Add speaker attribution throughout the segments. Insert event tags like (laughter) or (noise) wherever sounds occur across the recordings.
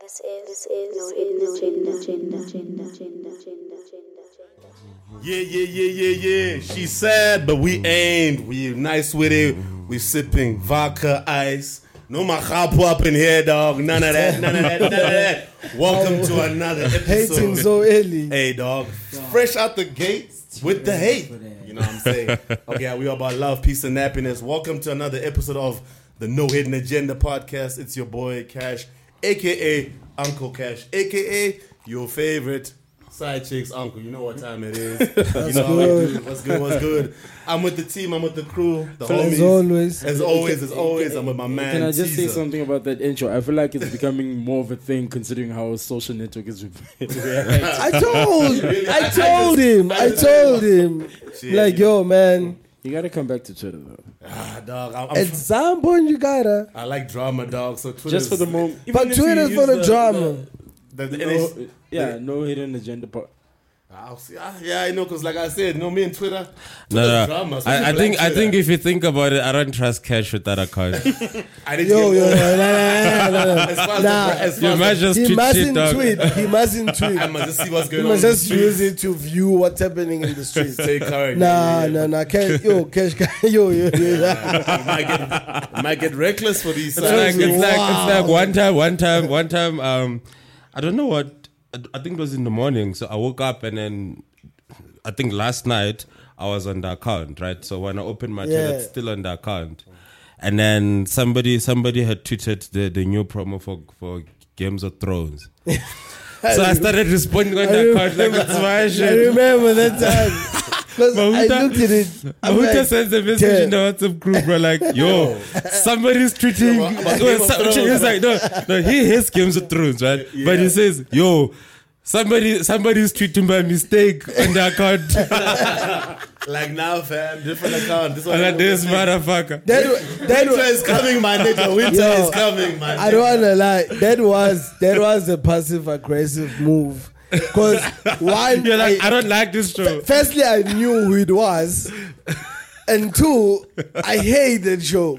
Speaker 1: This is, this is, no hidden agenda, agenda, agenda, agenda, agenda, agenda, agenda.
Speaker 2: Yeah, yeah, yeah, yeah, yeah. She sad, but we ain't. We nice with it. We sipping vodka ice. No macapo up in here, dog. None of that. None of that. None of that. Welcome to another
Speaker 3: Hating
Speaker 2: episode.
Speaker 3: so early.
Speaker 2: Hey, dog. Fresh out the gates with the hate. You know what I'm
Speaker 4: (laughs)
Speaker 2: saying? Okay, we all about love, peace, and happiness. Welcome to another episode of the No Hidden Agenda podcast. It's your boy Cash, aka Uncle Cash, aka your favorite side chicks uncle. You know what time it
Speaker 4: (laughs)
Speaker 2: is. you know how I do. What's good? What's good? I'm with the team. I'm with the crew. The homies.
Speaker 3: As always.
Speaker 2: As always, as always, I'm with my man.
Speaker 4: Can I just say
Speaker 2: Teaser.
Speaker 4: something about that intro? I feel like it's becoming more of a thing considering how a social network is. (laughs) yeah,
Speaker 3: I told,
Speaker 2: (laughs)
Speaker 3: I told him, I told him,
Speaker 2: Shit.
Speaker 3: like yo, man,
Speaker 4: you gotta come back to Twitter though,
Speaker 2: Ah, dog. I'm, I'm
Speaker 3: at some point you gotta.
Speaker 2: I like drama, dog. So Twitter
Speaker 4: just for the moment.
Speaker 3: But Twitter for the drama.
Speaker 2: The, the,
Speaker 4: No, yeah, no hidden agenda. Part.
Speaker 2: I'll see, ah, yeah, I know, cause like I said, you know me and Twitter.
Speaker 5: No,
Speaker 2: Twitter's
Speaker 5: no.
Speaker 2: drama, especially
Speaker 5: I, I
Speaker 2: black
Speaker 5: think I
Speaker 2: Twitter.
Speaker 5: think if you think about it, I don't trust cash with
Speaker 3: (laughs)
Speaker 5: that account.
Speaker 2: I didn't
Speaker 3: Yo,
Speaker 2: get-
Speaker 3: yo, yo, nah, nah, nah, nah, nah.
Speaker 2: (laughs) As far as
Speaker 3: Nah.
Speaker 2: the, as far
Speaker 5: you
Speaker 2: as
Speaker 5: might just
Speaker 3: He
Speaker 5: tweet shit,
Speaker 3: mustn't
Speaker 5: dog.
Speaker 3: tweet. He mustn't
Speaker 2: (laughs)
Speaker 3: tweet.
Speaker 2: the, I must just see what's
Speaker 3: He
Speaker 2: going on.
Speaker 3: must
Speaker 2: in the
Speaker 3: (laughs) just use it to view what's happening in
Speaker 2: (laughs)
Speaker 3: the streets.
Speaker 2: Stay current.
Speaker 3: Nah, nah, nah. Cash, yo, cash, (laughs) yo, yo, yo.
Speaker 2: I might get, I might get reckless for these.
Speaker 5: It's
Speaker 2: sites.
Speaker 5: like it's like it's
Speaker 3: Wow.
Speaker 5: like one time, one time, one time. Um, I don't know what. I, I think it was in the morning, so I woke up and then I think last night I was on the account, right? So when I opened my
Speaker 3: Yeah.
Speaker 5: Twitter, it's still on the account, and then somebody somebody had tweeted the the new promo for for Games
Speaker 3: (laughs)
Speaker 5: of Thrones. So I started responding on the account like
Speaker 3: (laughs)
Speaker 5: it's my
Speaker 3: I
Speaker 5: shit.
Speaker 3: remember
Speaker 2: (laughs)
Speaker 3: that time. 'Cause I
Speaker 5: Mahuta-
Speaker 3: looked at it. I'm
Speaker 5: Who
Speaker 3: like,
Speaker 5: just sends a message
Speaker 3: yeah.
Speaker 5: in the WhatsApp group, bro? Like,
Speaker 3: (laughs)
Speaker 5: yo, somebody's tweeting.
Speaker 2: About- about
Speaker 5: no,
Speaker 2: Game of
Speaker 5: some-
Speaker 2: Thrones.
Speaker 5: he's like, no, no, he hates Games of Thrones, right? But he says, yo, somebody, somebody's tweeting by mistake on the account. (laughs)
Speaker 2: like now, fam, different account. This one.
Speaker 5: and like, this motherfucker.
Speaker 3: That, that,
Speaker 2: Winter is coming, my nigga. Winter
Speaker 3: Yo,
Speaker 2: is coming, my
Speaker 3: I don't wanna lie. That was that was a passive aggressive move. Cause one,
Speaker 5: You're like, I
Speaker 3: I-
Speaker 5: don't like this show.
Speaker 3: firstly, I knew who it was, and two, I hate that show.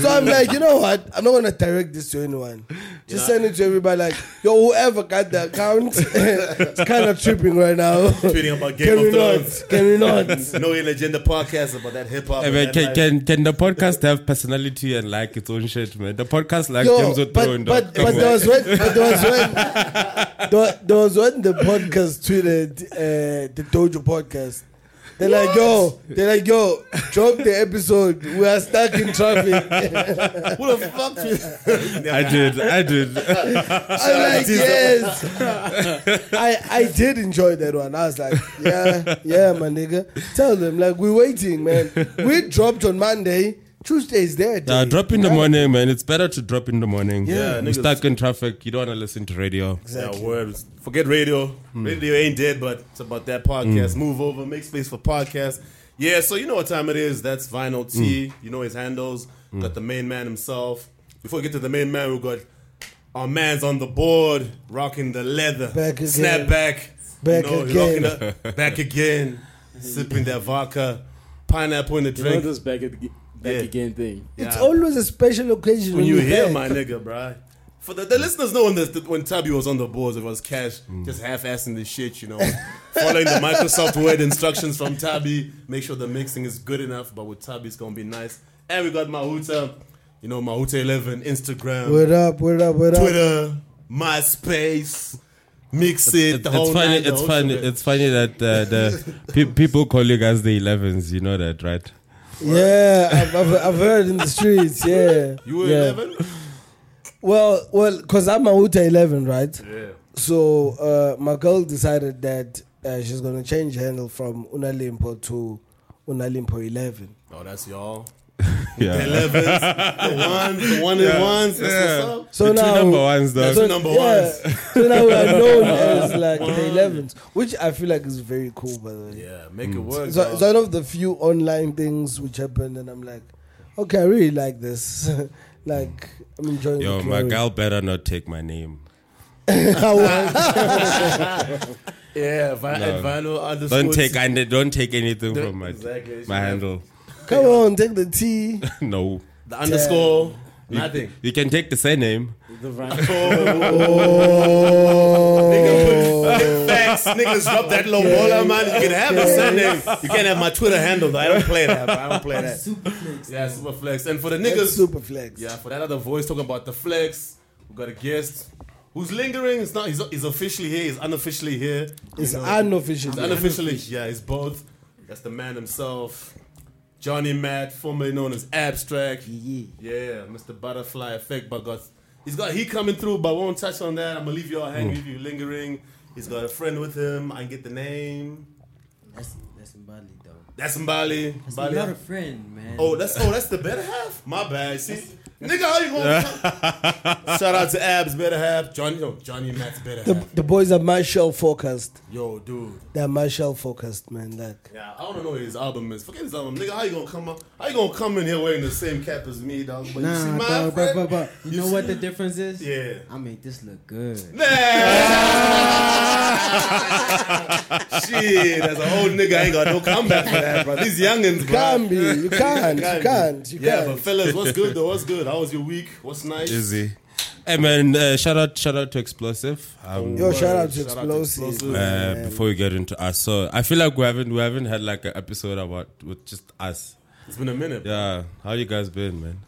Speaker 3: So I'm like, you know what? I'm not gonna direct this to anyone. Just send it to everybody. Like, yo, whoever got the account, (laughs) it's kind of tripping right now.
Speaker 2: tweeting about Game
Speaker 3: Can we
Speaker 2: of Thrones.
Speaker 3: not? Can we not?
Speaker 2: No in agenda podcast about that hip hop.
Speaker 5: Hey, man, can, can, can the podcast have personality and like its own shit, man? The podcast like Games of Thrones.
Speaker 3: but, but,
Speaker 5: dog. Come
Speaker 3: but there
Speaker 5: on.
Speaker 3: was when, but there was
Speaker 5: (laughs)
Speaker 3: when, there, there was when the podcast tweeted uh, the Dojo podcast. They're like, yo, they're like, yo, drop the episode. We are stuck in
Speaker 5: (laughs)
Speaker 3: traffic.
Speaker 2: Who the
Speaker 3: (laughs)
Speaker 2: fuck? tweet- (laughs)
Speaker 5: I did, I did.
Speaker 3: I'm like,
Speaker 5: (laughs)
Speaker 3: yes. I I did enjoy that one. I was like, yeah, yeah, my nigga. Tell them like we're waiting, man. We dropped on Monday. Tuesday is there.
Speaker 5: Nah, drop in the morning, man. It's better to drop in the morning.
Speaker 2: Yeah,
Speaker 5: I'm
Speaker 2: niggas-
Speaker 5: stuck in traffic. You don't want to listen to radio.
Speaker 2: Yeah, words. Forget radio.
Speaker 3: Hmm.
Speaker 2: Radio ain't dead, but it's about that podcast. Move over, make space for podcast. Yeah, so you know what time it is. That's Vinyl T.
Speaker 3: Hmm.
Speaker 2: You know his handles. Got the main man himself. Before we get to the main man, we got our man's on the board, rocking the leather.
Speaker 3: Back again.
Speaker 2: Snap back.
Speaker 3: Back
Speaker 2: he rocking
Speaker 3: again.
Speaker 2: the- back
Speaker 3: (laughs)
Speaker 2: again. Sipping that vodka. Pineapple in the
Speaker 4: You know
Speaker 2: drink.
Speaker 4: this back at, back
Speaker 2: Yeah.
Speaker 4: again thing.
Speaker 3: It's
Speaker 2: Yeah.
Speaker 3: always a special occasion
Speaker 2: when you hear
Speaker 3: back.
Speaker 2: my nigga, bruh. For the, the listeners know when this, when Tabby was on the boards, it was Cash just half-assing the shit, you
Speaker 5: (laughs)
Speaker 2: know, following the Microsoft Word instructions from Tabby. Make sure the mixing is good enough, but with Tabby, it's gonna be nice. And we got Mahuta, you know, Mahuta Eleven, Instagram,
Speaker 3: What up? What up? What up?
Speaker 2: Twitter, MySpace, Mix it. the
Speaker 5: it's
Speaker 2: whole
Speaker 5: funny.
Speaker 2: nine, the
Speaker 5: It's
Speaker 2: whole
Speaker 5: funny.
Speaker 2: shebang.
Speaker 5: It's funny that uh, the pe- people calling us the 11s. You know
Speaker 2: (laughs)
Speaker 5: that, right?
Speaker 3: Yeah, I've, I've, I've heard in the streets. Yeah,
Speaker 2: you were
Speaker 3: yeah.
Speaker 2: eleven.
Speaker 3: Well, well, cause I'm a Uta eleven, right?
Speaker 2: Yeah.
Speaker 3: So uh, my girl decided that uh, she's gonna change her handle from Unalimpo to Unalimpo eleven.
Speaker 2: Oh, that's y'all. The
Speaker 5: Yeah.
Speaker 2: elevens, the ones, the one and ones. That's
Speaker 5: Yeah.
Speaker 2: what's up.
Speaker 3: So
Speaker 5: the
Speaker 3: now,
Speaker 5: two number ones, dog.
Speaker 2: so- number ones.
Speaker 3: So now we
Speaker 2: (laughs)
Speaker 3: are known as like the elevens, which I feel like is very cool, by the way.
Speaker 2: Yeah, make it work.
Speaker 3: It's,
Speaker 2: dog.
Speaker 3: it's one of the few online things which happened, and I'm like, okay, I really like this. (laughs) like, I'm enjoying.
Speaker 5: Yo,
Speaker 3: the (laughs)
Speaker 5: my
Speaker 3: glory.
Speaker 5: girl better not take my name.
Speaker 3: I was-
Speaker 2: (laughs) Yeah, vi- at vinyl underscore.
Speaker 5: Don't take
Speaker 2: t-
Speaker 5: and don't take anything
Speaker 2: The-
Speaker 5: from my
Speaker 2: exactly, she
Speaker 5: my
Speaker 2: have-
Speaker 5: handle.
Speaker 3: Come on, take the tea.
Speaker 5: (laughs) no.
Speaker 2: the underscore Nothing.
Speaker 5: You can take the surname.
Speaker 4: The van.
Speaker 2: (laughs)
Speaker 3: (laughs)
Speaker 2: Nigga, facts. (laughs) Niggas drop that low baller, man. You can have a surname. You can't have my Twitter handle, though. I don't play that. man. I don't play that.
Speaker 6: Superflex.
Speaker 2: Yeah, super flex. And for the
Speaker 3: That's
Speaker 2: niggas,
Speaker 3: super flex.
Speaker 2: yeah, for that other voice talking about the flex, we got a guest who's lingering. It's not. He's, he's officially here. He's unofficially here.
Speaker 3: It's
Speaker 2: You know,
Speaker 3: unofficial.
Speaker 2: he's unofficially. Yeah, he's both. That's the man himself, Johnny Matt, formerly known as Abstract. Yeah, Mr. Butterfly Effect, but got he's got he coming through, but won't touch on that. I'm gonna leave y'all hanging if you lingering. He's got a friend with him. I can get the name.
Speaker 6: That's that's in Bali though.
Speaker 2: That's Mbali.
Speaker 6: That's
Speaker 2: Mbali.
Speaker 6: not a friend, man.
Speaker 2: Oh, that's oh, that's the better half. My bad. See, nigga, how you gonna? Shout out to Abs better half. Johnny, yo, Johnny Matt's better
Speaker 3: The,
Speaker 2: half.
Speaker 3: the boys are Marshall focused.
Speaker 2: Yo, dude.
Speaker 3: They're Marshall focused, man. Like,
Speaker 2: Yeah, I don't know what his album is. Forget his album, nigga. How you gonna come up? How you gonna come in here wearing the same cap as me, dog? But you see
Speaker 6: nah,
Speaker 2: my
Speaker 6: dog, but,
Speaker 2: friend?
Speaker 6: but, but, you,
Speaker 2: You
Speaker 6: know
Speaker 2: see-
Speaker 6: what the difference is?
Speaker 2: Yeah.
Speaker 6: I made this look good.
Speaker 2: (laughs) Shit, as an old nigga, I ain't got no comeback for that, bro. These youngins, bro.
Speaker 3: can't be. You can't. You can't. You
Speaker 2: Yeah, but
Speaker 3: can't.
Speaker 2: fellas, what's good though? What's good? How was your week? What's nice?
Speaker 5: Easy. Hey man, uh, shout out, shout out to Explosive. Um,
Speaker 3: Yo, shout out to
Speaker 2: Shout out to
Speaker 3: Explosive.
Speaker 2: Explosive.
Speaker 5: uh, before we get into us, so I feel like we haven't we haven't had like an episode about with just us.
Speaker 2: It's been a minute.
Speaker 5: Yeah, how you guys been, man?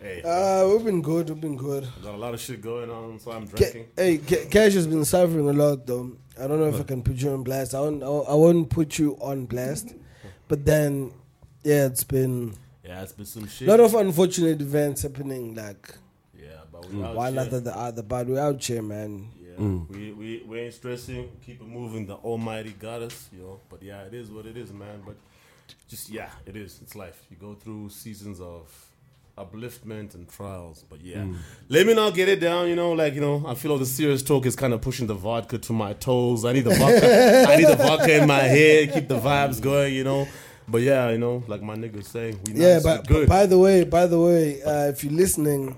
Speaker 2: Hey,
Speaker 3: Uh, we've been good. We've been good.
Speaker 2: got a lot of shit going on, so I'm
Speaker 3: Ca-
Speaker 2: drinking.
Speaker 3: hey, Ca- Cash has been suffering a lot, though. I don't know if I can put you on blast. I won't. I won't- I won't put you on blast. But then, yeah, it's been
Speaker 2: Yeah, it's been some
Speaker 3: a
Speaker 2: shit.
Speaker 3: lot of unfortunate events happening. Like
Speaker 2: yeah, but we
Speaker 5: Oh,
Speaker 2: out
Speaker 3: one
Speaker 2: here.
Speaker 3: after the other, but we're out here, man.
Speaker 2: Yeah,
Speaker 3: Mm.
Speaker 2: we, we we ain't stressing. Keep it moving. The Almighty got us, you know. But yeah, it is what it is, man. But just yeah, it is. It's life. You go through seasons of upliftment and trials. But yeah,
Speaker 3: Mm.
Speaker 2: let me not get it down. You know, like you know, I feel all the serious talk is kind of pushing the vodka to my toes. I need the vodka. I need the vodka in my head. Keep the vibes going. You know. But yeah, you know, like my niggas say, we
Speaker 3: Yeah,
Speaker 2: nice,
Speaker 3: but,
Speaker 2: we good.
Speaker 3: but by the way, by the way, uh, if you're listening,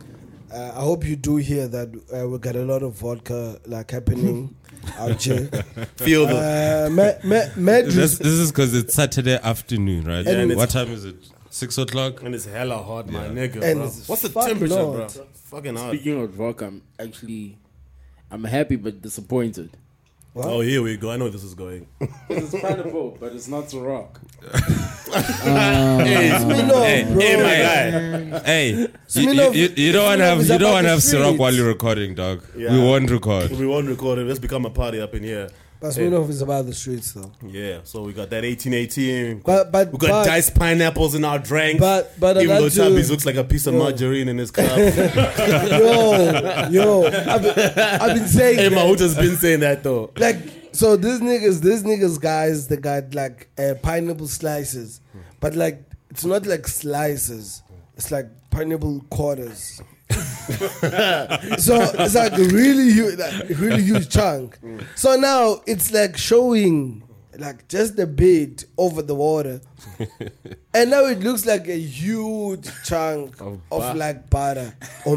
Speaker 3: uh, I hope you do hear that uh, we got a lot of vodka like
Speaker 5: (laughs)
Speaker 3: happening out here.
Speaker 2: feel the
Speaker 3: Uh, Ma- Ma- Matt
Speaker 5: This,
Speaker 3: was-
Speaker 5: this is because it's Saturday afternoon, right?
Speaker 3: And it's-
Speaker 5: what time is it? Six o'clock.
Speaker 2: and it's hella hot, my nigga.
Speaker 3: And
Speaker 2: bro.
Speaker 3: it's
Speaker 2: What's the
Speaker 3: fucking
Speaker 2: temperature,
Speaker 3: hot.
Speaker 2: bro? Fucking hot.
Speaker 4: Speaking of vodka, I'm actually, I'm happy but disappointed.
Speaker 2: Oh, here we go. I know where this is
Speaker 3: (laughs)
Speaker 2: going.
Speaker 4: It's pineapple, but it's not to rock.
Speaker 3: Oh.
Speaker 2: Hey, it's
Speaker 3: Smino, bro.
Speaker 5: hey, my guy. Hey, you, you,
Speaker 3: Smirnoff-
Speaker 5: you, you don't want to
Speaker 3: Smirnoff
Speaker 5: have
Speaker 3: is
Speaker 5: you don't
Speaker 3: about
Speaker 5: want to
Speaker 3: the
Speaker 5: have Ciroc
Speaker 3: streets.
Speaker 5: while you're recording, dog.
Speaker 2: Yeah.
Speaker 5: We won't record.
Speaker 2: We won't record it. Let's become a party up in here.
Speaker 3: but Smirnoff is about the streets,
Speaker 5: (laughs)
Speaker 3: though.
Speaker 2: Yeah. So we got that 1818.
Speaker 3: But but
Speaker 2: we got
Speaker 3: but,
Speaker 2: diced pineapples in our drink.
Speaker 3: but but I
Speaker 2: even though
Speaker 3: got
Speaker 2: Chubby's
Speaker 3: to,
Speaker 2: looks like a piece of
Speaker 3: Yo.
Speaker 2: margarine
Speaker 3: (laughs)
Speaker 2: in his cup.
Speaker 3: yo yo. I've been, I've been saying
Speaker 2: hey,
Speaker 3: that.
Speaker 2: Mahuta's been saying that
Speaker 3: (laughs)
Speaker 2: though.
Speaker 3: like so these niggas these niggas guys they got like uh, pineapple slices but like it's not like slices it's like pineapple quarters (laughs) so it's like really huge like really huge chunk so now it's like showing like just a bit over the water and now it looks like a huge chunk of, like butter or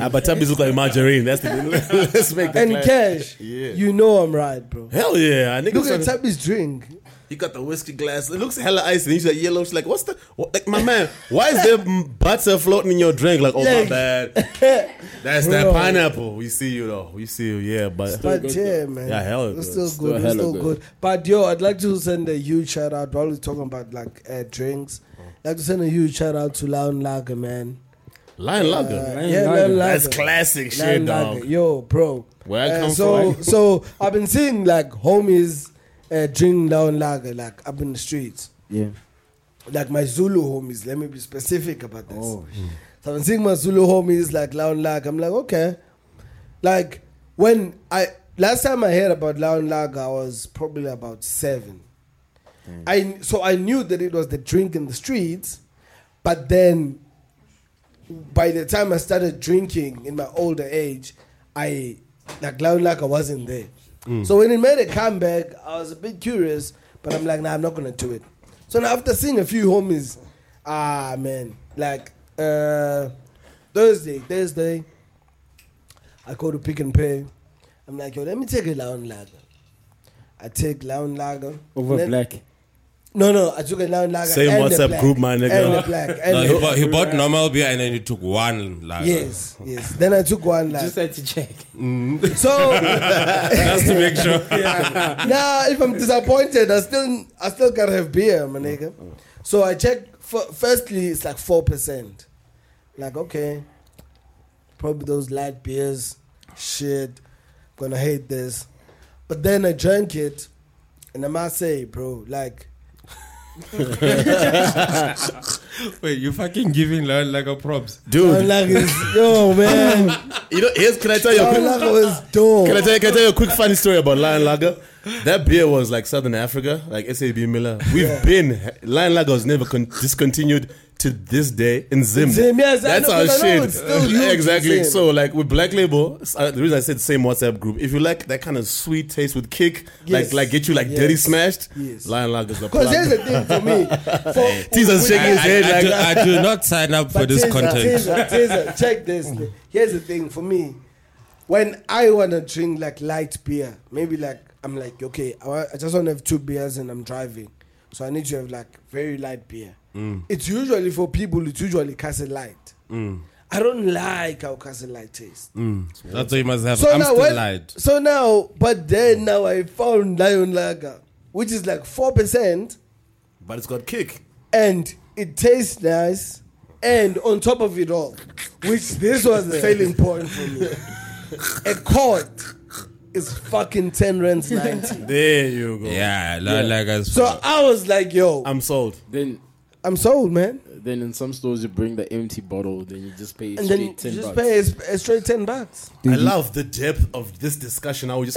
Speaker 2: (laughs) Ah, but Chubby's look like margarine. That's the (laughs) thing. Let's make that.
Speaker 3: and
Speaker 2: clear.
Speaker 3: cash
Speaker 2: Yeah.
Speaker 3: you know i'm right bro
Speaker 2: Hell yeah! I think
Speaker 3: Look at Tabby's drink.
Speaker 2: he got the whiskey glass. It looks hella icy. He's like yellow. She's like, "What's the what, like, my man? Why is there mm, butter floating in your drink?" Like, "Oh my
Speaker 3: Like- (laughs)
Speaker 2: bad." That's that
Speaker 3: Bro.
Speaker 2: pineapple. We see you though. We see you. Yeah, but
Speaker 3: But yeah, man.
Speaker 2: Yeah, hella
Speaker 3: We're
Speaker 2: good.
Speaker 3: still
Speaker 4: Still
Speaker 3: good. We're
Speaker 4: hella
Speaker 3: still
Speaker 4: good.
Speaker 3: good. But yo, I'd like to send a huge shout out. While we're talking about like uh, drinks, I'd like to send a huge shout out to Lion Lager, man.
Speaker 2: lion lager.
Speaker 4: Lion
Speaker 3: yeah,
Speaker 4: Lager.
Speaker 3: Lion Lager.
Speaker 2: That's classic shit,
Speaker 3: Lion
Speaker 2: dog.
Speaker 3: Lager. Yo, bro. Uh,
Speaker 2: Where I come
Speaker 3: so,
Speaker 2: from.
Speaker 3: so I've been seeing like homies uh, drink Lion Lager like up in the streets.
Speaker 4: Yeah.
Speaker 3: Like my Zulu homies. Let me be specific about this.
Speaker 4: Oh,
Speaker 3: So I've been seeing my Zulu homies like Loud Lag. I'm like, okay. Like when I last time I heard about Loud Lag, I was probably about seven. I so I knew that it was the drink in the streets, but then by the time I started drinking in my older age, I like Loud Lag I wasn't there.
Speaker 2: Mm.
Speaker 3: So when it made a comeback, I was a bit curious, but I'm like, nah, I'm not gonna do it. So now after seeing a few homies, ah man, like uh, Thursday, Thursday, I go to Pick and Pay. I'm like, yo, let me take a Loud Lager. I take Loud Lager
Speaker 4: Over
Speaker 3: Let-
Speaker 4: black.
Speaker 3: No, no, I took it down lager.
Speaker 2: Same
Speaker 3: and the
Speaker 2: WhatsApp
Speaker 3: black,
Speaker 2: group, my nigga.
Speaker 3: And the black. And
Speaker 5: No,
Speaker 3: the
Speaker 5: he, bought, he bought normal beer and then he took one lager.
Speaker 3: Yes, yes. Then I took one
Speaker 4: Just
Speaker 3: lager.
Speaker 4: had to check.
Speaker 3: So (laughs)
Speaker 2: (laughs)
Speaker 5: Just to make sure. (laughs)
Speaker 3: now if I'm disappointed, I still I still can't have beer,
Speaker 2: Mm,
Speaker 3: my nigga. So I check. fir- Firstly, it's like four percent. Like okay, probably those light beers, shit. Gonna hate this, but then I drank it, and I must say, bro, like
Speaker 5: Wait, you fucking giving like, like a props.
Speaker 2: Dude,
Speaker 3: Unlock
Speaker 2: (laughs)
Speaker 3: is yo man,
Speaker 2: you know, here's, can I tell you a quick,
Speaker 3: Unlock was dope.
Speaker 2: can I tell you, can I tell you a quick funny story about Lion Lager? That beer was like Southern Africa, like SAB Miller. We've been, Lion Lager was never con- discontinued to this day in Zim.
Speaker 3: Zim, yes, I
Speaker 2: That's
Speaker 3: know,
Speaker 2: our
Speaker 3: because I know
Speaker 2: shit.
Speaker 3: it's still huge in
Speaker 2: exactly.
Speaker 3: Zim.
Speaker 2: So, like with Black Label, s- uh, the reason I said same WhatsApp group, if you like that kind of sweet taste with kick, like
Speaker 3: Yes.
Speaker 2: like get you like
Speaker 3: Yes.
Speaker 2: dirty smashed,
Speaker 3: Yes.
Speaker 2: Lion Lager's the
Speaker 3: Because here's
Speaker 2: plug.
Speaker 3: the thing for me. For,
Speaker 2: Teaser's
Speaker 5: I,
Speaker 2: shaking his head
Speaker 5: I- I
Speaker 2: like
Speaker 5: do, I do not sign up for
Speaker 3: eh, But
Speaker 5: this
Speaker 3: Taser,
Speaker 5: content.
Speaker 3: Taser,
Speaker 5: (laughs)
Speaker 3: Taser, check this. Here's the thing for me. When I want to drink like light beer, maybe like, I'm like, okay, I, wa- I just want to have two beers and I'm driving. So I need to have like very light beer.
Speaker 5: Mm.
Speaker 3: It's usually for people, it's usually Castle Light. I don't like how Castle Light tastes.
Speaker 5: That's what you must have.
Speaker 3: So
Speaker 5: Mm, I'm
Speaker 3: now
Speaker 5: still
Speaker 3: when-
Speaker 5: lied.
Speaker 3: So now, but then now I found Lion Lager, which is like 4%.
Speaker 2: But it's got kick.
Speaker 3: and it tastes nice. And on top of it all, which this was the failing point for me, a quart is fucking 10 rands 90.
Speaker 2: There you go.
Speaker 5: Yeah, li- like as
Speaker 3: So I was like, yo, I'm,
Speaker 2: I'm sold.
Speaker 4: Then,
Speaker 3: sold, man.
Speaker 4: then in some stores you bring the empty bottle, then you just pay
Speaker 3: And
Speaker 4: straight
Speaker 3: then you
Speaker 4: ten
Speaker 3: just
Speaker 4: bucks.
Speaker 3: pay a, sp- a straight 10 bucks.
Speaker 2: I love the depth of this discussion. How we just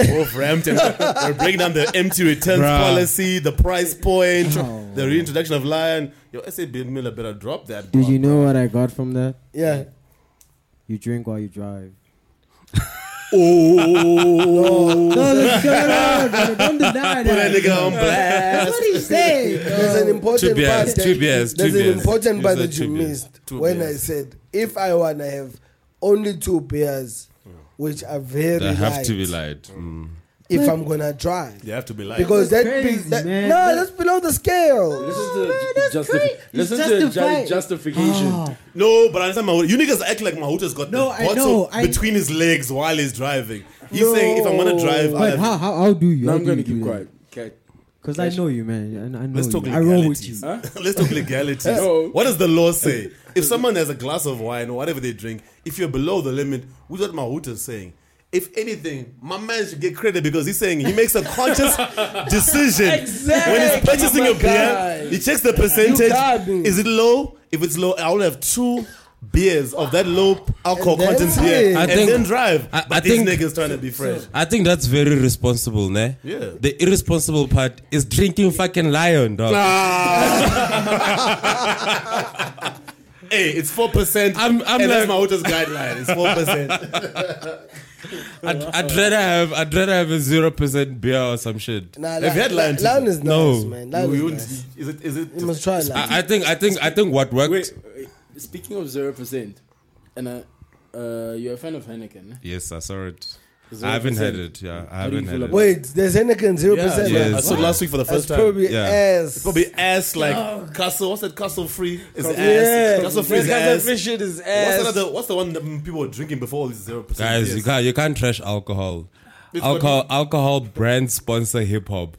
Speaker 6: (laughs)
Speaker 2: overramped and we're breaking down the empty returns
Speaker 5: Bruh.
Speaker 2: policy, the price point, the reintroduction of Lion. Yo, SAB Miller better drop that.
Speaker 6: Did
Speaker 2: bro.
Speaker 6: you know what I got from that?
Speaker 3: Yeah.
Speaker 6: You drink while you drive.
Speaker 2: Oh,
Speaker 6: No, let's go on, bro. Don't deny
Speaker 2: put that
Speaker 6: that. (laughs)
Speaker 2: nigga on blast.
Speaker 6: That's what he's saying.
Speaker 3: There's an important
Speaker 5: Two beers,
Speaker 3: part. that-
Speaker 5: two beers, two
Speaker 3: There's
Speaker 5: beers.
Speaker 3: an important
Speaker 5: You
Speaker 3: part
Speaker 5: said
Speaker 3: that you
Speaker 5: two beers.
Speaker 3: missed
Speaker 2: Two
Speaker 3: when
Speaker 2: beers.
Speaker 3: I said if I want to have only two beers, which are very
Speaker 5: they have
Speaker 3: light,
Speaker 5: to be lied. Mm.
Speaker 3: if I'm gonna drive.
Speaker 2: You have to be like,
Speaker 3: Because that,
Speaker 6: That's
Speaker 3: be,
Speaker 6: crazy,
Speaker 3: that
Speaker 6: man.
Speaker 3: no,
Speaker 6: That-
Speaker 3: that's below the scale.
Speaker 4: Listen to the justifi- listen
Speaker 6: It's
Speaker 4: to the
Speaker 6: justified.
Speaker 4: ju- justification.
Speaker 2: no, but I understand Mahuta. You niggas act like Mahuta's got
Speaker 6: No,
Speaker 2: the
Speaker 6: I
Speaker 2: bottle
Speaker 6: know, I-
Speaker 2: between his legs while he's driving. He's saying, if I'm gonna drive, I'll
Speaker 6: But
Speaker 2: have
Speaker 6: how, how, how do you?
Speaker 4: Now
Speaker 6: how
Speaker 4: I'm
Speaker 6: do
Speaker 4: gonna
Speaker 6: you do
Speaker 4: keep
Speaker 6: that?
Speaker 4: quiet. Okay.
Speaker 6: Because I know you, man. and I know
Speaker 2: Let's
Speaker 6: you.
Speaker 2: talk
Speaker 6: I roll with you.
Speaker 2: legalities. Let's talk legalities.
Speaker 4: No.
Speaker 2: What does the law
Speaker 3: (laughs)
Speaker 2: say? If someone has a glass of wine or whatever they drink, if you're below the limit, which is what Mahuta's saying. If anything, my man should get credit because he's saying he makes a
Speaker 3: (laughs)
Speaker 2: conscious decision when he's
Speaker 3: Exactly, Oh
Speaker 2: purchasing
Speaker 3: my
Speaker 2: a beer.
Speaker 3: guy.
Speaker 2: He checks the percentage.
Speaker 3: got me.
Speaker 2: Is it low? If it's low, I will have two beers of that low alcohol
Speaker 3: And that's
Speaker 2: content beer
Speaker 3: it. I
Speaker 2: and
Speaker 5: think-
Speaker 2: then drive.
Speaker 5: I-
Speaker 2: but
Speaker 5: I
Speaker 2: these
Speaker 5: think-
Speaker 2: niggas trying to be fresh.
Speaker 5: I think that's very responsible, ne?
Speaker 2: Yeah.
Speaker 5: The irresponsible part is drinking fucking lion, dog.
Speaker 2: Hey, it's four percent.
Speaker 5: I'm- I'm
Speaker 2: and that's
Speaker 5: like-
Speaker 2: Mahuta's guideline. It's four percent.
Speaker 5: I'd, I'd rather have I'd rather have a zero percent beer or some shit.
Speaker 3: Nah,
Speaker 2: Have
Speaker 3: li-
Speaker 2: you had
Speaker 3: li-
Speaker 2: lion teeth?
Speaker 3: lion is nice,
Speaker 5: No.
Speaker 3: man.
Speaker 2: You-
Speaker 3: Lion is
Speaker 2: you-
Speaker 3: nice.
Speaker 2: Is it? Is it?
Speaker 3: You must try lion.
Speaker 5: I, I think I think I think what worked.
Speaker 4: Wait, wait, speaking of zero percent, and uh, uh, you're a fan of Heineken. eh?
Speaker 5: Yes, I saw it.
Speaker 4: Is
Speaker 5: I haven't had
Speaker 4: 0%.
Speaker 5: it. Yeah, I
Speaker 4: How do you
Speaker 5: haven't
Speaker 4: feel
Speaker 5: had it.
Speaker 4: about
Speaker 3: Wait, there's Heineken zero percent.
Speaker 5: yes.
Speaker 2: Ah, I saw it last week for the
Speaker 3: That's
Speaker 2: first time.
Speaker 3: probably
Speaker 5: Yeah.
Speaker 3: ass.
Speaker 2: Probably ass like castle. What's that castle free? Is ass.
Speaker 3: yeah,
Speaker 2: Castle free is
Speaker 3: Castle
Speaker 2: ass.
Speaker 3: free shit is
Speaker 2: What's
Speaker 3: ass.
Speaker 2: another? What's the one that mm, people were drinking before all these zero percent?
Speaker 5: Guys, you can't you can't trash alcohol.
Speaker 2: It's
Speaker 5: alcohol alcohol brand sponsor hip hop.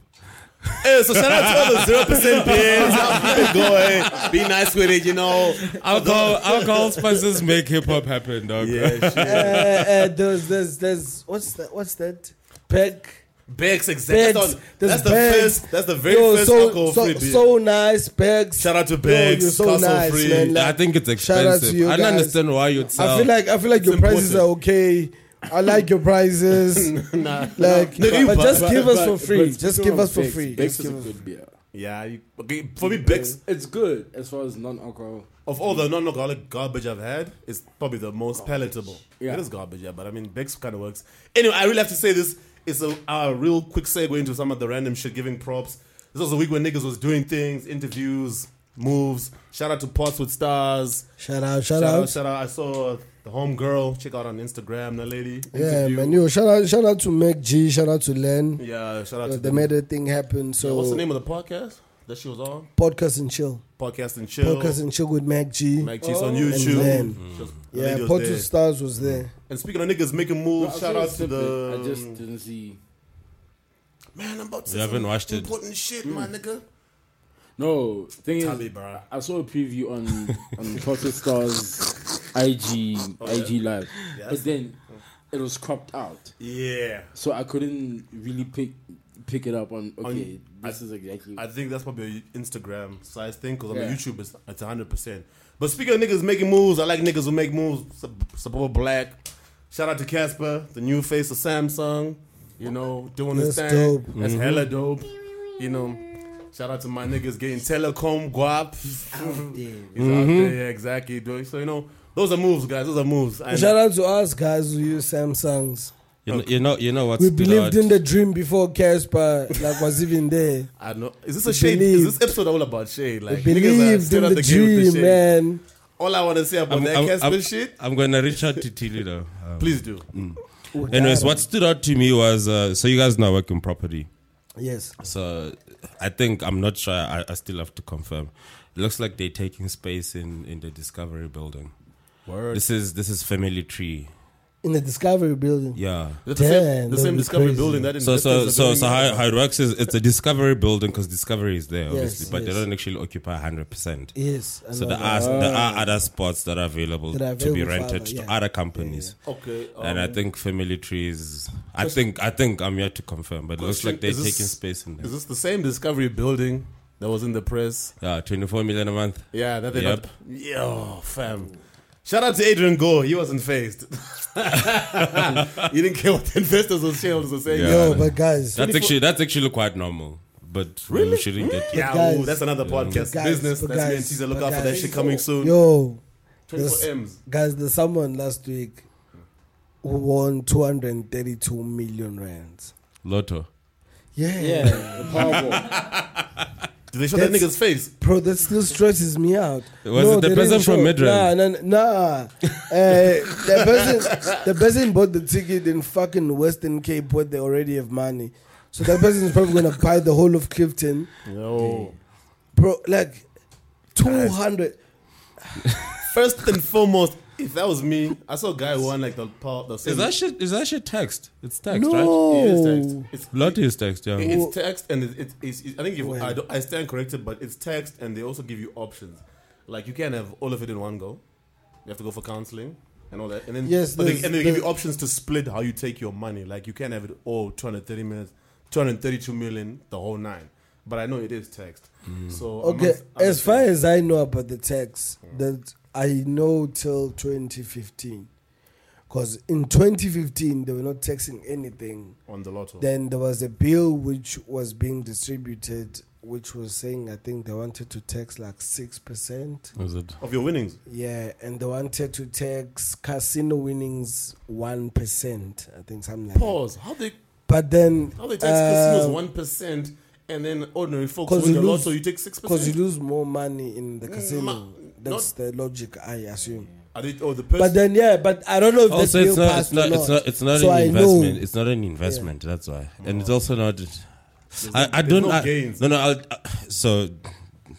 Speaker 2: Hey, so shout out to all the zero
Speaker 3: (laughs)
Speaker 2: percent beers. How people going? Be nice with it, you know.
Speaker 5: Alcohol alcohol sponsors make hip hop happen, dog.
Speaker 2: Yeah, shit.
Speaker 3: uh, uh, there's, there's, there's. What's that? What's that? Peck.
Speaker 2: Beck's exactly. That's,
Speaker 3: Bags.
Speaker 2: on-
Speaker 3: There's
Speaker 2: that's the
Speaker 3: bags.
Speaker 2: first. That's the very
Speaker 3: Yo,
Speaker 2: first
Speaker 3: so,
Speaker 2: alcohol free
Speaker 3: so,
Speaker 2: beer.
Speaker 3: so nice, Pegs.
Speaker 2: Shout out to
Speaker 3: Yo,
Speaker 2: Beck's
Speaker 3: you're so
Speaker 2: Castle
Speaker 3: nice,
Speaker 2: Free.
Speaker 3: man. Like,
Speaker 5: I think it's
Speaker 3: Shout out to
Speaker 5: expensive.
Speaker 3: you
Speaker 5: I don't
Speaker 3: guys.
Speaker 5: understand why you'd sell.
Speaker 3: I feel like I feel like your prices are okay. I like your prices. Like,
Speaker 2: No, you
Speaker 3: but
Speaker 2: bu-
Speaker 3: just
Speaker 2: but-
Speaker 3: give us for
Speaker 4: but-
Speaker 3: free.
Speaker 4: but
Speaker 3: Just
Speaker 4: speaking
Speaker 3: give
Speaker 4: of
Speaker 3: us for
Speaker 4: Beck's,
Speaker 3: free.
Speaker 4: Beck's
Speaker 3: Just
Speaker 4: is a
Speaker 3: give us-
Speaker 4: good beer.
Speaker 2: yeah, you, okay. For me, Beck's
Speaker 4: It's good as far as non-alcohol.
Speaker 2: Of all the non-alcoholic garbage I've had, it's probably the most palatable.
Speaker 4: Yeah.
Speaker 2: It is garbage, yeah, but I mean, Beck's kind of works. Anyway, I really have to say this. It's a, a real quick segue into some of the random shit, giving props. This was a week when niggas was doing things, interviews, moves. Shout out to Pots with Stars.
Speaker 3: Shout out,
Speaker 2: Shout
Speaker 3: shout, out.
Speaker 2: out, shout out. I saw the home girl. Check out on Instagram, the lady.
Speaker 3: Yeah,
Speaker 2: Interview.
Speaker 3: man. Yo, shout out, shout out to Mac G. Shout out to Len.
Speaker 2: Yeah, shout out
Speaker 3: Uh,
Speaker 2: to
Speaker 3: they
Speaker 2: them.
Speaker 3: made that thing happen. So
Speaker 2: What's the name of the podcast? that she was on
Speaker 3: Podcast and chill.
Speaker 2: podcast and chill.
Speaker 3: Podcast and chill with Mac G.
Speaker 2: Mac G's on
Speaker 3: man.
Speaker 2: YouTube.
Speaker 3: yeah,
Speaker 2: Yeah,
Speaker 3: Portal Stars was there.
Speaker 2: And speaking of niggas making
Speaker 3: Oh,
Speaker 2: moves, shout out to the
Speaker 4: I
Speaker 3: um,
Speaker 4: just didn't see.
Speaker 2: man. I'm about to
Speaker 5: You haven't watched it.
Speaker 2: important shit, my nigga.
Speaker 4: No, thing
Speaker 2: Mm. Tell me,
Speaker 4: is,
Speaker 2: bruh.
Speaker 4: I saw a preview on on Pocket Stars IG IG Live, but then it was cropped out,
Speaker 2: Yeah,
Speaker 4: so I couldn't really pick pick it up on. Okay,
Speaker 2: I-
Speaker 4: this is exactly.
Speaker 2: I think that's probably an Instagram size thing because I'm a
Speaker 4: Yeah.
Speaker 2: YouTuber. It's- It's 100. percent But speaking of niggas making moves, I like niggas who make moves. Sub- Support Black. Shout out to Casper, the new face of Samsung. You know, doing his
Speaker 3: That's
Speaker 2: thing.
Speaker 3: dope.
Speaker 2: That's
Speaker 5: Mm-hmm.
Speaker 2: hella dope. You know, shout out to my niggas getting telecom guap. (laughs) He's out
Speaker 5: Mm-hmm.
Speaker 2: there, yeah, exactly. dude. So you know, those are moves, guys. Those are moves. And-
Speaker 3: Shout out to us guys who use Samsungs.
Speaker 5: You know, you know, you know what's
Speaker 3: We
Speaker 5: been
Speaker 3: believed
Speaker 5: out?
Speaker 3: in the dream before Casper like was even there.
Speaker 2: I know. Is this a
Speaker 3: We
Speaker 2: shade?
Speaker 3: believe-
Speaker 2: Is this episode all about shade? Like (laughs)
Speaker 3: we
Speaker 2: niggas are
Speaker 3: believed
Speaker 2: still
Speaker 3: in
Speaker 2: at
Speaker 3: the,
Speaker 2: game with
Speaker 3: dream,
Speaker 2: shade.
Speaker 3: man.
Speaker 2: All I want to say about
Speaker 5: I'm,
Speaker 2: that
Speaker 5: I'm-
Speaker 2: Casper
Speaker 5: I'm-
Speaker 2: shit,
Speaker 5: I'm gonna reach out to
Speaker 3: (laughs)
Speaker 5: Tilly though. Um,
Speaker 2: please do.
Speaker 5: Anyways, what stood out to me was uh, so you guys know I work in property.
Speaker 3: Yes.
Speaker 5: So I think I'm not sure. I, I still have to confirm. It looks like they're taking space in in the Discovery Building.
Speaker 2: Word.
Speaker 5: This is this is Family Tree.
Speaker 3: In the Discovery building.
Speaker 5: Yeah.
Speaker 2: The same,
Speaker 3: Damn,
Speaker 2: the
Speaker 3: that
Speaker 2: same
Speaker 3: was
Speaker 2: Discovery
Speaker 3: crazy.
Speaker 2: building that
Speaker 5: So so
Speaker 2: investors are
Speaker 5: so
Speaker 2: doing
Speaker 5: so
Speaker 2: now.
Speaker 5: how, how it works is it's a Discovery Building because Discovery is there obviously,
Speaker 3: Yes,
Speaker 5: but they
Speaker 3: yes.
Speaker 5: don't actually occupy 100. percent
Speaker 3: Yes. I
Speaker 5: So
Speaker 3: know
Speaker 5: there
Speaker 3: that.
Speaker 5: are there are other spots that are available,
Speaker 3: That are
Speaker 5: to be
Speaker 3: available for
Speaker 5: rented
Speaker 3: other-
Speaker 5: to
Speaker 3: yeah.
Speaker 5: other companies.
Speaker 2: Okay. Um,
Speaker 5: and I think Family Tree is. I think I think I'm yet to confirm, but it looks
Speaker 2: Question,
Speaker 5: like they're
Speaker 2: is this-
Speaker 5: taking space in
Speaker 2: is
Speaker 5: there.
Speaker 2: this the same Discovery building that was in the press?
Speaker 5: Yeah, 24 million a month.
Speaker 2: Yeah, that they
Speaker 5: Yep.
Speaker 2: not. Yo, fam. Shout out to Adrian Gore. He wasn't phased. (laughs) he didn't care what the investors or shareholders were saying.
Speaker 5: Yeah.
Speaker 3: Yo, but guys,
Speaker 5: That's actually that's actually quite normal, but we shouldn't get.
Speaker 2: Yeah,
Speaker 3: guys-
Speaker 2: ooh, that's another podcast.
Speaker 3: guys,
Speaker 2: Business.
Speaker 3: but
Speaker 2: That's me and
Speaker 3: guys,
Speaker 2: Tisa. Look
Speaker 3: but
Speaker 2: out for that
Speaker 3: guys.
Speaker 2: shit coming soon.
Speaker 3: yo,
Speaker 2: 24 M's.
Speaker 3: guys, there's someone last week who won 232 million rands.
Speaker 5: Lotto.
Speaker 3: Yeah.
Speaker 4: yeah, the (laughs) Powerball.
Speaker 2: Did they show that
Speaker 3: That's-
Speaker 2: nigga's face?
Speaker 3: Bro, that still stresses me out.
Speaker 5: Was it the
Speaker 3: they
Speaker 5: person
Speaker 3: didn't
Speaker 5: from
Speaker 3: show-
Speaker 5: Midrand?
Speaker 3: Nah, nah, nah.
Speaker 5: (laughs)
Speaker 3: Uh, the person, the person bought the ticket in fucking Western Cape where they already have money. So that person is probably gonna buy the whole of Clifton,
Speaker 2: Yo.
Speaker 3: bro. Like two hundred.
Speaker 2: First and foremost, if that was me, I saw a guy who won like the part. The
Speaker 5: Is
Speaker 2: same-
Speaker 5: that shit? Is that shit text? It's text, right?
Speaker 2: It is text.
Speaker 3: No,
Speaker 2: It's
Speaker 5: Lotto is text. Yeah.
Speaker 2: It- It's text and it, it, it's, it- I think if
Speaker 3: Well.
Speaker 2: I, don't- I stand corrected, but it's text and they also give you options. Like you can't have all of it in one go. You have to go for counseling and all that. And then
Speaker 3: Yes,
Speaker 2: but they,
Speaker 3: there's-
Speaker 2: and they give you
Speaker 3: there-
Speaker 2: options to split how you take your money. Like you can't have it all 230 minutes, 232 million, the whole nine. But I know it is text.
Speaker 5: Hmm.
Speaker 2: So I
Speaker 3: okay.
Speaker 2: must- I
Speaker 3: As
Speaker 2: must
Speaker 3: far
Speaker 2: say-
Speaker 3: as I know about the tax, that I know till 2015, because in 2015 they were not taxing anything.
Speaker 2: on the lotto,
Speaker 3: Then there was a bill which was being distributed, which was saying I think they wanted to tax like six percent.
Speaker 5: Is it?
Speaker 2: of your winnings,
Speaker 3: Yeah, and they wanted to tax casino winnings one percent. I think something like that.
Speaker 2: pause. How they
Speaker 3: But then
Speaker 2: how they tax casinos
Speaker 3: um,
Speaker 2: one percent and then ordinary folks
Speaker 3: 'cause
Speaker 2: win
Speaker 3: you
Speaker 2: the
Speaker 3: lose-
Speaker 2: lotto, you take six
Speaker 3: because you
Speaker 2: percent. Mm,
Speaker 3: lose more money in the casino.
Speaker 2: ma-
Speaker 3: That's the logic I assume.
Speaker 2: Are they? Oh, the person.
Speaker 3: But then yeah, but I don't know if
Speaker 5: Also,
Speaker 3: that
Speaker 5: Oh, it's
Speaker 3: bill
Speaker 5: not,
Speaker 3: passed
Speaker 5: it's not,
Speaker 3: or
Speaker 5: it's not, it's not
Speaker 3: so
Speaker 5: an
Speaker 3: I
Speaker 5: investment.
Speaker 3: know.
Speaker 5: It's not an investment. That's why, and it's also not. I, I
Speaker 2: there's
Speaker 5: don't.
Speaker 2: Oh. no
Speaker 5: I-
Speaker 2: gains.
Speaker 5: no, no. I'll, uh, so,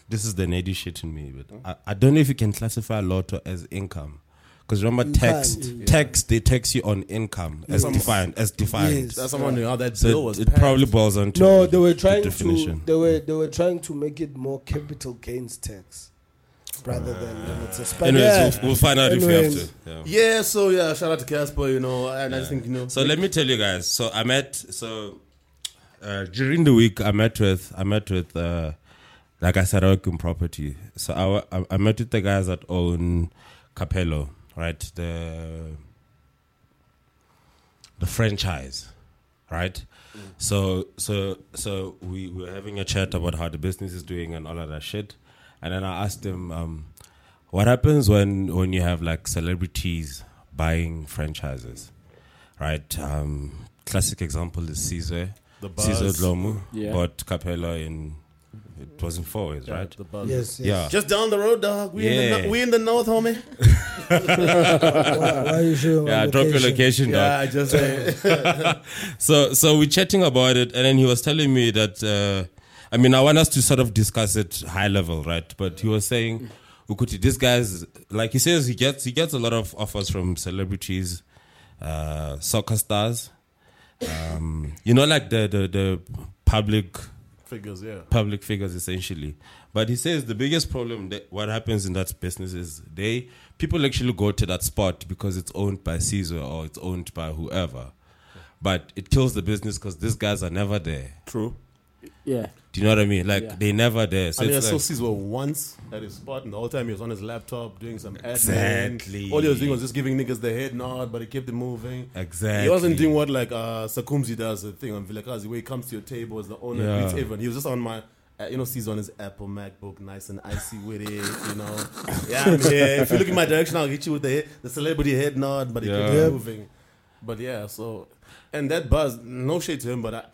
Speaker 5: this is the nerdy shit in me, but I, I don't know if you can classify lotto as income, because remember tax,
Speaker 3: can't,
Speaker 5: tax they tax you on income as defined, as defined.
Speaker 3: Yes.
Speaker 2: That's what I'm wondering how that
Speaker 5: So
Speaker 2: bill
Speaker 5: it,
Speaker 2: was.
Speaker 5: it probably boils down to
Speaker 3: No, they were
Speaker 5: the
Speaker 3: trying to.
Speaker 5: definition.
Speaker 3: They were they were trying to make it more capital gains tax rather than limited. But
Speaker 5: Ah. Anyways,
Speaker 3: yeah,
Speaker 5: we'll, we'll find out if we
Speaker 3: Anyways.
Speaker 5: have to. Yeah.
Speaker 2: Yeah, so yeah, shout out to Casper, you know, and I just think you know.
Speaker 5: So let me tell you guys. So I met. So uh, during the week, I met with. I met with. Uh, like I said, I work in property. So I, wa- I, I met with the guys that own Capello, right? The the franchise, right? So so so we we were having a chat about how the business is doing and all of that shit, and then I asked him, um, what happens when when you have like celebrities buying franchises, right? Um, classic example is Caesar,
Speaker 2: The Buzz.
Speaker 5: Caesar Lomu
Speaker 4: Yeah.
Speaker 5: bought Capella in it was in four ways, right?
Speaker 2: The buzz.
Speaker 3: yes, yes.
Speaker 5: Yeah.
Speaker 2: Just down the road, dog. We in the
Speaker 5: Yeah.
Speaker 2: no- we in the north, homie.
Speaker 5: (laughs)
Speaker 3: Why, why are you showing?
Speaker 5: Yeah,
Speaker 3: my
Speaker 5: drop your
Speaker 3: location?
Speaker 5: location, dog.
Speaker 2: Yeah, I just
Speaker 5: (laughs)
Speaker 2: uh,
Speaker 5: So so we're chatting about it, and then he was telling me that uh, I mean, I want us to sort of discuss it high level, right? But he was saying, Ukuti, this guy's like he says he gets he gets a lot of offers from celebrities, uh, soccer stars, um, you know, like the the, the public
Speaker 2: Figures, yeah.
Speaker 5: public figures essentially. But he says the biggest problem that what happens in that business is they people actually go to that spot because it's owned by Caesar or it's owned by whoever. But it kills the business because these guys are never there.
Speaker 2: True.
Speaker 4: Yeah.
Speaker 5: Do you know what I mean? Like
Speaker 4: Yeah.
Speaker 5: they never there. So
Speaker 2: And the
Speaker 5: it's like,
Speaker 2: associates were once at his spot, and the whole time he was on his laptop doing some admin.
Speaker 5: Exactly.
Speaker 2: All he was doing was just giving niggas the head nod, but he kept it moving.
Speaker 5: exactly.
Speaker 2: He wasn't doing what like uh, Sakumzi does, the thing on Vilakazi, where he comes to your table as the owner,
Speaker 5: Yeah.
Speaker 2: greets everyone. He was just on my, uh, you know, he's on his Apple MacBook, nice and icy with it, you know. Yeah,
Speaker 5: (laughs)
Speaker 2: I'm here. If you look in my direction, I'll hit you with the head, the celebrity head nod, but he kept
Speaker 5: Yeah.
Speaker 2: it moving. But yeah, so and that buzz, no shade to him, but I,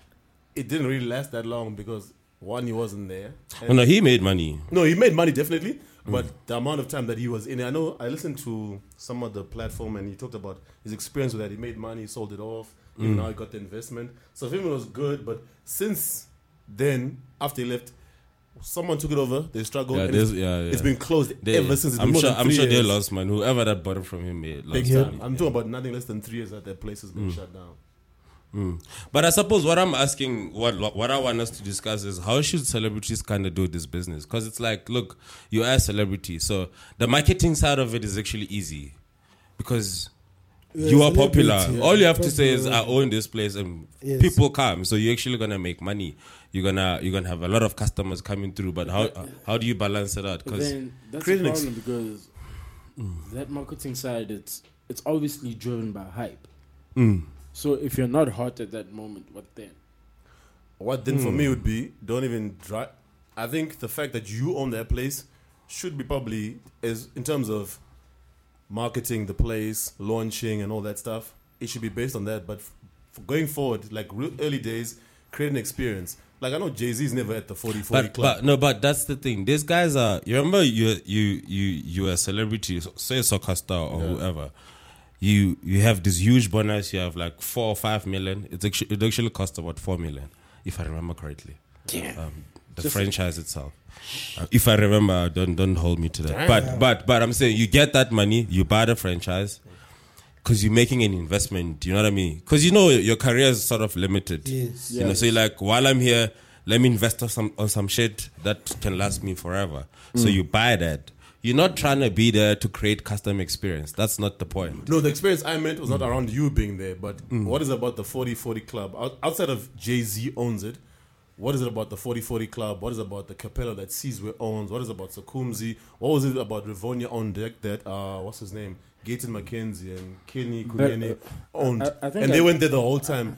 Speaker 2: it didn't really last that long because one, he wasn't there.
Speaker 5: No,
Speaker 2: and-
Speaker 5: no, he made money.
Speaker 2: no, he made money definitely,
Speaker 5: Mm.
Speaker 2: but the amount of time that he was in it, I know I listened to some of the platform and he talked about his experience with that. He made money, sold it off, even
Speaker 5: Mm.
Speaker 2: now he got the investment. So for him it was good, but since then, after he left, someone took it over. They struggled.
Speaker 5: Yeah,
Speaker 2: and
Speaker 5: there's-
Speaker 2: it's,
Speaker 5: yeah, yeah.
Speaker 2: it's been closed
Speaker 5: They-
Speaker 2: ever since. It's been
Speaker 5: I'm
Speaker 2: more
Speaker 5: sure.
Speaker 2: than
Speaker 5: I'm
Speaker 2: three
Speaker 5: sure they
Speaker 2: years.
Speaker 5: lost, man. Whoever that bought it from him, made lost.
Speaker 2: Big
Speaker 5: money.
Speaker 2: time. I'm talking about nothing less than three years that their places
Speaker 5: Mm.
Speaker 2: been shut down.
Speaker 5: But I suppose what I'm asking, what what I want us to discuss is how should celebrities kind of do this business? Because it's like, look, you are a celebrity, so the marketing side of it is actually easy, because
Speaker 3: You're
Speaker 5: you
Speaker 3: a
Speaker 5: are popular.
Speaker 3: celebrity,
Speaker 5: All you have to
Speaker 3: popular.
Speaker 5: say is, I own this place, and
Speaker 3: Yes.
Speaker 5: people come. So you're actually gonna make money. You're gonna you're gonna have a lot of customers coming through. But how how do you balance it out?
Speaker 4: But
Speaker 5: Because
Speaker 4: then that's the
Speaker 2: create an ex-
Speaker 4: problem because that marketing side, it's it's obviously driven by hype.
Speaker 2: Mm.
Speaker 4: So if you're not hot at that moment, what then?
Speaker 2: What then for
Speaker 5: Hmm.
Speaker 2: me would be don't even try. I think the fact that you own that place should be probably as in terms of marketing the place, launching, and all that stuff. It should be based on that. But f- f- going forward, like real early days, create an experience. Like I know Jay Z's never at the 40 40
Speaker 5: But,
Speaker 2: club.
Speaker 5: but no, but that's the thing. These guys are. You remember, you you you you are a celebrity, so- say a soccer star or whoever. You you have this huge bonus. You have like four or five million. It's actually, it actually costs about four million, if I remember correctly. Um, the franchise itself. Uh, if I remember, don't don't hold me to that. But but but I'm saying you get that money, you buy the franchise. Because you're making an investment, you know what I mean? Because you know your career is sort of limited.
Speaker 3: Yes.
Speaker 5: You know, so you're like, while I'm here, let me invest on some on some shit that can last me forever. So you buy that. You're not trying to be there to create custom experience. That's not the point.
Speaker 2: no, the experience I meant was not
Speaker 4: Mm.
Speaker 2: around you being there, but what is about the 40 40 club? Out- Outside of Jay Z owns it, what is it about the 40 40 club? What is it about the Capella that Sizwe owns? What is it about Sakumzi? What was it about Rivonia on deck that, uh, what's his name? Gaten McKenzie and Kenny Kunene owned?
Speaker 4: uh, I- I think
Speaker 2: and
Speaker 4: I-
Speaker 2: they went there the whole time.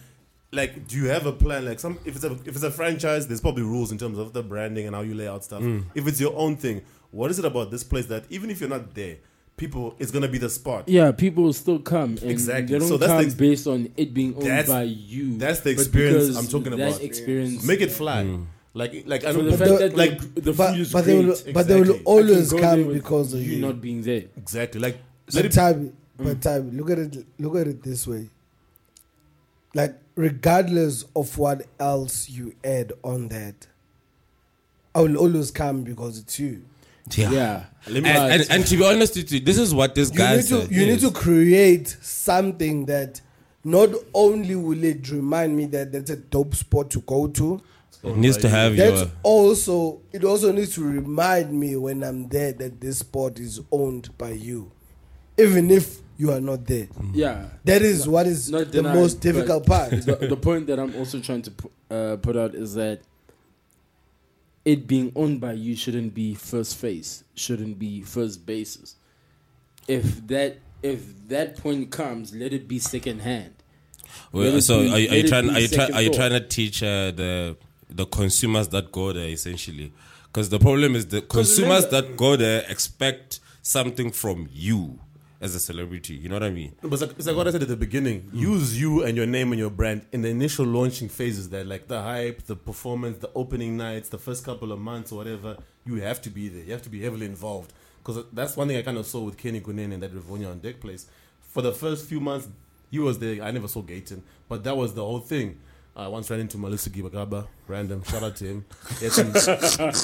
Speaker 2: Like, do you have a plan? Like, some if it's a if it's a franchise, there's probably rules in terms of the branding and how you lay out stuff.
Speaker 4: Mm.
Speaker 2: If it's your own thing, what is it about this place that even if you're not there, people it's gonna be the spot.
Speaker 4: Yeah, people still come. And
Speaker 2: Exactly.
Speaker 4: They don't
Speaker 2: So that's the
Speaker 4: come
Speaker 2: ex-
Speaker 4: based on it being owned
Speaker 2: That's-
Speaker 4: by you.
Speaker 2: that's the
Speaker 4: but
Speaker 2: experience
Speaker 4: because
Speaker 2: I'm talking
Speaker 4: that
Speaker 2: about.
Speaker 4: Experience.
Speaker 2: Make it fly. Like, like I
Speaker 4: So
Speaker 2: don't
Speaker 4: the
Speaker 2: know,
Speaker 4: fact
Speaker 3: the-
Speaker 4: that
Speaker 2: like
Speaker 4: like the
Speaker 3: but,
Speaker 4: food is
Speaker 3: but they will,
Speaker 4: great,
Speaker 3: but they will
Speaker 2: Exactly.
Speaker 4: I can
Speaker 3: always
Speaker 4: go there
Speaker 3: come
Speaker 4: with
Speaker 3: because of
Speaker 4: you
Speaker 3: you.
Speaker 4: not Mm. being there.
Speaker 2: exactly like let
Speaker 3: but
Speaker 2: it,
Speaker 3: Tabi, but Tabi, look at it. Look at it this way. Like regardless of what else you add on that, I will always come because it's you.
Speaker 5: Yeah.
Speaker 4: Yeah.
Speaker 5: And, and, and to be honest with you, this is what this
Speaker 3: You
Speaker 5: guy
Speaker 3: need to
Speaker 5: said.
Speaker 3: you need to create something that not only will it remind me that that's a dope spot to go to.
Speaker 5: It needs to have
Speaker 3: That's
Speaker 5: your.
Speaker 3: also it also needs to remind me when I'm there that this spot is owned by you, even if you are not there.
Speaker 4: yeah.
Speaker 3: That is what is
Speaker 4: Not
Speaker 3: the
Speaker 4: denied,
Speaker 3: most
Speaker 4: but-
Speaker 3: difficult part.
Speaker 4: (laughs) the, the point that I'm also trying to pu- uh, put out is that it being owned by you shouldn't be first face, shouldn't be first basis. If that if that point comes, let it be second hand. Let it
Speaker 5: Well, so
Speaker 4: be-
Speaker 5: are you, are
Speaker 4: let
Speaker 5: you
Speaker 4: it
Speaker 5: trying?
Speaker 4: be
Speaker 5: Are you, try,
Speaker 4: second
Speaker 5: are you
Speaker 4: thought.
Speaker 5: trying to teach uh, the the consumers that go there essentially? Because the problem is the consumers that go there expect something from you as a celebrity. You know what I mean?
Speaker 2: But it's like, it's like what I said at the beginning. Use you and your name and your brand in the initial launching phases. That like the hype, the performance, the opening nights, the first couple of months or whatever. You have to be there. You have to be heavily involved because that's one thing I kind of saw with Kenny Gunen and that Rivonia on deck place. For the first few months, he was there. I never saw Gayton, but that was the whole thing. I once ran into Malusi Gibagaba, random. Shout out to him. Yes, he's-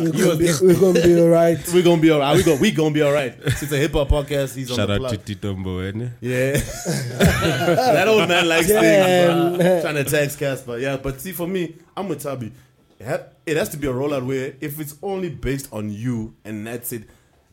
Speaker 3: We're
Speaker 2: You
Speaker 3: gonna,
Speaker 2: was
Speaker 3: be, we're gonna be
Speaker 4: (laughs)
Speaker 3: alright.
Speaker 2: we're gonna be alright. We go. We gonna be alright. It's a hip hop podcast. He's on
Speaker 5: Shout
Speaker 2: the
Speaker 5: out
Speaker 2: plug.
Speaker 5: to Tito Mboweni.
Speaker 2: Yeah. that old man likes
Speaker 3: Yeah,
Speaker 2: things. bruh. Trying to text Casper. Yeah, but see, for me, I'm with Tabi. It ha- It has to be a rollout where if it's only based on you and that's it,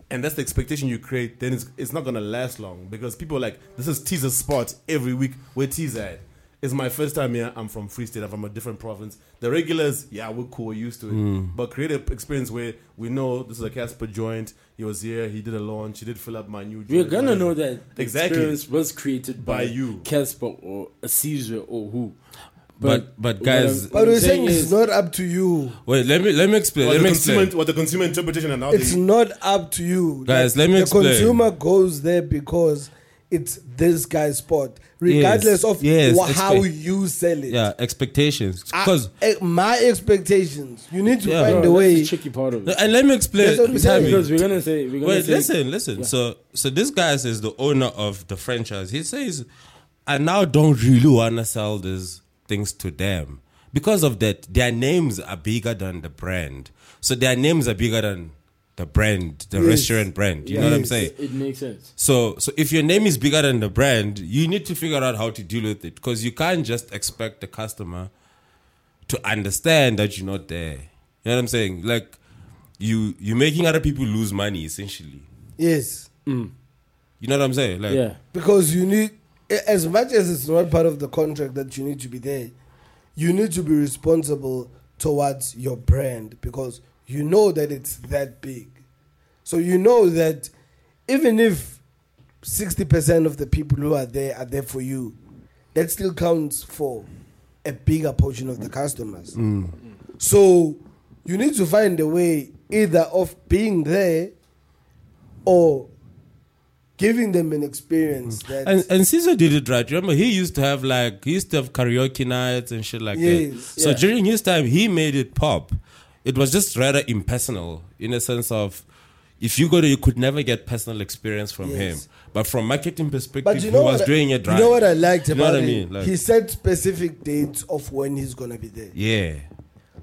Speaker 2: and that's the expectation you create, then it's, it's not going to last long because people are like, this is Teaser's spot every week. Where Teaser at? It's my first time here. I'm from Free State. I'm from a different province. The regulars, yeah, we're cool. We're used to it.
Speaker 4: Mm.
Speaker 2: But create an experience where we know this is a Casper joint. He was here. He did a launch. He did fill up my new joint.
Speaker 4: We're gonna
Speaker 2: whatever.
Speaker 4: know that the
Speaker 2: Exactly.
Speaker 4: experience was created by,
Speaker 2: By you.
Speaker 4: Casper or a Caesar or who.
Speaker 5: But- but guys-
Speaker 3: But we're
Speaker 4: the
Speaker 3: saying
Speaker 4: thing
Speaker 3: it's not up to you.
Speaker 5: Wait, let me let me explain.
Speaker 2: What
Speaker 5: let
Speaker 2: the,
Speaker 5: me
Speaker 2: consumer,
Speaker 5: explain.
Speaker 2: what the consumer interpretation and how they
Speaker 3: It's not up to you.
Speaker 5: Guys,
Speaker 3: Like,
Speaker 5: let me
Speaker 3: the
Speaker 5: explain.
Speaker 3: consumer goes there because it's this guy's spot, regardless
Speaker 5: Yes,
Speaker 3: of
Speaker 5: yes,
Speaker 3: wha- how
Speaker 5: expect-
Speaker 3: you sell it.
Speaker 5: yeah, expectations.
Speaker 4: Ah.
Speaker 3: I-
Speaker 5: Because
Speaker 3: eh, my expectations, you need to
Speaker 5: Yeah.
Speaker 3: find
Speaker 4: Bro,
Speaker 3: a
Speaker 4: that's the
Speaker 3: way.
Speaker 4: tricky part of it.
Speaker 5: and let me explain.
Speaker 3: That's what I'm
Speaker 5: Tabi.
Speaker 3: saying.
Speaker 4: Because we're gonna say we're gonna
Speaker 5: Wait,
Speaker 4: say
Speaker 5: listen, listen. So, so this guy says the owner of the franchise. He says, I now don't really wanna sell these things to them because of that. Their names are bigger than the brand, so their names are bigger than the brand, the
Speaker 3: Yes.
Speaker 5: restaurant brand. You know what I'm
Speaker 3: Yes.
Speaker 5: saying?
Speaker 4: it makes sense.
Speaker 5: So, so if your name is bigger than the brand, you need to figure out how to deal with it because you can't just expect the customer to understand that you're not there. You know what I'm saying? Like, you you're making other people lose money essentially.
Speaker 3: Yes,
Speaker 5: You know what I'm saying? Like,
Speaker 4: Yeah.
Speaker 3: because you need, a- as much as it's not part of the contract that you need to be there, you need to be responsible towards your brand because you know that it's that big. So you know that even if 60% of the people who are there are there for you, that still counts for a bigger portion of the customers.
Speaker 5: Mm.
Speaker 3: So you need to find a way either of being there or giving them an experience that
Speaker 5: Mm. And and Caesar did it right. Remember, he used to have like he used to have karaoke nights and shit like that.
Speaker 3: Yes,
Speaker 5: So
Speaker 3: yeah.
Speaker 5: during his time, he made it pop. It was just rather impersonal in a sense of if you go to, you could never get personal experience from
Speaker 3: Yes.
Speaker 5: him. But from marketing perspective,
Speaker 3: But you know
Speaker 5: he was
Speaker 3: what I-
Speaker 5: doing it right.
Speaker 3: You know what I liked
Speaker 5: You know
Speaker 3: about
Speaker 5: what I
Speaker 3: it?
Speaker 5: mean? Like-
Speaker 3: he said specific dates of when he's gonna be there.
Speaker 5: yeah,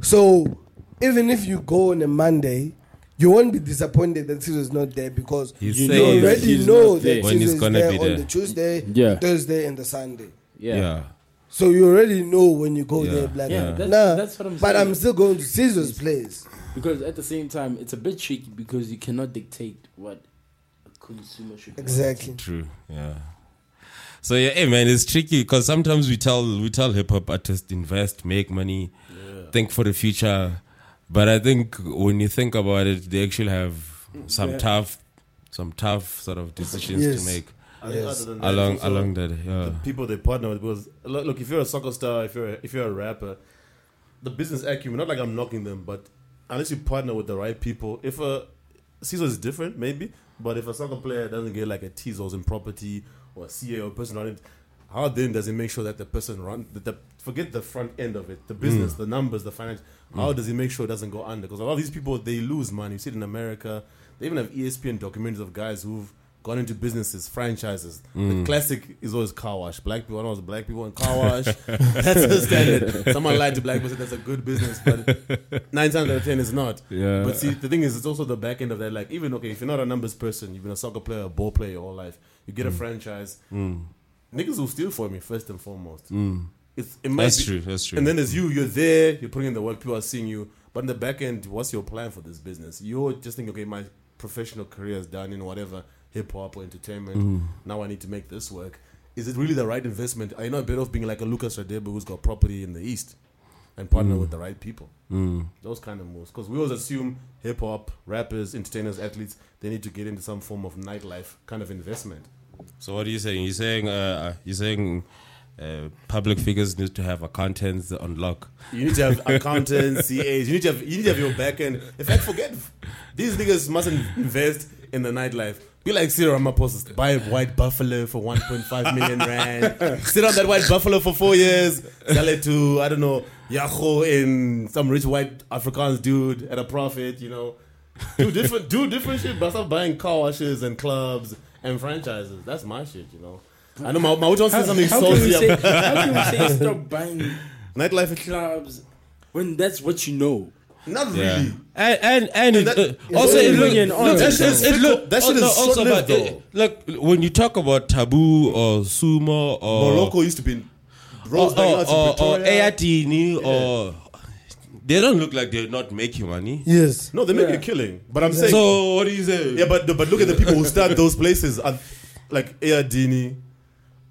Speaker 3: So even if you go on a Monday, you won't be disappointed that Caesar's not there because
Speaker 5: He's
Speaker 3: you
Speaker 5: saying that
Speaker 3: already
Speaker 4: he's
Speaker 3: know
Speaker 4: not there.
Speaker 3: that
Speaker 5: When he's
Speaker 3: Caesar's
Speaker 5: gonna
Speaker 3: there
Speaker 5: be
Speaker 3: on
Speaker 5: there.
Speaker 3: the Tuesday,
Speaker 4: Yeah.
Speaker 3: Thursday, and the Sunday.
Speaker 5: yeah,
Speaker 4: Yeah. Yeah.
Speaker 3: So you already know when you go there, black.
Speaker 5: Yeah,
Speaker 4: that's-
Speaker 3: nah,
Speaker 4: that's what I'm
Speaker 3: But
Speaker 4: saying.
Speaker 3: I'm still going to Caesar's place.
Speaker 4: Because at the same time, it's a bit tricky because you cannot dictate what a consumer should want.
Speaker 3: Exactly.
Speaker 5: true, yeah. So yeah, hey man, it's tricky because sometimes we tell we tell hip hop artists invest, make money, think for the future. But I think when you think about it, they actually have some
Speaker 4: Yeah.
Speaker 5: tough, some tough sort of decisions
Speaker 3: Yes.
Speaker 5: to make
Speaker 2: I think
Speaker 3: Yes.
Speaker 2: other than that,
Speaker 5: along
Speaker 2: it's also
Speaker 5: along that. Yeah.
Speaker 2: the people they partner with because look, look, if you're a soccer star, if you're a, if you're a rapper, the business acumen. Not like I'm knocking them, but unless you partner with the right people, if a Caesar is different, maybe. But if a soccer player doesn't get like a Tezos in property or a CA or a person running, how then does it make sure that the person run that the forget the front end of it, the business, the numbers, the finance? How does it make sure it doesn't go under? Because a lot of these people they lose money. You see it in America. They even have E ESPN documentaries of guys who've gone into businesses, franchises. The classic is always car wash. Black people, when I was black people in car wash, (laughs) that's the standard. Someone lied to black people said that's a good business, but nine times out of ten it's not.
Speaker 5: Yeah.
Speaker 2: But see, the thing is, it's also the back end of that. Like, even okay, if you're not a numbers person, you've been a soccer player, a ball player your whole life. You get a franchise,
Speaker 5: Mm,
Speaker 2: niggas will steal from you first and foremost. It's it might
Speaker 5: That's
Speaker 2: be-
Speaker 5: true. That's true.
Speaker 2: and then there's you. You're there. You're putting in the work. People are seeing you. But in the back end, what's your plan for this business? You're just thinking, okay, my professional career is done in whatever hip hop or entertainment. Now I need to make this work. Is it really the right investment? Are you not better off being like a Lucas Radebe who's got property in the East and partner with the right people? Those kind of moves. Because we always assume hip hop, rappers, entertainers, athletes, they need to get into some form of nightlife kind of investment.
Speaker 5: so what are you saying? You're saying uh, you're saying uh, public figures need to have accountants on lock.
Speaker 2: You need to have accountants, CAs. You need to have you need to have your back end. In fact, forget these niggas mustn't invest in the nightlife. Be like Cyril Ramaphosa, buy a white buffalo for 1.5 million rand. Sit on that white buffalo for four years. Sell it to I don't know Yahoo in some rich white Afrikaans dude at a profit. You know, do different do different shit. But stop buying car washes and clubs and franchises. That's my shit. You know, I know my my wants to say something
Speaker 4: How can, we
Speaker 2: saucy.
Speaker 4: (laughs) say, how can we say stop buying?
Speaker 2: Nightlife is
Speaker 4: clubs, when that's what you know.
Speaker 2: not
Speaker 5: Yeah.
Speaker 2: really.
Speaker 5: And and, and it,
Speaker 2: that-
Speaker 5: uh, also
Speaker 2: it's only
Speaker 5: it look,
Speaker 4: an
Speaker 5: look,
Speaker 4: orange
Speaker 5: it's, it's, it
Speaker 2: though.
Speaker 5: look
Speaker 2: That shit is
Speaker 5: also, also
Speaker 2: short-lived
Speaker 5: about it, look when you talk about taboo or sumo or
Speaker 2: Morocco used to be. Rose
Speaker 5: or,
Speaker 2: by now
Speaker 5: or,
Speaker 2: it's in
Speaker 5: or, or
Speaker 2: Pretoria.
Speaker 5: Ayatini or they don't look like they're not making money.
Speaker 3: Yes.
Speaker 2: No, they're making
Speaker 4: Yeah.
Speaker 2: a killing. But I'm saying,
Speaker 5: So what do you say?
Speaker 2: yeah, but but look at the people who start those places, uh, like Ayadini.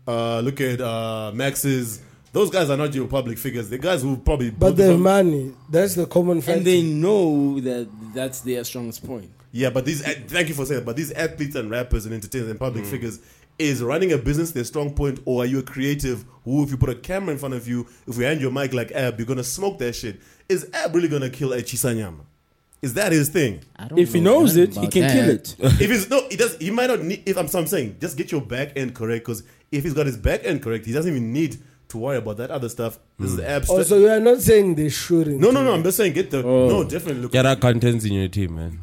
Speaker 2: Uh, look at uh, Max's. Those guys are not your public figures. The guys who probably
Speaker 3: But
Speaker 2: built
Speaker 3: they
Speaker 2: the
Speaker 3: have
Speaker 2: fam-
Speaker 3: money. That's the common
Speaker 4: And
Speaker 3: factor.
Speaker 4: they know that that's their strongest point.
Speaker 2: yeah. But these ath- thank you for saying. That, but these athletes and rappers and entertainers and public figures is running a business their strong point, or are you a creative who, if you put a camera in front of you, if we hand your mic like Ab, you're gonna smoke that shit? Is Ab really gonna kill a Chisanyama? Is that his thing?
Speaker 7: I don't
Speaker 4: If he
Speaker 7: know
Speaker 4: knows
Speaker 7: nothing
Speaker 4: it, he
Speaker 7: about
Speaker 4: can
Speaker 7: that.
Speaker 4: kill it.
Speaker 2: (laughs) if it's no, it does. He might not need. If I'm, so I'm saying, just get your back end correct. Because if he's got his back end correct, he doesn't even need to worry about that other stuff. This
Speaker 3: Hmm.
Speaker 2: is abstract.
Speaker 3: Also, we are not saying they shouldn't.
Speaker 2: no, no, no. I'm just saying, get the
Speaker 3: Oh.
Speaker 2: no, definitely look
Speaker 5: Get our contents in your team, man.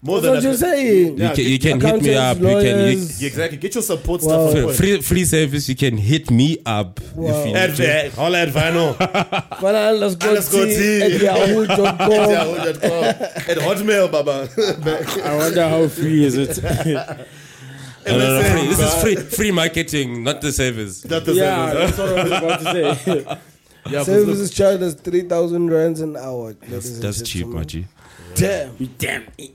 Speaker 2: more
Speaker 3: That's what
Speaker 2: than
Speaker 3: you're
Speaker 2: a-
Speaker 3: saying.
Speaker 2: Yeah,
Speaker 5: you can, you
Speaker 2: get-
Speaker 5: can hit me up.
Speaker 3: Accountants,
Speaker 5: You can you,
Speaker 3: lawyers.
Speaker 2: yeah, exactly. Get your support
Speaker 3: Wow.
Speaker 2: stuff.
Speaker 5: f-
Speaker 2: on point.
Speaker 5: free free service. You can hit me up
Speaker 3: Wow.
Speaker 5: if you
Speaker 2: At
Speaker 5: need to.
Speaker 2: the- all at
Speaker 3: (laughs)
Speaker 2: vinyl
Speaker 3: But I let's go
Speaker 2: Underscore
Speaker 3: see
Speaker 2: T.
Speaker 3: at
Speaker 4: (laughs)
Speaker 3: yahoo.com.
Speaker 2: yahoo.com, at Hotmail, Baba.
Speaker 4: I wonder how free is
Speaker 7: (laughs)
Speaker 4: it.
Speaker 5: No, no, no,
Speaker 2: MSN,
Speaker 5: free. This
Speaker 2: bruh.
Speaker 5: is free free marketing, not the service.
Speaker 2: That's the
Speaker 4: yeah,
Speaker 2: service.
Speaker 4: that's what I was about to
Speaker 3: (laughs)
Speaker 4: say.
Speaker 2: Yeah, 'cause look,
Speaker 3: Services charge us 3,000 rands an hour. ladies
Speaker 5: That's,
Speaker 3: and
Speaker 5: that's cheap,
Speaker 3: gentlemen.
Speaker 5: Machi.
Speaker 3: Damn.
Speaker 4: you damn it.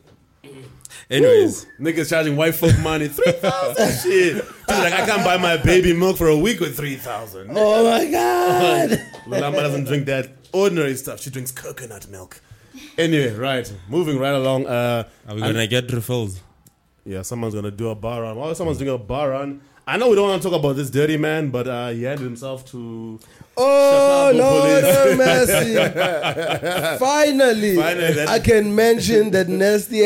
Speaker 5: Anyways,
Speaker 2: Niggas charging white folk money (laughs) three thousand shit. Dude, like I can't buy my baby milk for a week with three thousand.
Speaker 3: Oh my
Speaker 2: (laughs)
Speaker 3: God.
Speaker 2: Lulama doesn't drink that ordinary stuff. She drinks coconut milk. Anyway, right. Moving right along. Uh,
Speaker 5: are we gonna get refills?
Speaker 2: yeah, someone's gonna do a bar run. Oh, someone's doing a bar run. I know we don't want to talk about this dirty man, but uh, he handed himself to.
Speaker 3: Oh,
Speaker 2: Shut up,
Speaker 3: Lord
Speaker 2: police.
Speaker 3: have
Speaker 2: (laughs)
Speaker 3: mercy. Finally,
Speaker 2: Finally, that-
Speaker 3: I can mention that nasty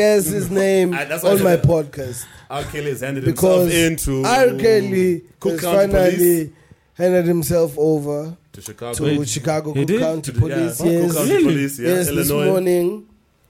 Speaker 2: (laughs)
Speaker 3: ass's name
Speaker 2: I- that's what I
Speaker 3: on
Speaker 2: said.
Speaker 3: my podcast.
Speaker 2: R. Kelly has handed
Speaker 3: Because
Speaker 2: himself into.
Speaker 3: R. Kelly
Speaker 2: Cook
Speaker 3: has
Speaker 2: County
Speaker 3: finally
Speaker 2: Police
Speaker 3: handed himself over
Speaker 2: to Chicago.
Speaker 3: to Chicago
Speaker 5: he
Speaker 3: Cook
Speaker 5: did?
Speaker 3: County
Speaker 2: To the- yeah,
Speaker 3: Police.
Speaker 2: Cook
Speaker 3: yes,
Speaker 2: County Police, yeah,
Speaker 3: yes this
Speaker 2: Illinois.
Speaker 3: morning.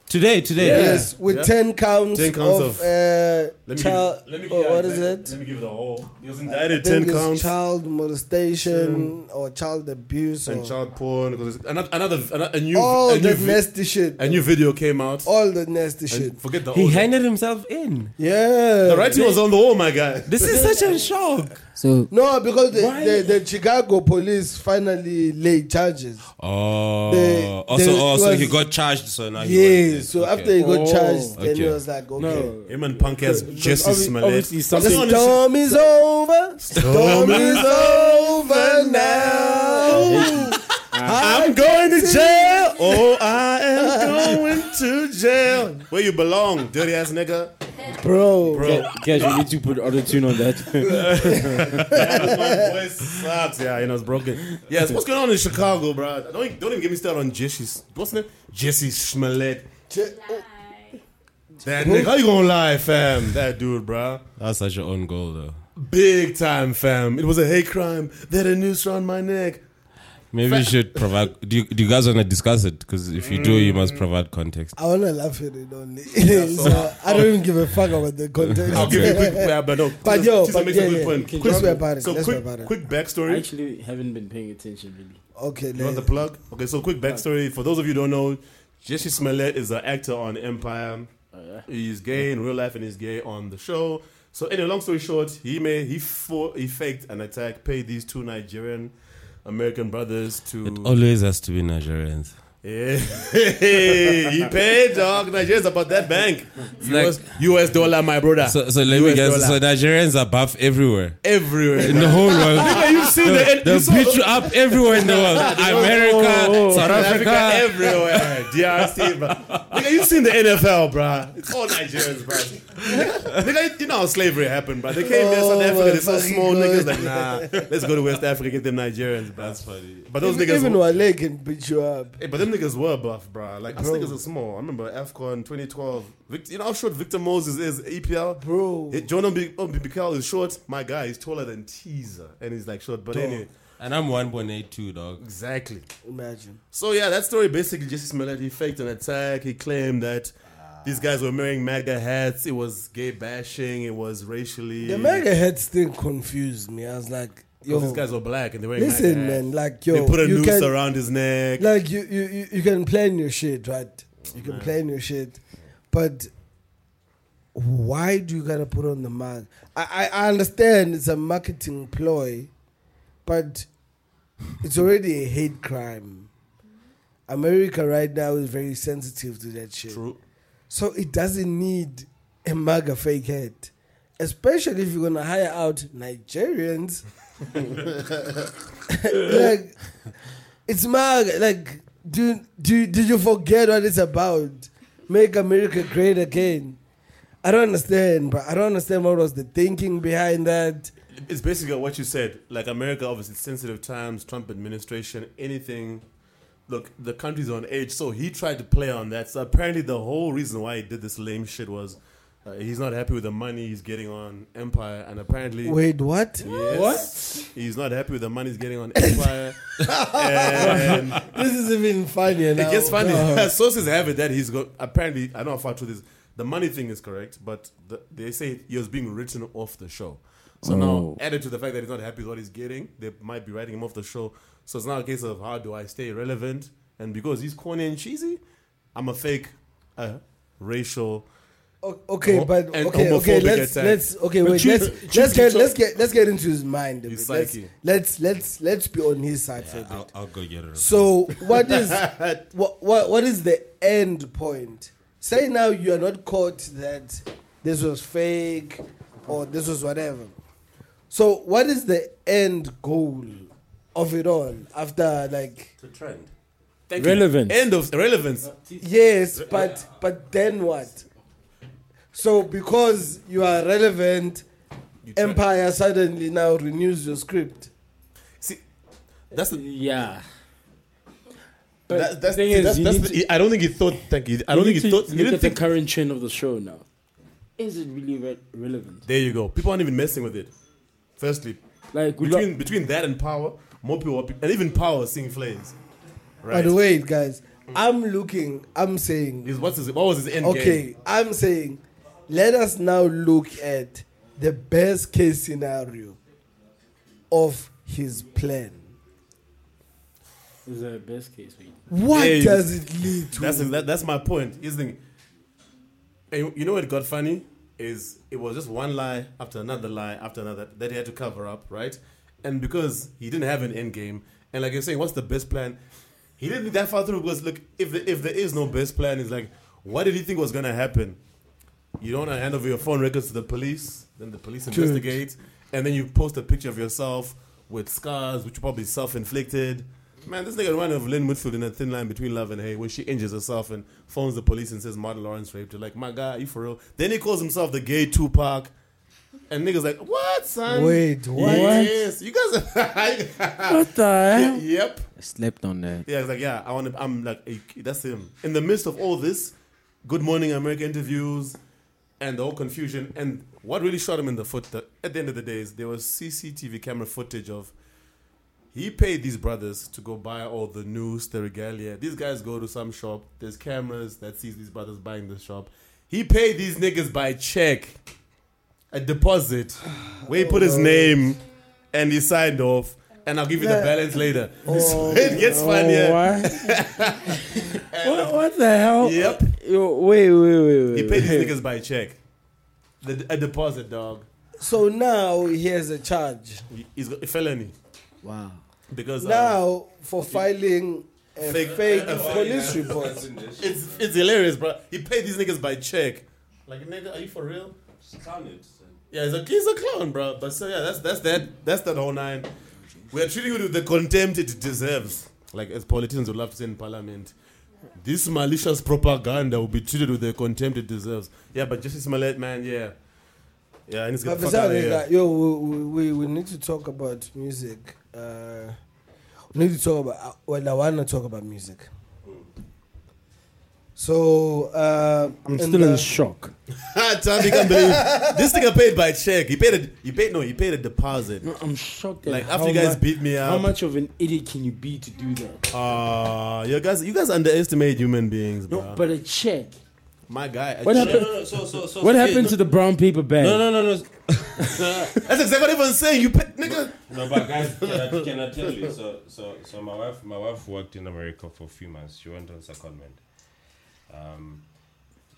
Speaker 5: Today, today.
Speaker 3: Yes, with
Speaker 2: Yeah.
Speaker 3: 10 counts,
Speaker 2: 10 counts of-
Speaker 3: of, uh,
Speaker 2: give-
Speaker 3: child.
Speaker 2: let me give-
Speaker 3: oh,
Speaker 2: yeah, let-
Speaker 3: what is it?
Speaker 2: Let me give it a whole. He was
Speaker 3: I
Speaker 2: indicted
Speaker 3: think
Speaker 2: ten
Speaker 3: it's
Speaker 2: counts.
Speaker 3: child molestation or child abuse
Speaker 2: and
Speaker 3: or
Speaker 2: child porn because it's another, another, another a new
Speaker 3: all
Speaker 2: a new,
Speaker 3: Oh, that
Speaker 2: vi-
Speaker 3: nasty shit.
Speaker 2: a new video came out.
Speaker 3: all the nasty shit.
Speaker 2: And forget the
Speaker 5: He
Speaker 2: old-
Speaker 5: handed himself in.
Speaker 3: Yeah.
Speaker 2: the writing was on the wall, my guy.
Speaker 5: This is such a shock.
Speaker 7: So
Speaker 3: No, because the,
Speaker 5: Why?
Speaker 3: the, the Chicago police finally laid charges.
Speaker 5: Oh,
Speaker 3: They-
Speaker 5: also,
Speaker 3: they-
Speaker 5: also
Speaker 3: was-
Speaker 5: he got charged, so now he went
Speaker 3: yeah.
Speaker 5: in.
Speaker 3: So
Speaker 5: Okay.
Speaker 3: after he got
Speaker 4: Oh,
Speaker 3: charged, then he
Speaker 5: okay.
Speaker 3: was like, okay.
Speaker 4: No.
Speaker 2: Him and punk ass Jesse
Speaker 4: obvi-
Speaker 2: Smollett.
Speaker 4: obviously
Speaker 3: The
Speaker 4: something-
Speaker 3: storm is over. Storm is over now.
Speaker 2: I'm going to jail. Oh, I
Speaker 3: (laughs)
Speaker 2: am going to jail. Where you belong, dirty ass nigga.
Speaker 3: Bro.
Speaker 2: Bro,
Speaker 4: Guys, you need to put auto tune on that.
Speaker 2: my voice sucks. Yeah, you know it's broken. Yes, what's going on in Chicago, bro? Don't e- don't even get me started on Jesse. What's his name? Jesse Smollett. That nigga, how you gonna lie, fam? That dude, bro.
Speaker 5: That's such your own goal, though.
Speaker 2: Big time, fam. It was a hate crime. They had a noose around my neck.
Speaker 5: Maybe you should provide. Do you, do you guys want to discuss it? Because if you do, you must provide context.
Speaker 3: I want to laugh at it
Speaker 2: (laughs)
Speaker 3: only. (laughs) so I don't even give a fuck about the context.
Speaker 2: I'll give you a quick. Yeah, but no,
Speaker 3: But
Speaker 2: Tisa-
Speaker 3: yo,
Speaker 2: Tisa
Speaker 3: but
Speaker 2: makes a
Speaker 3: yeah,
Speaker 2: good
Speaker 3: yeah.
Speaker 2: point.
Speaker 3: Can
Speaker 2: Quick-
Speaker 3: you- Let's about it,
Speaker 2: So
Speaker 3: let's
Speaker 2: quick,
Speaker 3: about it.
Speaker 2: quick
Speaker 4: (laughs) I (laughs)
Speaker 2: backstory.
Speaker 4: actually haven't been paying attention really.
Speaker 3: Okay,
Speaker 2: You want
Speaker 3: let's.
Speaker 2: the plug? Okay, so quick backstory. For those of you who don't know, Jesse Smollett is an actor on Empire.
Speaker 5: Oh,
Speaker 2: He's gay in real life and he's gay on the show. So anyway, long story short, he made he fought, he faked an attack, paid these two Nigerian American brothers (laughs)
Speaker 5: It
Speaker 2: to
Speaker 5: always has to be Nigerians.
Speaker 2: yeah. he paid dog Nigerians about that bank.
Speaker 5: like-
Speaker 2: US, US dollar, my brother.
Speaker 5: So, so let me
Speaker 2: US
Speaker 5: guess. So
Speaker 2: dollar.
Speaker 5: Nigerians are buff everywhere
Speaker 2: everywhere.
Speaker 5: (laughs) in the whole world.
Speaker 2: You've seen the,
Speaker 5: They're
Speaker 2: you saw-
Speaker 5: beat you up everywhere in the (laughs) world. America, South Oh. Africa.
Speaker 2: everywhere. (laughs) DRC, bro. Nigga, you've seen the NFL, bro. It's all Nigerians, bro. Nigga, you know how slavery happened, bro. They came there, South
Speaker 3: Oh,
Speaker 2: Africa, they saw
Speaker 3: my
Speaker 2: small
Speaker 3: God.
Speaker 2: niggas, like, nah, (laughs) let's go to West Africa, get them Nigerians, bro. That's funny. But those niggas.
Speaker 3: even
Speaker 2: were,
Speaker 3: Wale can beat you up.
Speaker 2: Hey, but them niggas were buff, bro. Like, those niggas are small. I remember AFCON 2012. Vic, you know how short Victor Moses is, E EPL?
Speaker 3: Bro.
Speaker 2: Hey, John Obi- Obi-Mikel is short. My guy, he's taller than Teaser, and he's like short. But anyway,
Speaker 5: And I'm 1.82, dog.
Speaker 2: exactly.
Speaker 3: Imagine.
Speaker 2: So yeah, that story basically Jesse Smollett he faked an attack. He claimed that these guys were wearing MAGA hats. It was gay bashing. It was racially.
Speaker 3: The mega heads thing confused me. I was like,
Speaker 2: Because these
Speaker 3: Yo.
Speaker 2: Oh, guys were black and they were
Speaker 3: Listen, man, like yo,
Speaker 2: They put a
Speaker 3: you
Speaker 2: noose
Speaker 3: can,
Speaker 2: around his neck.
Speaker 3: like you, you, you, you can plan your shit, right? You can plan your shit, but why do you gotta put on the mask? I, I, I understand it's a marketing ploy, but it's already a hate crime. America right now is very sensitive to that shit.
Speaker 2: True.
Speaker 3: So it doesn't need a MAGA fake head. Especially if you're gonna hire out Nigerians. (laughs) like it's MAGA like do do did you forget what it's about? Make America great again. I don't understand, but I don't understand what was the thinking behind that.
Speaker 2: It's basically what you said. Like America, obviously sensitive times, Trump administration, anything. Look, the country's on edge, so he tried to play on that. So apparently, the whole reason why he did this lame shit was uh, he's not happy with the money he's getting on Empire, and apparently,
Speaker 3: Wait, what?
Speaker 2: Yes. He's not happy with the money he's getting on (laughs) Empire. and
Speaker 3: This is even funnier now.
Speaker 2: it gets funny. (laughs)
Speaker 3: No.
Speaker 2: Sources have it that he's got. Apparently, I don't know how far truth is. The money thing is correct, but the, they say he was being written off the show. So now,
Speaker 4: Oh.
Speaker 2: added to the fact that he's not happy with what he's getting, they might be writing him off the show. So it's now a case of how do I stay relevant? And because he's corny and cheesy, I'm a fake uh, racial.
Speaker 3: O- Okay,
Speaker 2: Ho-
Speaker 3: but
Speaker 2: and
Speaker 3: okay, okay,
Speaker 2: homophobic
Speaker 3: let's
Speaker 2: attack.
Speaker 3: let's okay,
Speaker 2: But
Speaker 3: wait,
Speaker 2: you-
Speaker 3: let's
Speaker 2: you
Speaker 3: let's
Speaker 2: keep
Speaker 3: get
Speaker 2: talk-
Speaker 3: let's get let's get into his mind. a
Speaker 2: His
Speaker 3: bit. Let's,
Speaker 2: psyche.
Speaker 3: let's let's let's be on his side for a bit.
Speaker 5: I'll, I'll go get it.
Speaker 3: So what
Speaker 2: (laughs)
Speaker 3: is what, what what is the end point? Say now you are not caught that this was fake or this was whatever. So what is the end goal of it all after like
Speaker 5: the trend.
Speaker 2: Thank
Speaker 4: Relevant.
Speaker 2: You. End of relevance.
Speaker 3: Yes, but but then what? So because you are relevant,
Speaker 2: try-
Speaker 3: Empire suddenly now renews your script.
Speaker 2: See, that's the
Speaker 4: Yeah. But
Speaker 2: That, that's,
Speaker 4: the
Speaker 2: see,
Speaker 4: thing is,
Speaker 2: that's,
Speaker 4: you
Speaker 2: that's
Speaker 4: need
Speaker 2: the, e, I don't think he thought. Thank you. I don't
Speaker 4: you
Speaker 2: think he
Speaker 4: need to
Speaker 2: thought. He
Speaker 4: look
Speaker 2: didn't
Speaker 4: at the
Speaker 2: think.
Speaker 4: current trend of the show now. Is it really re- relevant?
Speaker 2: There you go. People aren't even messing with it. Firstly,
Speaker 4: Like we
Speaker 2: between
Speaker 4: lo-
Speaker 2: between that and power, more people are, and even power is seeing flames.
Speaker 3: By
Speaker 2: Right.
Speaker 3: the way, guys, I'm looking, I'm saying,
Speaker 2: Is- what's his, what was his end game?
Speaker 3: okay, I'm saying, let us now look at the best case scenario of his plan.
Speaker 4: is the best case. for you.
Speaker 3: What
Speaker 2: Yeah, you-
Speaker 3: does it lead to?
Speaker 2: That's that, that's my point. He's thinking. And you know what got funny is it was just one lie after another lie after another that he had to cover up, right? And because he didn't have an end game, and like you're saying, what's the best plan? He didn't think that far through because look, if the, if there is no best plan, it's like, what did he think was gonna happen? You don't wanna hand over your phone records to the police, then the police investigate, and then you post a picture of yourself with scars, which are probably self-inflicted. Man, this nigga reminded of Lynn Whitfield in a thin line between love and hate, where she injures herself and phones the police and says Martin Lawrence raped her. Like, my guy, you for real? Then he calls himself the gay Tupac, and niggas like, what, son?
Speaker 3: Wait, what?
Speaker 2: Yes, you guys. Are (laughs)
Speaker 6: What the hell?
Speaker 2: yep.
Speaker 6: I slept on
Speaker 2: (laughs)
Speaker 6: that.
Speaker 2: Yeah, it's like, yeah, I want to. I'm like, eh, that's him. In the midst of all this, Good Morning America interviews and the whole confusion, and what really shot him in the foot the, at the end of the day is there was CCTV camera footage of he paid these brothers to go buy all the news, the regalia. These guys go to some shop. There's cameras that sees these brothers buying the shop. He paid these niggas by check, a deposit, (sighs) where he put his name, and he signed off. And I'll give you the balance later. (laughs) So it gets funnier. (laughs)
Speaker 6: what, what the hell?
Speaker 2: Yep.
Speaker 6: Yo, wait, wait, wait, wait.
Speaker 2: He paid these niggas by check. The, a deposit, dog.
Speaker 3: So now he has a charge.
Speaker 2: He- He's got a felony.
Speaker 6: Wow.
Speaker 2: Because uh,
Speaker 3: Now for filing a
Speaker 2: Fake-
Speaker 3: fake, police report.
Speaker 2: it's it's hilarious, bro. He paid these niggas by check. Like nigga, are you for real? Yeah, he's a he's a clown, bro. But so yeah, that's that's that that's that whole nine. We are treating it with the contempt it deserves. Like as politicians would love to say in parliament. This malicious propaganda will be treated with the contempt it deserves. Yeah, but Justice Smollett, man, yeah. Yeah, and he's
Speaker 3: But
Speaker 2: gonna fuck out
Speaker 3: besides
Speaker 2: here.
Speaker 3: that, yo, we, we, we- we need to talk about music. Uh, we need to talk about. uh, Well, I want to talk about music. So uh,
Speaker 4: I'm still in shock.
Speaker 2: Ah, (laughs) Tommy can't believe this nigga paid by check. He paid a he paid no, he paid a deposit.
Speaker 4: No, I'm shocked. at
Speaker 2: Like
Speaker 4: how
Speaker 2: after you guys
Speaker 4: mu-
Speaker 2: beat me
Speaker 4: How
Speaker 2: up,
Speaker 4: much of an idiot can you be to do that?
Speaker 2: uh, you guys you guys underestimate human beings, bro.
Speaker 4: No, but a check.
Speaker 2: my guy.
Speaker 4: What
Speaker 5: No, no,
Speaker 4: happened?
Speaker 5: no, so, so, so,
Speaker 4: What
Speaker 5: so-
Speaker 4: happened to the brown paper bag?
Speaker 5: No, no, no, no.
Speaker 2: That's exactly what I'm saying. You pay, nigga.
Speaker 5: No, but guys, can I,
Speaker 2: (laughs)
Speaker 5: can I tell you? So, so, so my wife, my wife worked in America for a few months. She went on secondment. Um,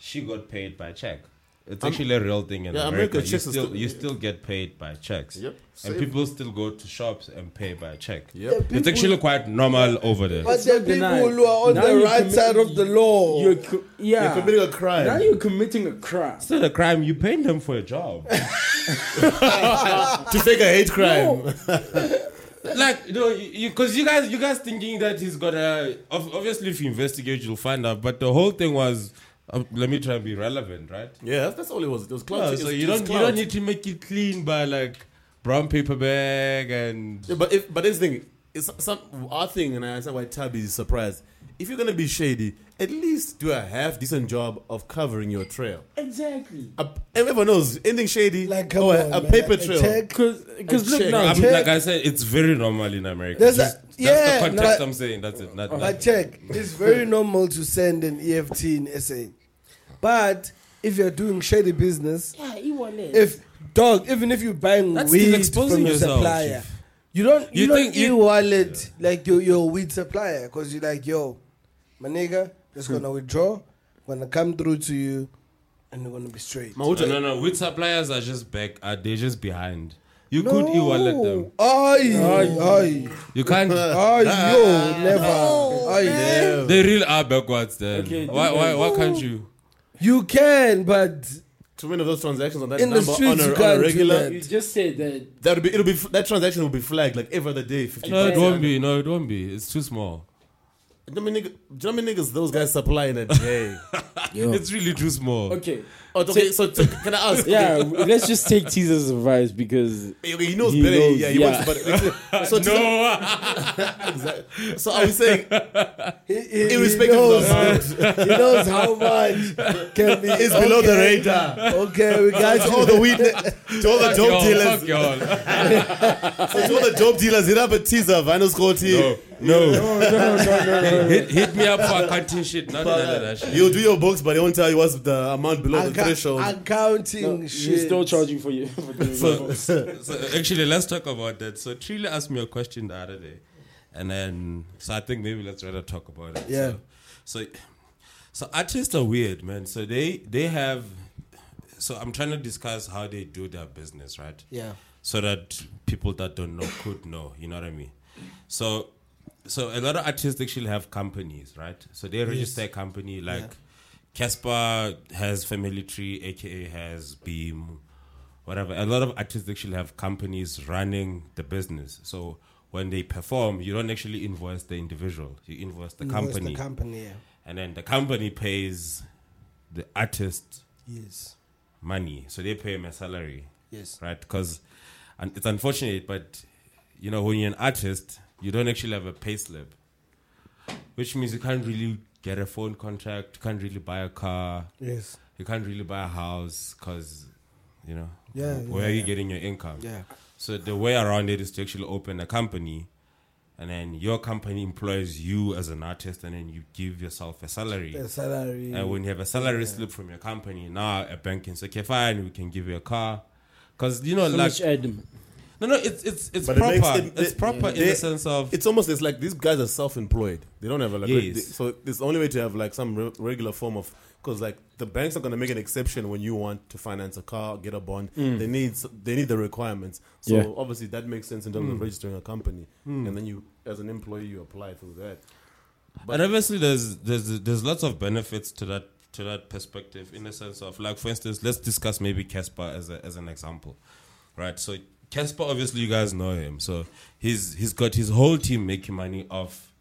Speaker 5: she got paid by check. It's actually a real thing in
Speaker 2: Um, Yeah, America,
Speaker 5: America. you
Speaker 2: checks are
Speaker 5: still,
Speaker 2: still- uh,
Speaker 5: you still get paid by checks.
Speaker 2: Yep. Same.
Speaker 5: And people still go to shops and pay by check.
Speaker 2: Yep. The
Speaker 5: It's
Speaker 3: people-
Speaker 5: actually quite normal over there.
Speaker 3: But the
Speaker 4: not
Speaker 3: people
Speaker 4: denied.
Speaker 3: who are on
Speaker 4: Now
Speaker 3: the
Speaker 4: you
Speaker 3: right
Speaker 4: commit-
Speaker 3: side of the law.
Speaker 4: You're
Speaker 3: (laughs)
Speaker 4: co- yeah.
Speaker 2: You're committing a crime.
Speaker 4: now you're committing a crime.
Speaker 5: It's not a crime. You paying them for a
Speaker 2: (laughs)
Speaker 5: job.
Speaker 2: to take a hate crime. (laughs)
Speaker 5: like you know, because you, guys, you guys thinking that he's got a. ob- Obviously, if you investigate, you'll find out. But the whole thing was, uh, let me try and be relevant, right?
Speaker 2: Yeah, that's, that's all it was. It was clout.
Speaker 5: Yeah,
Speaker 2: It
Speaker 5: so
Speaker 2: was-
Speaker 5: you
Speaker 2: it was
Speaker 5: don't you don't
Speaker 2: clout.
Speaker 5: need to make it clean by like brown paper bag and
Speaker 2: Yeah, but if but this thing, it's some our thing, and I understand why Tabby is surprised. If you're gonna be shady, at least do a half decent job of covering your trail.
Speaker 4: Exactly.
Speaker 2: A, everyone knows anything shady,
Speaker 3: like, come
Speaker 2: oh, a,
Speaker 3: on,
Speaker 2: a
Speaker 3: man.
Speaker 2: paper trail.
Speaker 3: Attack.
Speaker 4: Because because look
Speaker 2: check.
Speaker 4: now,
Speaker 5: I'm-
Speaker 3: check.
Speaker 5: like I said, it's very normal in America.
Speaker 3: There's
Speaker 5: Just-
Speaker 3: a-
Speaker 5: that's
Speaker 3: yeah,
Speaker 5: the context
Speaker 3: but-
Speaker 5: I'm saying. That's it. Not,
Speaker 3: But
Speaker 5: not,
Speaker 3: check, it's very normal to send an EFT in SA. But if you're doing shady business,
Speaker 4: yeah, he won it.
Speaker 3: if dog, even if you're buying
Speaker 5: That's still
Speaker 3: weed
Speaker 5: exposing
Speaker 3: from your
Speaker 5: yourself,
Speaker 3: supplier,
Speaker 5: Chief.
Speaker 3: you don't you,
Speaker 5: You
Speaker 3: don't
Speaker 5: think you-
Speaker 3: e-wallet like your your weed supplier because you're like, yo, my nigga, just gonna withdraw, gonna come through to you, and we're gonna be straight.
Speaker 2: My ultra-
Speaker 5: no, no. With suppliers are just back. Are they just behind? You
Speaker 3: No.
Speaker 5: could e-wallet them.
Speaker 3: Aye, aye, (laughs)
Speaker 5: You can't.
Speaker 3: aye, yo, never.
Speaker 5: Oh,
Speaker 3: Aye.
Speaker 5: They really are backwards. Then
Speaker 4: Okay,
Speaker 5: why
Speaker 4: do
Speaker 5: why why can't you?
Speaker 3: You can, but
Speaker 2: Too many of those transactions on that
Speaker 3: In the
Speaker 2: number
Speaker 3: streets,
Speaker 2: on a,
Speaker 3: you
Speaker 2: on
Speaker 3: can't
Speaker 2: a
Speaker 3: do
Speaker 2: regular.
Speaker 3: that.
Speaker 4: you just said that
Speaker 2: That would be it'll be f- that transaction will be flagged like every other day. Fifty.
Speaker 5: No, it
Speaker 4: Yeah.
Speaker 5: won't be. No, it won't be. It's too small.
Speaker 2: Do you know how many nigga- do you know how many niggas those guys supply in a day?
Speaker 5: It's really too small.
Speaker 4: okay,
Speaker 2: oh, okay, so t- can I ask?
Speaker 4: (laughs) yeah. let's just take teasers' advice because
Speaker 2: Okay, he knows
Speaker 4: He
Speaker 2: better.
Speaker 4: knows,
Speaker 2: yeah, he
Speaker 4: yeah.
Speaker 2: wants but
Speaker 5: (laughs)
Speaker 2: so no.
Speaker 3: (laughs)
Speaker 2: so are we saying
Speaker 3: he, he, he
Speaker 2: irrespective of
Speaker 3: knows,
Speaker 2: the amount,
Speaker 3: (laughs) he knows how much can be.
Speaker 2: it's below the
Speaker 3: okay.
Speaker 2: radar.
Speaker 3: Okay, we got
Speaker 2: To
Speaker 3: you.
Speaker 2: all the weed, (laughs) to all the
Speaker 5: Fuck
Speaker 2: dope
Speaker 5: y'all.
Speaker 2: dealers,
Speaker 3: (laughs)
Speaker 5: Fuck y'all.
Speaker 2: to all the dope dealers, hit up a teaser of underscore T.
Speaker 5: No, no, no, no, no, no. Hit, hit me up for accounting shit. None of that, that shit.
Speaker 2: uh, You'll do your books, but they won't tell you what's the amount below the
Speaker 3: Acca-
Speaker 2: threshold.
Speaker 4: (laughs)
Speaker 3: accounting
Speaker 4: she's
Speaker 3: shit.
Speaker 4: still charging for you. For doing
Speaker 5: So,
Speaker 4: it.
Speaker 5: (laughs) so actually, let's talk about that. So Trila asked me a question the other day, and then so I think maybe let's rather talk about it.
Speaker 3: Yeah.
Speaker 5: So, so, so artists are weird, man. So they they have. So I'm trying to discuss how they do their business, right?
Speaker 3: yeah.
Speaker 5: so that people that don't know could know. You know what I mean? So, so a lot of artists actually have companies, right? So they register a company like Casper has Family Tree, aka has Beam, whatever. A lot of artists actually have companies running the business. So when they perform, you don't actually invoice the individual; you invoice the
Speaker 3: Invoice
Speaker 5: company,
Speaker 3: The company. Yeah.
Speaker 5: and then the company pays the artist
Speaker 3: Yes.
Speaker 5: money. So they pay him a salary.
Speaker 3: Yes.
Speaker 5: Right? Because and it's unfortunate, but you know, when you're an artist, you don't actually have a pay slip, which means you can't really get a phone contract, you can't really buy a car,
Speaker 3: Yes.
Speaker 5: you can't really buy a house because, you know,
Speaker 3: Yeah,
Speaker 5: where
Speaker 3: yeah,
Speaker 5: are you
Speaker 3: yeah.
Speaker 5: getting your income?
Speaker 3: Yeah.
Speaker 5: So the way around it is to actually open a company. And then your company employs you as an artist, and then you give yourself a salary.
Speaker 3: The salary.
Speaker 5: And when you have a salary slip from your company, now a bank can say, okay, fine, we can give you a car. Because, you know,
Speaker 4: How
Speaker 5: like,
Speaker 4: much Adam?
Speaker 5: no, no, it's it's it's
Speaker 2: But it
Speaker 5: proper.
Speaker 2: makes it-
Speaker 5: it's
Speaker 2: it-
Speaker 5: proper in
Speaker 2: they-
Speaker 5: the sense of
Speaker 2: It's almost it's like these guys are self-employed. They don't have like
Speaker 5: Yes.
Speaker 2: reg- so it's the only way to have like some re- regular form of because like the banks are going to make an exception when you want to finance a car, get a bond. They need s- they need the requirements. So
Speaker 4: Yeah.
Speaker 2: obviously that makes sense in terms of registering a company, and then you as an employee you apply through that.
Speaker 5: and obviously there's there's there's lots of benefits to that to that perspective in the sense of like for instance let's discuss maybe Casper as a, as an example right so Casper obviously you guys know him so he's he's got his whole team making money off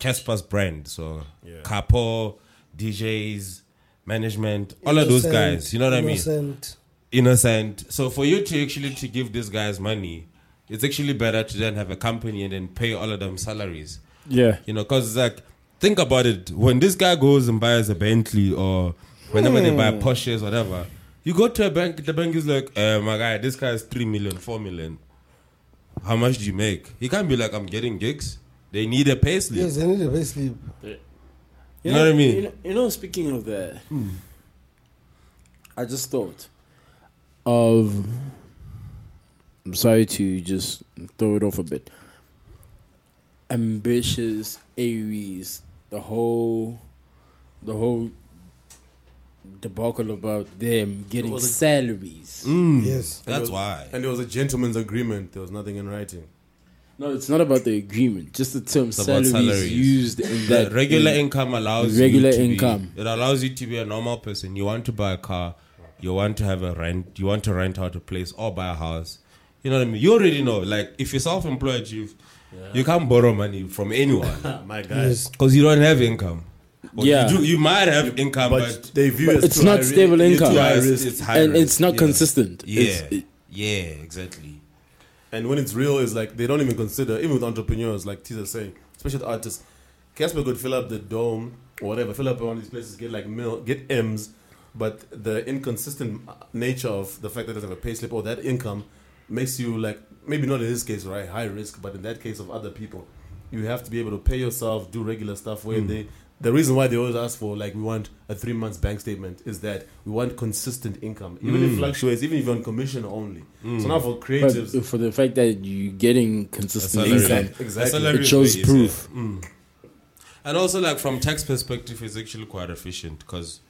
Speaker 5: Casper's brand so
Speaker 2: Yeah.
Speaker 5: Capo DJs management all of those guys you know what I mean
Speaker 3: Innocent.
Speaker 5: innocent. So for you to actually to give these guys money, it's actually better to then have a company and then pay all of them salaries.
Speaker 4: Yeah,
Speaker 5: You know, because like think about it. When this guy goes and buys a Bentley or whenever they buy Porsches, whatever, you go to a bank. The bank is like, uh, my guy, this guy is three million, four million. How much do you make? He can't be like, I'm getting gigs. They need a payslip.
Speaker 3: Yes, I need a pay slip.
Speaker 5: You know what I mean? Hmm.
Speaker 4: You know, you know, speaking of that, I just thought of. I'm sorry to just throw it off a bit. Ambitious Aries, the whole, the whole debacle about them getting
Speaker 2: was a-
Speaker 4: salaries.
Speaker 5: Hmm.
Speaker 3: Yes.
Speaker 5: That's why.
Speaker 2: And there was a gentleman's agreement. There was nothing in writing.
Speaker 4: No, it's not about the agreement. Just the term
Speaker 5: about
Speaker 4: salaries,
Speaker 5: salaries.
Speaker 4: used in
Speaker 5: The
Speaker 4: that
Speaker 5: regular
Speaker 4: in-
Speaker 5: income allows
Speaker 4: mm, Regular
Speaker 5: you to be-
Speaker 4: income.
Speaker 5: it allows you to be a normal person. You want to buy a car, you want to have a rent, you want to rent out a place or buy a house. You know what I mean? You already know. Like if you're self-employed, you you can't borrow money from anyone (laughs)
Speaker 2: My guys.
Speaker 5: because you don't have income. Well,
Speaker 4: Yeah.
Speaker 5: you, do, you might have income, but,
Speaker 2: But they view it as
Speaker 4: it's not
Speaker 2: too high
Speaker 4: stable
Speaker 2: risk-
Speaker 4: income.
Speaker 2: too high
Speaker 5: it's,
Speaker 2: risk.
Speaker 5: it's high
Speaker 4: and it's
Speaker 5: risk,
Speaker 4: not
Speaker 5: yeah.
Speaker 4: consistent.
Speaker 5: Yeah,
Speaker 4: It's- it-
Speaker 5: yeah, exactly.
Speaker 2: And when it's real, it's like they don't even consider, even with entrepreneurs, like T's saying, especially the artists. Casper could fill up the dome or whatever, fill up one of these places, get like mil, get M's, but the inconsistent nature of the fact that they have a pay slip or that income makes you like maybe not in this case, right? High risk, but in that case of other people, you have to be able to pay yourself, do regular stuff where they the reason why they always ask for like we want a three months bank statement is that we want consistent income. Even if it fluctuates, even if you're on commission only. So now for
Speaker 4: but
Speaker 2: creatives
Speaker 4: for the fact that you're getting
Speaker 5: A
Speaker 4: consistent
Speaker 5: salary-
Speaker 4: income,
Speaker 2: Exactly.
Speaker 5: a salary
Speaker 4: it shows
Speaker 5: base,
Speaker 4: proof.
Speaker 5: yeah. Mm. And also, like from tax perspective, it's actually quite efficient because,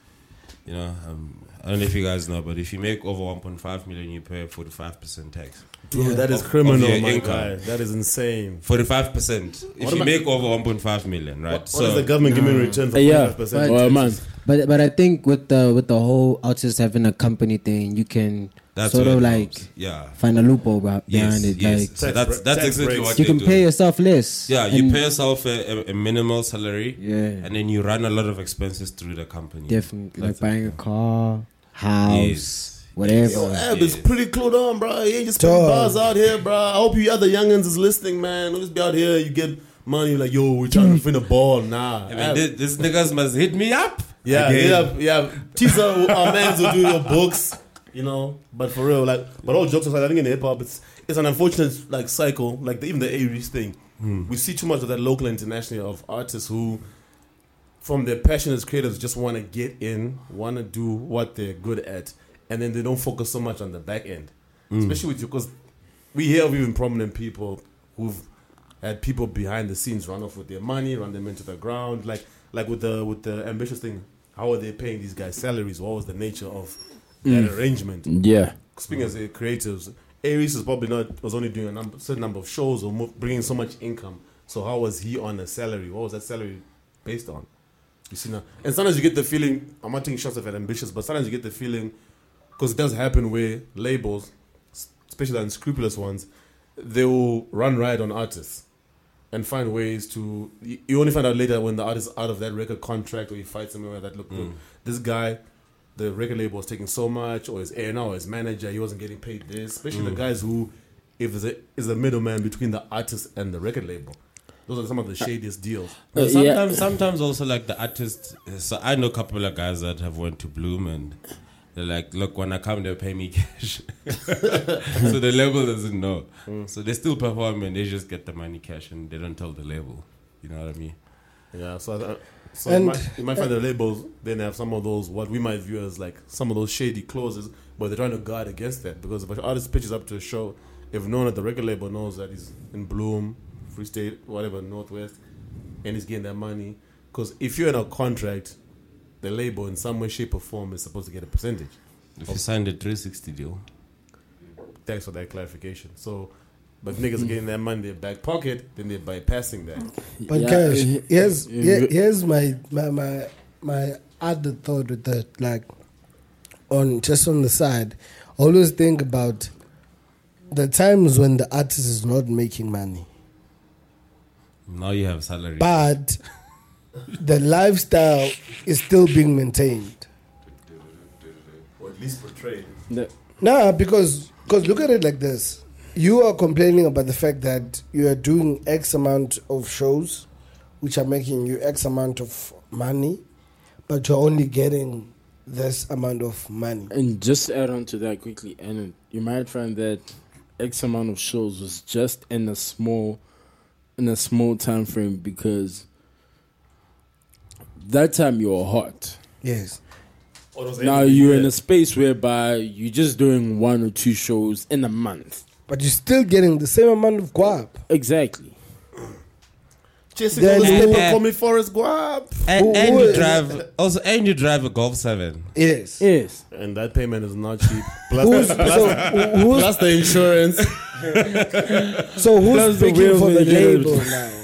Speaker 5: you know, um, I don't know if you guys know, but if you make over 1.5 million, you pay 45 percent tax.
Speaker 2: Dude, that is
Speaker 5: Of-
Speaker 2: criminal,
Speaker 5: of your
Speaker 2: my
Speaker 5: income.
Speaker 2: guy. That is insane.
Speaker 5: 45 percent. If
Speaker 2: What
Speaker 5: you
Speaker 2: about-
Speaker 5: make over 1.5 million, right?
Speaker 2: What, what does the government give me in return for
Speaker 4: Uh, yeah,
Speaker 2: five
Speaker 4: or
Speaker 2: percent?
Speaker 4: a month.
Speaker 7: But but I think with the with the whole artist having a company thing, you can sort
Speaker 5: what
Speaker 7: of
Speaker 5: it
Speaker 7: like
Speaker 5: helps. yeah.
Speaker 7: find a loophole beh-
Speaker 5: Yes,
Speaker 7: behind it.
Speaker 5: yes.
Speaker 7: Like
Speaker 5: So
Speaker 2: Tax
Speaker 5: that's
Speaker 2: break-
Speaker 5: that's
Speaker 2: tax
Speaker 5: exactly
Speaker 2: breaks.
Speaker 5: what
Speaker 7: you
Speaker 5: they
Speaker 7: can
Speaker 5: do.
Speaker 7: pay yourself less.
Speaker 5: Yeah, you
Speaker 7: and
Speaker 5: pay yourself a, a, a minimal salary,
Speaker 7: Yeah.
Speaker 5: and then you run a lot of expenses through the company.
Speaker 7: Definitely,
Speaker 5: That's
Speaker 7: like
Speaker 5: it.
Speaker 7: buying a car, house,
Speaker 5: Yes.
Speaker 7: whatever.
Speaker 2: Ab is pretty clued on, bro. He ain't just putting
Speaker 3: Dog.
Speaker 2: bars out here, bro. I hope you other youngins is listening, man. Don't just be out here. You get money, like yo, we're trying to finna ball, nah.
Speaker 5: I
Speaker 2: Ab-
Speaker 5: mean, thi- these niggas must hit me up.
Speaker 2: yeah,
Speaker 5: again.
Speaker 2: yeah, yeah. Teaser, our mans will do your books, you know. But for real, like, but all jokes aside, I think in hip hop, it's it's an unfortunate like cycle, like the, even the Aries thing. We see too much of that local and international of artists who, from their passion as creators, just want to get in, want to do what they're good at, and then they don't focus so much on the back end, especially with you because we hear of even prominent people who've had people behind the scenes run off with their money, run them into the ground. Like like with the with the ambitious thing, how are they paying these guys salaries? What was the nature of that arrangement?
Speaker 4: Yeah,
Speaker 2: Speaking as a creatives, Aries is probably not was only doing a number, certain number of shows or mo- bringing so much income. So how was he on a salary? What was that salary based on? You see now, and sometimes you get the feeling I'm not taking shots at ambitious, but sometimes you get the feeling because it does happen where labels, s- especially the unscrupulous ones, they will run riot on artists and find ways to. You you only find out later when the artist is out of that record contract or he fights somewhere that look look, This guy, the record label was taking so much, or his A&R, or his manager, he wasn't getting paid this. Especially the guys who, if there's a, is a middleman between the artist and the record label. Those are some of the shadiest deals.
Speaker 5: No,
Speaker 4: Uh, yeah.
Speaker 5: sometimes, sometimes also like the artist. So I know a couple of guys that have went to Bloom and they're like, look, when I come, they'll pay me cash. (laughs) so the label doesn't know.
Speaker 3: Mm.
Speaker 5: So they still perform and they just get the money cash and they don't tell the label. You know what I mean?
Speaker 2: Yeah, so I, so
Speaker 3: And-
Speaker 2: you, might, you might find the labels then have some of those what we might view as like some of those shady clauses, but they're trying to guard against that because if an artist pitches up to a show, if no one at the record label knows that he's in Bloom, Free State, whatever, Northwest, and he's getting that money, because if you're in a contract, the label in some way, shape, or form is supposed to get a percentage.
Speaker 5: If you signed a 360 deal,
Speaker 2: Thanks for that clarification. So, but niggas are getting that money in their back pocket, then they're bypassing that.
Speaker 3: But
Speaker 4: Yeah.
Speaker 3: Cash, here's,
Speaker 4: Yeah.
Speaker 3: here- here's my, my, my, my other thought with that, like, on just on the side, I always think about the times when the artist is not making money,
Speaker 5: now you have salary.
Speaker 3: but the lifestyle is still being maintained.
Speaker 2: Or at least portrayed.
Speaker 4: The-
Speaker 3: Nah, because because look at it like this: you are complaining about the fact that you are doing X amount of shows, which are making you X amount of money, but you're only getting this amount of money.
Speaker 4: and just to add on to that quickly, and you might find that X amount of shows was just in a small, in a small time frame because that time you were hot.
Speaker 3: Yes.
Speaker 2: All those
Speaker 4: Now
Speaker 2: interviews,
Speaker 4: you're
Speaker 2: yeah.
Speaker 4: in a space whereby you're just doing one or two shows in a month.
Speaker 3: But you're still getting the same amount of guap.
Speaker 4: Exactly.
Speaker 2: Chasing
Speaker 3: Then
Speaker 2: all those
Speaker 3: you-
Speaker 2: people
Speaker 5: Eh.
Speaker 2: call me Forrest Guap.
Speaker 5: And,
Speaker 3: Who-
Speaker 5: and
Speaker 3: who
Speaker 5: you
Speaker 3: is-
Speaker 5: drive also, and you drive a Golf Seven.
Speaker 3: Yes.
Speaker 4: Yes.
Speaker 2: And that payment is not cheap. Plus, (laughs)
Speaker 3: (laughs) Who's,
Speaker 2: plus,
Speaker 3: so, who's,
Speaker 2: plus the insurance. (laughs)
Speaker 3: so who's
Speaker 4: Plus the
Speaker 3: speaking
Speaker 4: wheels
Speaker 3: for the
Speaker 4: and wheels.
Speaker 3: label now?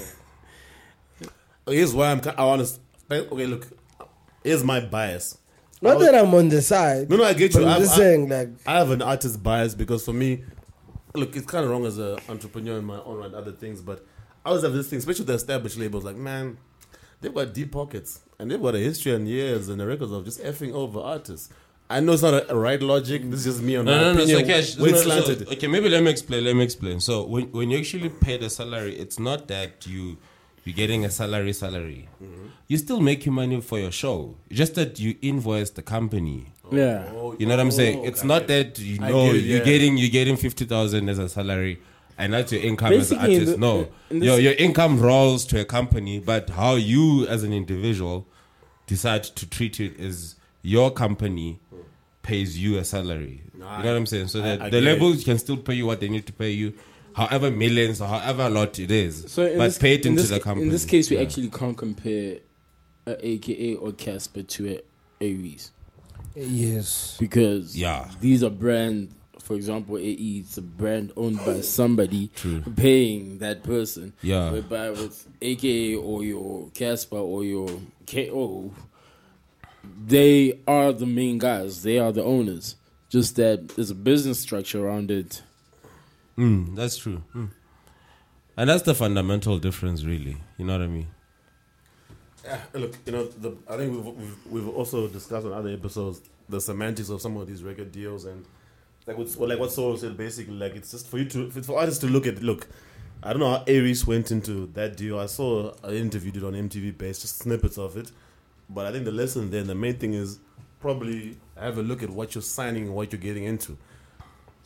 Speaker 2: Here's why I'm. ki- I want to. Okay, look. Here's my bias.
Speaker 3: Not that I'm on the side.
Speaker 2: No, no, I get you.
Speaker 3: But I'm
Speaker 2: I've-
Speaker 3: just
Speaker 2: I-
Speaker 3: saying, like,
Speaker 2: I have an artist bias because for me, look, it's kind of wrong as an entrepreneur in my own right, other things, but I always have this thing, especially the established labels, like, man, they've got deep pockets and they've got a history and years and the records of just effing over artists. I know it's not a, a right logic. This is just me on my
Speaker 5: No, no, no. So,
Speaker 2: opinion.
Speaker 5: Cash,
Speaker 2: way
Speaker 5: no, no,
Speaker 2: slanted.
Speaker 5: so, okay, maybe let me explain. Let me explain. So, when, when you actually pay the salary, it's not that you you're getting a salary salary.
Speaker 2: Mm-hmm.
Speaker 5: You still make your money for your show. Just that you invoice the company.
Speaker 2: Oh,
Speaker 4: Yeah.
Speaker 5: You know what I'm saying? It's
Speaker 4: Oh,
Speaker 5: not that you
Speaker 2: I
Speaker 5: know
Speaker 2: get it,
Speaker 5: you're
Speaker 2: yeah.
Speaker 5: getting you're getting fifty thousand as a salary, and that's your income
Speaker 4: Basically,
Speaker 5: as
Speaker 4: in
Speaker 5: an artist.
Speaker 4: the-
Speaker 5: no,
Speaker 4: in
Speaker 5: your
Speaker 4: this-
Speaker 5: your income rolls to a company, but how you as an individual decide to treat it is your company pays you a salary. you know what I'm saying? So that
Speaker 2: I
Speaker 5: the
Speaker 2: get it.
Speaker 5: labels can still pay you what they need to pay you, however millions or however a lot it is,
Speaker 4: So in
Speaker 5: but
Speaker 4: this,
Speaker 5: pay it
Speaker 4: in
Speaker 5: into
Speaker 4: this,
Speaker 5: the company.
Speaker 4: In this case, we
Speaker 5: Yeah.
Speaker 4: actually can't compare uh, AKA or Casper to a Aries
Speaker 3: yes.
Speaker 4: because
Speaker 5: Yeah.
Speaker 4: these are brand. For example, AE is a brand owned by somebody paying that person.
Speaker 5: Yeah.
Speaker 4: Whereby with AKA or your Casper or your KO, they are the main guys. They are the owners. Just that there's a business structure around it.
Speaker 5: Mm, that's true. Mm. And that's the fundamental difference, really. You know what I mean?
Speaker 2: Yeah, look, you know, the, I think we've, we've we've also discussed on other episodes the semantics of some of these record deals and like what's well, like what Solo said basically like it's just for you to for- for artists to look at look. I don't know how Aries went into that deal. I saw an interview did on MTV Base, just snippets of it. But I think the lesson there, the main thing is probably have a look at what you're signing and what you're getting into.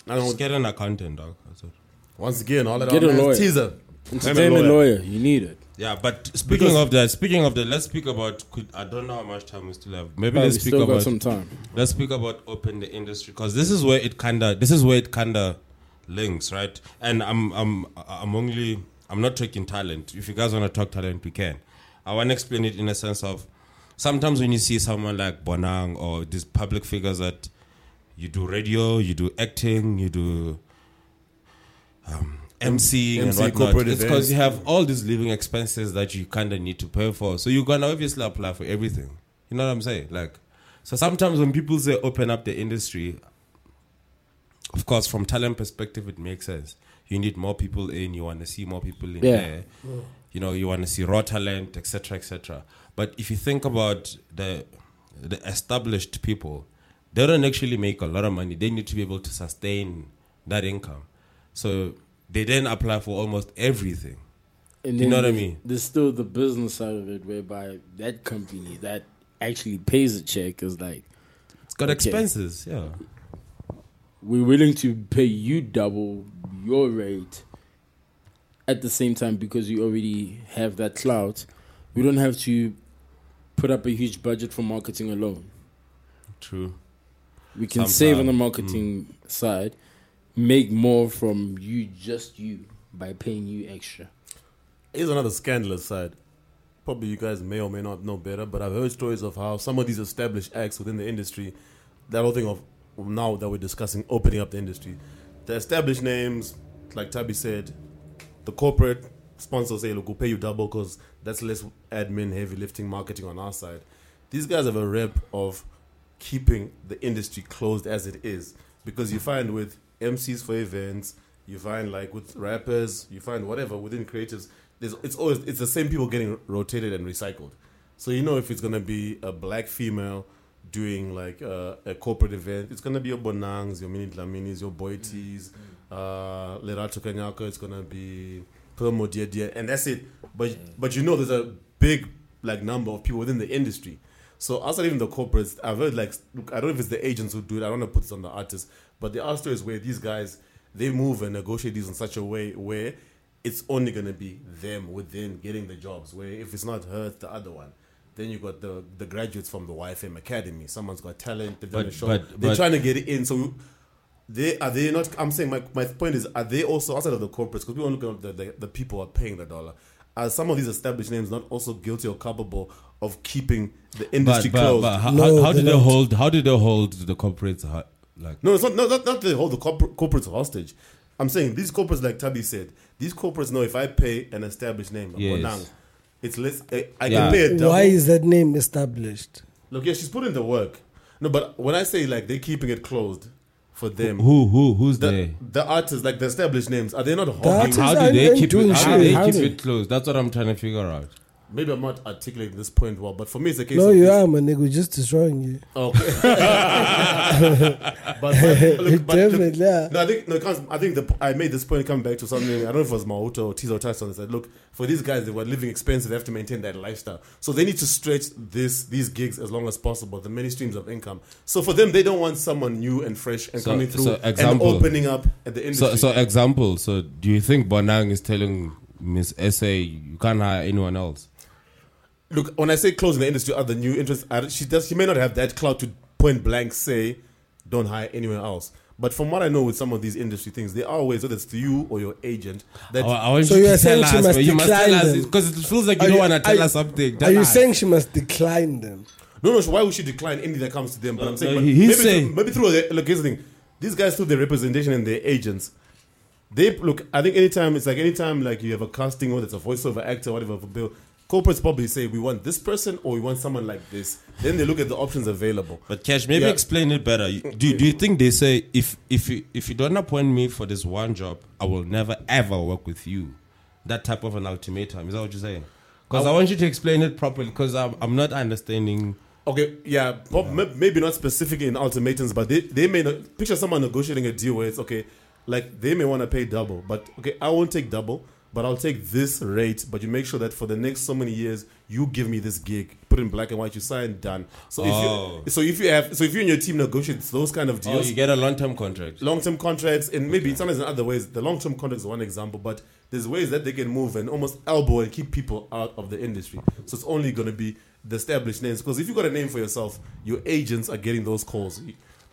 Speaker 2: I
Speaker 5: Just
Speaker 2: don't
Speaker 5: get an accountant, dog. That's it.
Speaker 2: once again, all that
Speaker 4: Get a
Speaker 2: our man's
Speaker 4: lawyer.
Speaker 2: teaser.
Speaker 4: Entertainment lawyer, you need it.
Speaker 5: Yeah, but speaking of that, speaking of that, let's speak about. Could, I don't know how much time we still have. Maybe
Speaker 4: But we
Speaker 5: let's speak
Speaker 4: still got
Speaker 5: about.
Speaker 4: some time.
Speaker 5: Let's speak about open the industry because this is where it kinda. This is where it kinda links, right? And I'm I'm I'm only I'm not talking talent. If you guys wanna talk talent, we can. I wanna explain it in a sense of sometimes when you see someone like Bonang or these public figures that you do radio, you do acting, you do um, MCing and
Speaker 2: MC,
Speaker 5: whatnot.
Speaker 2: corporate
Speaker 5: It's
Speaker 2: events.
Speaker 5: because you have all these living expenses that you kind of need to pay for. So you're gonna obviously apply for everything. You know what I'm saying? Like, so sometimes when people say open up the industry, of course, from talent perspective, it makes sense. You need more people in. You want to see more people in
Speaker 4: Yeah.
Speaker 5: there. You know, you want to see raw talent, etc., etc. But if you think about the the established people, they don't actually make a lot of money. They need to be able to sustain that income. So they then apply for almost everything.
Speaker 4: And
Speaker 5: You know what I
Speaker 4: there's-
Speaker 5: mean?
Speaker 4: There's still the business side of it, whereby that company that actually pays a check is like,
Speaker 5: It's got
Speaker 4: Okay.
Speaker 5: expenses, yeah.
Speaker 4: we're willing to pay you double your rate at the same time because you already have that clout. We don't have to put up a huge budget for marketing alone.
Speaker 5: True.
Speaker 4: We can
Speaker 5: Sometime.
Speaker 4: save on the marketing side, make more from you, just you, by paying you extra.
Speaker 2: Here's another scandalous side. Probably you guys may or may not know better, but I've heard stories of how some of these established acts within the industry, that whole thing of now that we're discussing opening up the industry, the established names, like Tabby said, the corporate sponsors say, look, we'll pay you double because that's less admin, heavy lifting, marketing on our side. These guys have a rep of keeping the industry closed as it is because you find with MCs for events, you find like with rappers, you find whatever within creatives, there's, it's always it's the same people getting rotated and recycled. So you know if it's gonna be a black female doing like uh, a corporate event, it's gonna be your Bonangs, your Mini Dlaminis, your Boy Tees, uh, Lerato Kanyaka. It's gonna be Promo Dia Dia, and that's it. But but you know there's a big like number of people within the industry. So outside even the corporates, I've heard like look, I don't know if it's the agents who do it. I don't want to put this on the artists, but there are stories where these guys they move and negotiate these in such a way where it's only gonna be them within getting the jobs. Where if it's not her, it's the other one. They Then you got the the graduates from the YFM Academy. Someone's got talent. They've done
Speaker 5: But-
Speaker 2: a show.
Speaker 5: but-
Speaker 2: They're
Speaker 5: but-
Speaker 2: trying to get it in. So they are they not? I'm saying my, my point is are they also outside of the corporates? Because we want to look at the, the the people who are paying the dollar. Are some of these established names not also guilty or culpable of keeping the industry
Speaker 5: but, but,
Speaker 2: closed?
Speaker 5: but how,
Speaker 3: No,
Speaker 5: how, how
Speaker 3: they
Speaker 5: did they
Speaker 3: don't.
Speaker 5: hold? How did they hold the corporates? ho- Like
Speaker 2: No, it's not. No, not, not to hold the corpor- corporates hostage. I'm saying these corporates, like Tabby said, these corporates know if I pay an established name,
Speaker 5: Yes.
Speaker 2: Bonang, it's less. I, I
Speaker 5: Yeah.
Speaker 2: can pay a double.
Speaker 3: Why is that name established?
Speaker 2: Look, yeah, she's put in the work. No, but when I say like they're keeping it closed for them,
Speaker 5: who who who's
Speaker 2: the,
Speaker 5: they?
Speaker 2: the artists, like the established names, are they not hogging?
Speaker 3: artists-
Speaker 5: How
Speaker 3: are-
Speaker 5: do they
Speaker 3: ain't
Speaker 5: keep
Speaker 3: doing
Speaker 5: it? How do
Speaker 3: shit.
Speaker 5: they
Speaker 3: How
Speaker 5: keep
Speaker 3: do-
Speaker 5: it closed? That's what I'm trying to figure out.
Speaker 2: Maybe I'm not articulating this point well, but for me, it's a case.
Speaker 3: No,
Speaker 2: of
Speaker 3: you
Speaker 2: this-
Speaker 3: are, my nigga. We're just destroying you.
Speaker 5: (laughs)
Speaker 2: Okay. but, but, look, but look,
Speaker 3: Definitely, yeah.
Speaker 2: No, I think no, it comes, I think the, I made this point coming back to something. I don't know if it was Mauto or Tizo touched on this. That look for these guys, they were living expensive. They have to maintain that lifestyle, so they need to stretch this these gigs as long as possible. The many streams of income. So for them, they don't want someone new and fresh and
Speaker 5: So-
Speaker 2: coming through
Speaker 5: so example.
Speaker 2: and opening up at the industry.
Speaker 5: So so example. So do you think Bonang is telling Miss SA you can't hire anyone else?
Speaker 2: look, when I say closing the industry, are the new interests? I, she does. She may not have that clout to point blank say, "Don't hire anyone else." But from what I know with some of these industry things, there are ways, whether it's to you or your agent, that
Speaker 5: I, I want
Speaker 3: So
Speaker 5: you
Speaker 3: you're
Speaker 5: to
Speaker 3: saying
Speaker 5: tell
Speaker 3: she
Speaker 5: us,
Speaker 3: must
Speaker 5: but you must
Speaker 3: decline
Speaker 5: tell us
Speaker 3: them?
Speaker 5: because it feels like you
Speaker 3: Are
Speaker 5: don't
Speaker 3: you-
Speaker 5: want to
Speaker 3: are
Speaker 5: tell
Speaker 3: you-
Speaker 5: us something.
Speaker 3: Are
Speaker 5: Tell
Speaker 3: you
Speaker 5: us.
Speaker 3: saying she must decline them?
Speaker 2: No, no. so Why would she decline anything that comes to them? But I'm saying,
Speaker 5: Uh, no,
Speaker 2: but
Speaker 5: he-
Speaker 2: maybe,
Speaker 5: he's
Speaker 2: through-
Speaker 5: saying-
Speaker 2: maybe through the, look. Here's the thing: these guys through their representation and their agents, they look. I think anytime it's like anytime like you have a casting or it's a voiceover actor, whatever for Bill. Corporates probably say we want this person or we want someone like this. Then they look at the options available.
Speaker 5: But Cash, maybe
Speaker 2: Yeah.
Speaker 5: explain it better. You- Do, do you think they say if if you if you don't appoint me for this one job, I will never ever work with you? That type of an ultimatum. Is that what you're saying? Because I want you to explain it properly. Because I'm I'm not understanding.
Speaker 2: Okay, yeah, prob- may- maybe not specifically in ultimatums, but they, they may not picture someone negotiating a deal where it's okay, like they may want to pay double, but okay, I won't take double, but I'll take this rate. But you make sure that for the next so many years, you give me this gig, put in black and white, you sign, done. So if
Speaker 5: Oh.
Speaker 2: you, so if you have, so if you and your team negotiate those kind of
Speaker 5: Oh,
Speaker 2: deals,
Speaker 5: you get a long term contract.
Speaker 2: long term contracts, and maybe sometimes in other ways, the long term contracts is one example, but there's ways that they can move and almost elbow and keep people out of the industry. So it's only going to be the established names because if you got a name for yourself, your agents are getting those calls.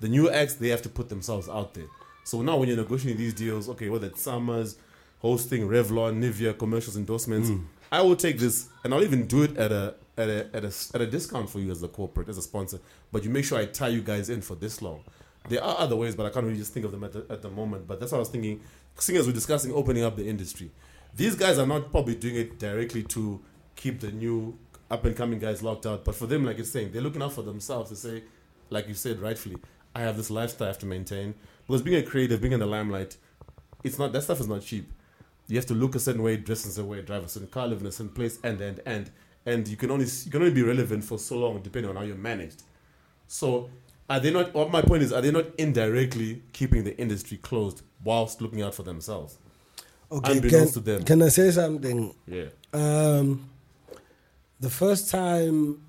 Speaker 2: The new acts, they have to put themselves out there. So now when you're negotiating these deals, okay, whether it's Summers, hosting, Revlon, Nivea, commercials, endorsements, I will take this and I'll even do it at a at a, at a at a discount for you as a corporate, as a sponsor. But you make sure I tie you guys in for this long. There are other ways, but I can't really just think of them at the, at the moment. But that's what I was thinking. Seeing as we're discussing opening up the industry, these guys are not probably doing it directly to keep the new up and coming guys locked out. But for them, like you're saying, they're looking out for themselves to say, like you said rightfully, I have this lifestyle I have to maintain. Because being a creative, being in the limelight, it's not that stuff is not cheap. You have to look a certain way, dress in a certain way, drive a certain car, live in a certain place, and and and and you can only you can only be relevant for so long, depending on how you're managed. So are they not? What my point is, are they not indirectly keeping the industry closed whilst looking out for themselves?
Speaker 3: Okay, can,
Speaker 2: Unbeknownst to them.
Speaker 3: can I say something?
Speaker 2: Yeah.
Speaker 3: Um, the first time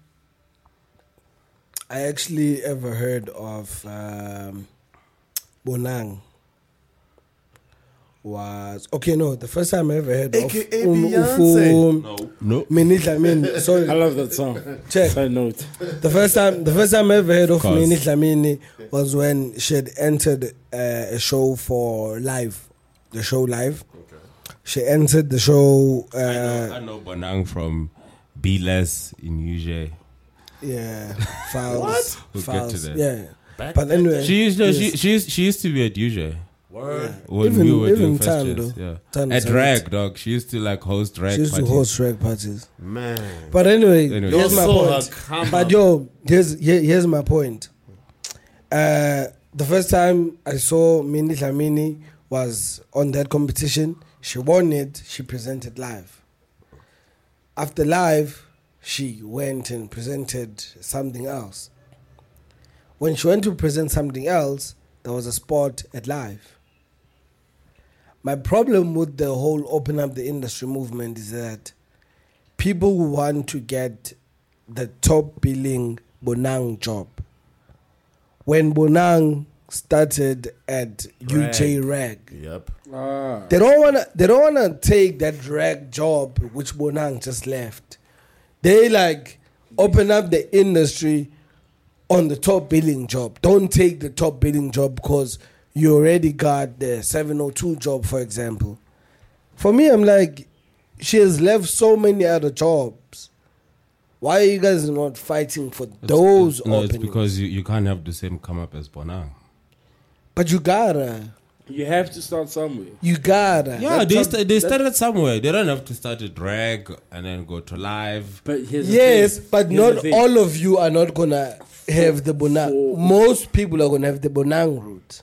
Speaker 3: I actually ever heard of um, Bonang was okay. No, the first time I ever heard
Speaker 2: AKA
Speaker 3: of
Speaker 2: Beyonce.
Speaker 3: Ufu, no, Minitla, I mean, sorry,
Speaker 4: I love that song.
Speaker 3: Check.
Speaker 4: Side note.
Speaker 3: the first time the first time I ever heard of
Speaker 5: Cause.
Speaker 3: Nini Dlamini was when she had entered uh, a show for live, the show live. She entered the show. Uh,
Speaker 5: I know, I know Bonang from Be Less in UJ. (laughs)
Speaker 3: Yeah, files.
Speaker 5: We'll get
Speaker 3: files.
Speaker 5: to that.
Speaker 3: Yeah, but anyway,
Speaker 5: She used, no, she,
Speaker 3: yes.
Speaker 5: she, used, she used to be at UJ. When
Speaker 3: Even-
Speaker 5: we were
Speaker 3: even
Speaker 5: doing first
Speaker 3: Tando.
Speaker 5: years, yeah.
Speaker 3: Tando
Speaker 5: At
Speaker 3: Savage.
Speaker 5: drag, dog. She used to like host drag.
Speaker 3: she used to
Speaker 5: parties.
Speaker 3: host drag parties.
Speaker 2: Man.
Speaker 3: But anyway,
Speaker 5: Anyway.
Speaker 3: here's
Speaker 2: You
Speaker 3: my
Speaker 2: saw
Speaker 3: point.
Speaker 2: her come
Speaker 3: But
Speaker 2: up.
Speaker 3: yo, here's here, here's my point. Uh, the first time I saw Mini Lamini was on that competition. She won it. She presented live. After live, she went and presented something else. When she went to present something else, there was a spot at live. My problem with the whole open up the industry movement is that people who want to get the top billing Bonang job. When Bonang started at UJ Rag,
Speaker 2: Yep.
Speaker 4: Ah.
Speaker 3: they don't wanna they don't wanna take that drag job which Bonang just left. They like Open up the industry on the top billing job. Don't take the top billing job because you already got the 702 job, for example. For me, I'm like, she has left so many other jobs. Why are you guys not fighting for those
Speaker 5: no, it's
Speaker 3: openings?
Speaker 5: because you, you can't have the same come up as Bonang.
Speaker 3: but you gotta.
Speaker 4: You have to start somewhere.
Speaker 3: You gotta.
Speaker 5: Yeah,
Speaker 4: That's
Speaker 5: they,
Speaker 4: some-
Speaker 5: sta they
Speaker 4: that-
Speaker 5: started somewhere. They don't have to start a drag and then go to live.
Speaker 4: But here's the
Speaker 3: Yes,
Speaker 4: thing.
Speaker 3: but
Speaker 4: Here's the
Speaker 3: not
Speaker 4: thing.
Speaker 3: all of you are not gonna have the bonang.
Speaker 4: for-
Speaker 3: Most people are gonna have the bonang route.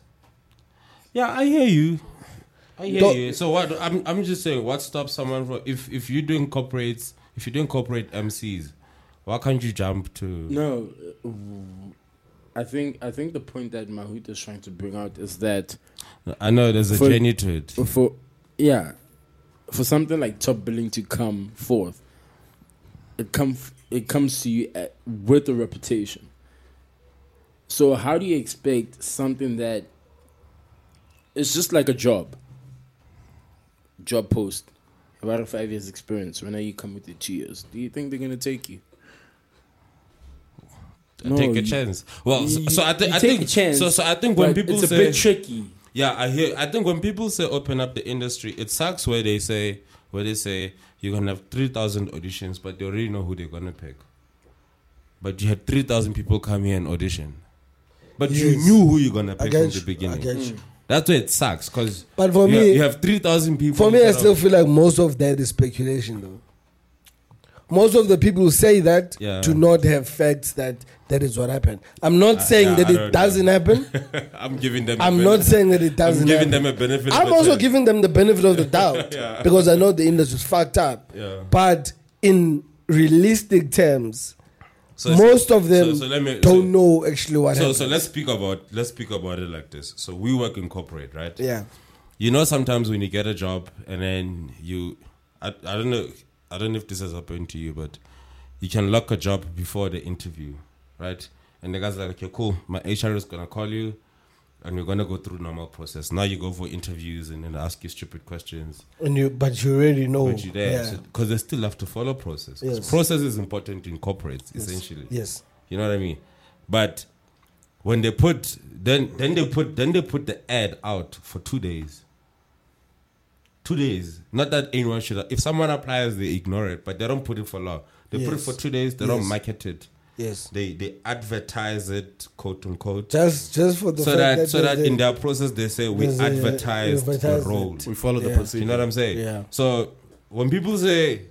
Speaker 5: Yeah, I hear you. I hear
Speaker 3: Don't-
Speaker 5: you. So what? I'm I'm just saying, what stops someone from if if you doing corporates, if you doing corporate MCs, why can't you jump to?
Speaker 4: No, uh, w- I think I think the point that Mahut is trying to bring out is that
Speaker 5: I know there's a
Speaker 4: For-
Speaker 5: journey to it.
Speaker 4: for yeah, for something like top billing to come forth, it come it comes to you at, with a reputation. So how do you expect something that it's just like a job, job post, about a five years experience. When are you come with the two years? Do you think they're gonna take you? No,
Speaker 5: take a
Speaker 4: you-
Speaker 5: chance. Well, so,
Speaker 4: You-
Speaker 5: so I, thi-
Speaker 4: you
Speaker 5: I
Speaker 4: take
Speaker 5: think
Speaker 4: a chance,
Speaker 5: so. So I think when
Speaker 4: but
Speaker 5: people
Speaker 4: it's
Speaker 5: say
Speaker 4: a bit tricky.
Speaker 5: Yeah, I hear. I think when people say open up the industry, it sucks where they say where they say you're gonna have three thousand auditions, but they already know who they're gonna pick. But you had three thousand people come here and audition, but you
Speaker 3: Yes.
Speaker 5: knew who you're gonna pick
Speaker 3: get
Speaker 5: from
Speaker 3: you.
Speaker 5: the beginning.
Speaker 3: I get you.
Speaker 5: That's where it sucks because.
Speaker 3: But for
Speaker 5: you
Speaker 3: me-
Speaker 5: have, you have three thousand people.
Speaker 3: For me, I
Speaker 5: instead
Speaker 3: still
Speaker 5: of-
Speaker 3: feel like most of that is speculation, though. Most of the people who say that
Speaker 5: Yeah.
Speaker 3: do not have facts that that is what happened. I'm not
Speaker 5: Ah, yeah,
Speaker 3: saying that
Speaker 5: I
Speaker 3: it
Speaker 5: don't
Speaker 3: doesn't
Speaker 5: (laughs)
Speaker 3: happen.
Speaker 5: (laughs) I'm giving them. a
Speaker 3: I'm not
Speaker 5: benefit.
Speaker 3: saying that it doesn't.
Speaker 5: (laughs) I'm giving
Speaker 3: happen.
Speaker 5: them a benefit. of
Speaker 3: I'm
Speaker 5: the
Speaker 3: also
Speaker 5: doubt.
Speaker 3: giving them the benefit of the
Speaker 5: (laughs)
Speaker 3: doubt because I know the industry's fucked up.
Speaker 5: Yeah.
Speaker 3: But in realistic terms,
Speaker 5: So it's-
Speaker 3: most of them
Speaker 5: so let me-
Speaker 3: don't
Speaker 5: so-
Speaker 3: know actually what
Speaker 5: So
Speaker 3: happened.
Speaker 5: so let's speak about let's speak about it like this. So we work in corporate, right?
Speaker 3: yeah.
Speaker 5: you know sometimes when you get a job and then you I, I don't know i don't know if this has happened to you but you can lock a job before the interview right and the guy's like okay cool my hr is gonna call you and we're gonna go through normal process now you go for interviews and then they ask you stupid questions
Speaker 3: And you, but you already know.
Speaker 5: but you there
Speaker 3: Oh, Yeah.
Speaker 5: because they still have to follow process 'Cause
Speaker 3: Yes.
Speaker 5: process is important in corporates essentially
Speaker 3: yes.
Speaker 5: you know what I mean? But when they put then then they put then they put the ad out for two days. Two days. Not that anyone should if someone applies they ignore it, but they don't put it for long. They put it
Speaker 3: Yes.
Speaker 5: for two days, they don't
Speaker 3: Yes.
Speaker 5: market it.
Speaker 3: Yes.
Speaker 5: They they advertise it, quote unquote.
Speaker 3: Just, just for the
Speaker 5: so
Speaker 3: fact
Speaker 5: that,
Speaker 3: that
Speaker 5: so that
Speaker 3: there's
Speaker 5: in
Speaker 3: a-
Speaker 5: their process they say we
Speaker 3: there's a-
Speaker 5: advertised the
Speaker 3: advertisement.
Speaker 5: role.
Speaker 2: We follow the
Speaker 3: Yeah.
Speaker 5: You
Speaker 2: procedure.
Speaker 5: know what I'm saying?
Speaker 3: Yeah.
Speaker 5: So when people say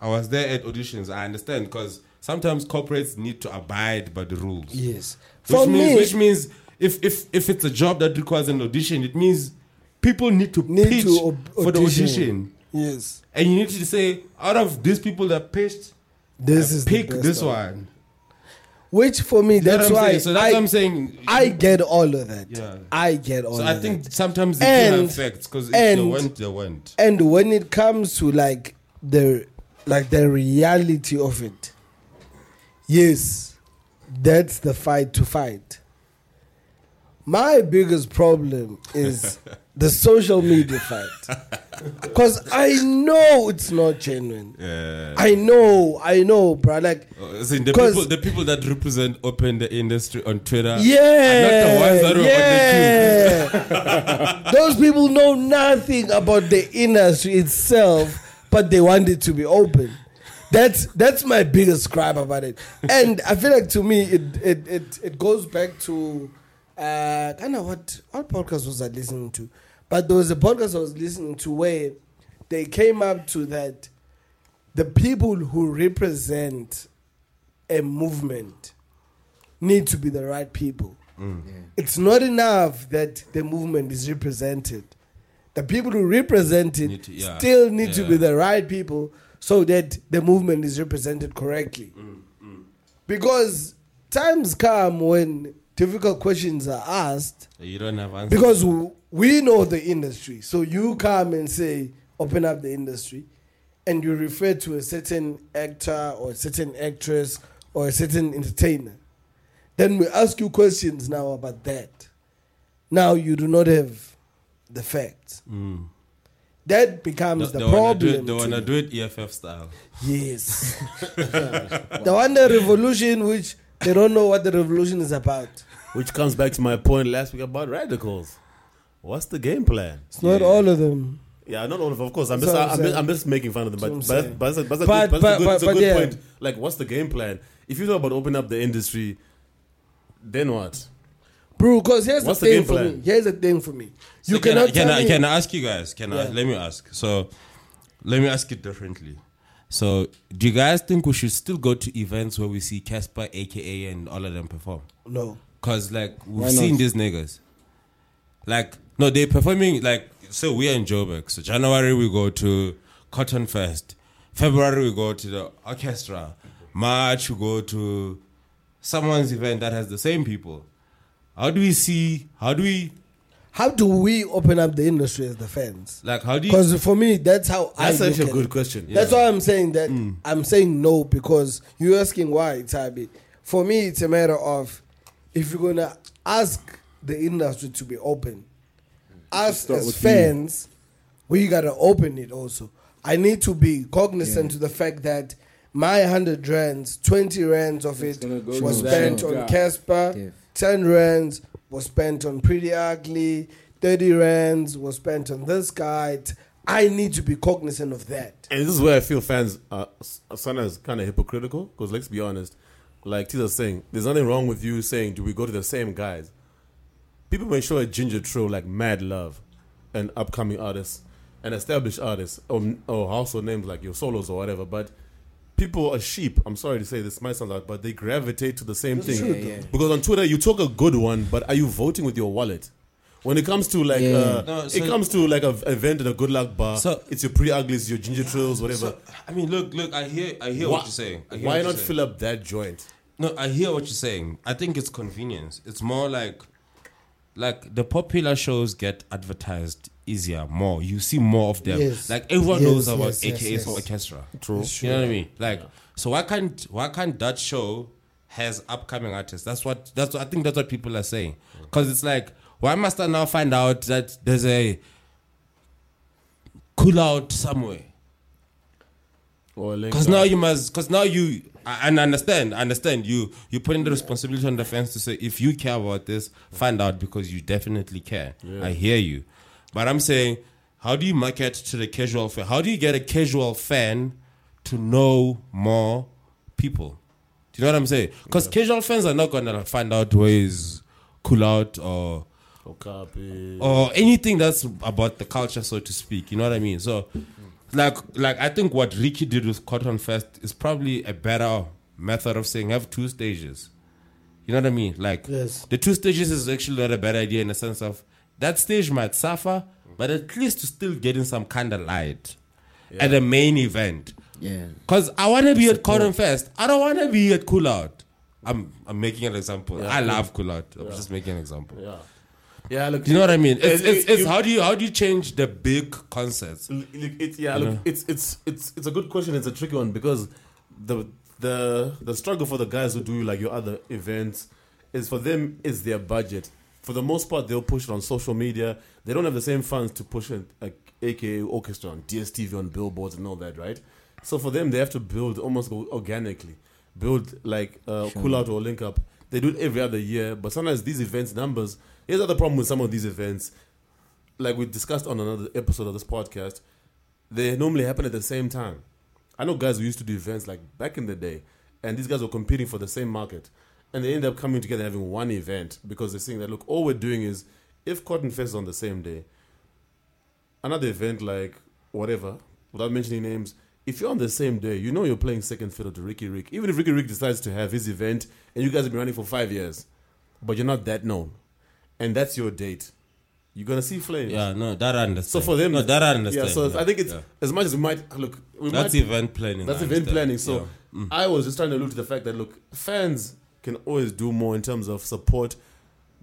Speaker 5: I was there at auditions, I understand because sometimes corporates need to abide by the rules.
Speaker 3: yes.
Speaker 5: Which
Speaker 3: For
Speaker 5: means,
Speaker 3: me,
Speaker 5: which means if, if if it's a job that requires an audition, it means people need to
Speaker 3: Need
Speaker 5: pitch
Speaker 3: to ob-
Speaker 5: for the
Speaker 3: audition.
Speaker 5: audition,
Speaker 3: yes.
Speaker 5: and you need to say out of these people that pitched,
Speaker 3: This is the
Speaker 5: pick
Speaker 3: best
Speaker 5: this
Speaker 3: one.
Speaker 5: one.
Speaker 3: Which for me,
Speaker 5: You know
Speaker 3: that's
Speaker 5: what I'm
Speaker 3: why
Speaker 5: saying? So that's
Speaker 3: I,
Speaker 5: what I'm saying.
Speaker 3: I get all of that.
Speaker 5: Yeah.
Speaker 3: I get all.
Speaker 5: so
Speaker 3: of
Speaker 5: I think
Speaker 3: that.
Speaker 5: sometimes it can
Speaker 3: And-
Speaker 5: affect because if they
Speaker 3: and-
Speaker 5: went, they went.
Speaker 3: and when it comes to like the like the reality of it yes that's the fight to fight my biggest problem is the social media fight because i know it's not genuine
Speaker 5: Yeah.
Speaker 3: i know i know bro like
Speaker 5: Uh, so the
Speaker 3: 'Cause-
Speaker 5: people, the people that represent open the industry on Twitter,
Speaker 3: yeah,
Speaker 5: are not the ones that were on the queue.
Speaker 3: yeah. (laughs) Those people know nothing about the industry itself, but they want it to be open. That's that's my biggest gripe about it, and I feel like to me it it it, it goes back to uh, kind of what what podcast was I listening to? But there was a podcast I was listening to where they came up to that the people who represent a movement need to be the right people.
Speaker 5: Mm.
Speaker 3: It's not enough that the movement is represented. The people who represent it
Speaker 5: Need to- yeah,
Speaker 3: still need to be
Speaker 5: yeah.
Speaker 3: the right people so that the movement is represented correctly.
Speaker 5: Mm,
Speaker 3: Because times come when difficult questions are asked
Speaker 5: You don't have answers.
Speaker 3: because w- we know the industry. So you come and say, open up the industry, and you refer to a certain actor or a certain actress or a certain entertainer. Then we ask you questions now about that. Now you do not have the facts. That becomes Mm. the,
Speaker 5: wanna do
Speaker 3: problem.
Speaker 5: it, they want to
Speaker 3: to-
Speaker 5: do it EFF style.
Speaker 3: (laughs) Yes. the one the revolution which they don't know what the revolution is about.
Speaker 2: Which comes back to my point last week about radicals. What's the game plan?
Speaker 3: It's not all of them.
Speaker 2: Yeah, not all of, of course. I'm
Speaker 3: That's
Speaker 2: just,
Speaker 3: what I'm
Speaker 2: I'm, just,
Speaker 3: saying.
Speaker 2: I'm just making fun of them, but
Speaker 3: That's
Speaker 2: but
Speaker 3: what I'm
Speaker 2: that's, but that's a, that's a
Speaker 3: But-
Speaker 2: good, that's a
Speaker 3: but-
Speaker 2: good,
Speaker 3: but-
Speaker 2: it's a
Speaker 3: but
Speaker 2: good
Speaker 3: yeah.
Speaker 2: point. Like, what's the game plan? If you talk about opening up the industry, then what?
Speaker 3: Bro, because here's
Speaker 2: What's
Speaker 3: the
Speaker 2: the
Speaker 3: thing
Speaker 2: game
Speaker 3: for
Speaker 2: plan?
Speaker 3: me. Here's the thing for me. You
Speaker 5: So can
Speaker 3: cannot
Speaker 5: I, can
Speaker 3: tell
Speaker 5: I,
Speaker 3: me-
Speaker 5: can I ask you guys? Can I
Speaker 3: Yeah.
Speaker 5: let me ask? So let me ask it differently. So do you guys think we should still go to events where we see Casper, aka, and all of them perform?
Speaker 3: No.
Speaker 5: Cause like we've
Speaker 6: Why not?
Speaker 5: seen these niggas. Like no, they performing like so we're in Joburg. So January we go to Cotton Fest. February we go to the orchestra. March we go to someone's event that has the same people. How do we see? How do we
Speaker 3: How do we open up the industry as the fans?
Speaker 5: like? How do you?
Speaker 3: Because for me, that's how I.
Speaker 2: That's
Speaker 3: look
Speaker 2: actually
Speaker 3: at
Speaker 2: a good
Speaker 3: it.
Speaker 2: question.
Speaker 3: That's why I'm saying that I'm saying no because you're asking why, Tabi. For me, it's a matter of if you're gonna ask the industry to be open, us
Speaker 4: start
Speaker 3: as
Speaker 4: with
Speaker 3: fans, we gotta open it also. I need to be cognizant to the fact that my hundred rands, twenty rands of
Speaker 4: It's
Speaker 3: it
Speaker 4: gonna go
Speaker 3: was
Speaker 7: to
Speaker 3: spent
Speaker 4: that guy.
Speaker 3: on Casper,
Speaker 7: Yeah.
Speaker 3: ten rands was spent on Pretty Ugly, thirty rands was spent on this guy. T- I need to be cognizant of that.
Speaker 2: And this is where I feel fans are s- sometimes kind of hypocritical because let's be honest, like Tiza's saying, there's nothing wrong with you saying, do we go to the same guys? People may show a ginger trail like mad love and upcoming artists and established artists or, or household names like your solos or whatever, but people are sheep. I'm sorry to say this might sound loud, but they gravitate to the same thing.
Speaker 3: That's true, Yeah, though.
Speaker 2: Because on Twitter, you talk a good one, but are you voting with your wallet? When it comes to like,
Speaker 7: Yeah.
Speaker 2: uh,
Speaker 5: No,
Speaker 2: it
Speaker 5: so-
Speaker 2: comes to like an event at a good luck bar.
Speaker 5: So-
Speaker 2: it's your pretty uglies, your ginger trails, whatever.
Speaker 5: So, I mean, look, look. I hear, I hear what you're saying. I hear
Speaker 2: Why
Speaker 5: what you're
Speaker 2: not
Speaker 5: saying.
Speaker 2: fill up that joint?
Speaker 5: No, I hear what you're saying. I think it's convenience. It's more like, like the popular shows get advertised easier, more. You see more of them.
Speaker 3: Yes.
Speaker 5: Like everyone
Speaker 3: Yes,
Speaker 5: knows about
Speaker 3: yes, yes,
Speaker 5: AKA's
Speaker 3: yes.
Speaker 5: orchestra.
Speaker 2: True.
Speaker 5: You know what I mean? Like, so why can't why can't that show has upcoming artists? That's what that's what, I think that's what people are saying.
Speaker 3: Mm.
Speaker 5: Because it's like, why must I now find out that there's a cool out somewhere?
Speaker 2: Or link
Speaker 5: Because
Speaker 2: up.
Speaker 5: now you must. Because now you. I- And I understand. I understand. You. You putting the responsibility on the fans to say if you care about this, find out because you definitely care. I hear you, but I'm saying, how do you market to the casual fan? How do you get a casual fan to know more people? Do you know what I'm saying? Because casual fans are not gonna find out where is cool out or
Speaker 2: Or copy.
Speaker 5: or anything that's about the culture, so to speak. You know what I mean? So, like, like I think what Ricky did with Cotton Fest is probably a better method of saying have two stages. You know what I mean? Like,
Speaker 3: Yes.
Speaker 5: the two stages is actually not a bad idea in the sense of that stage might suffer, but at least you're still getting some kind of light at the main event.
Speaker 7: Yeah.
Speaker 5: Cause I wanna be at Cotton Fest. I don't wanna be at Cool Out. I'm I'm making an example. I love Cool Out. I'm just making an example.
Speaker 2: Yeah. Yeah, look.
Speaker 5: Do you know what I mean? It's,
Speaker 2: It-
Speaker 5: it's,
Speaker 2: it-
Speaker 5: it's
Speaker 2: you-
Speaker 5: how do you how do you change the big concerts?
Speaker 2: L- look, it's yeah, look, it's it's it's it's a good question. It's a tricky one because the the the struggle for the guys who do like your other events is for them is their budget. For the most part, they'll push it on social media. They don't have the same funds to push it, like AKA orchestra on DSTV on billboards and all that, right? So for them, they have to build almost o- organically, build like uh, cool out or link up. They do it every other year, but sometimes these events numbers. Here's the other problem with some of these events like we discussed on another episode of this podcast, they normally happen at the same time. I know guys who used to do events like back in the day, and these guys were competing for the same market, and they end up coming together and having one event because they're saying that look, all we're doing is if Cotton Fest is on the same day, another event like whatever, without mentioning names, if you're on the same day, you know you're playing second fiddle to Ricky Rick. Even if Ricky Rick decides to have his event and you guys have been running for five years, but you're not that known, and that's your date, you're gonna see flames.
Speaker 5: Yeah, no, that I
Speaker 2: So
Speaker 5: understand.
Speaker 2: for them,
Speaker 5: no, that I understand.
Speaker 2: Yeah, so I think it's
Speaker 5: yeah.
Speaker 2: as much as we might look. We
Speaker 5: that's
Speaker 2: might,
Speaker 5: event planning.
Speaker 2: that's
Speaker 5: I
Speaker 2: event
Speaker 5: understand.
Speaker 2: planning. So
Speaker 5: Yeah. Mm.
Speaker 2: I was just trying to allude to the fact that look, fans can always do more in terms of support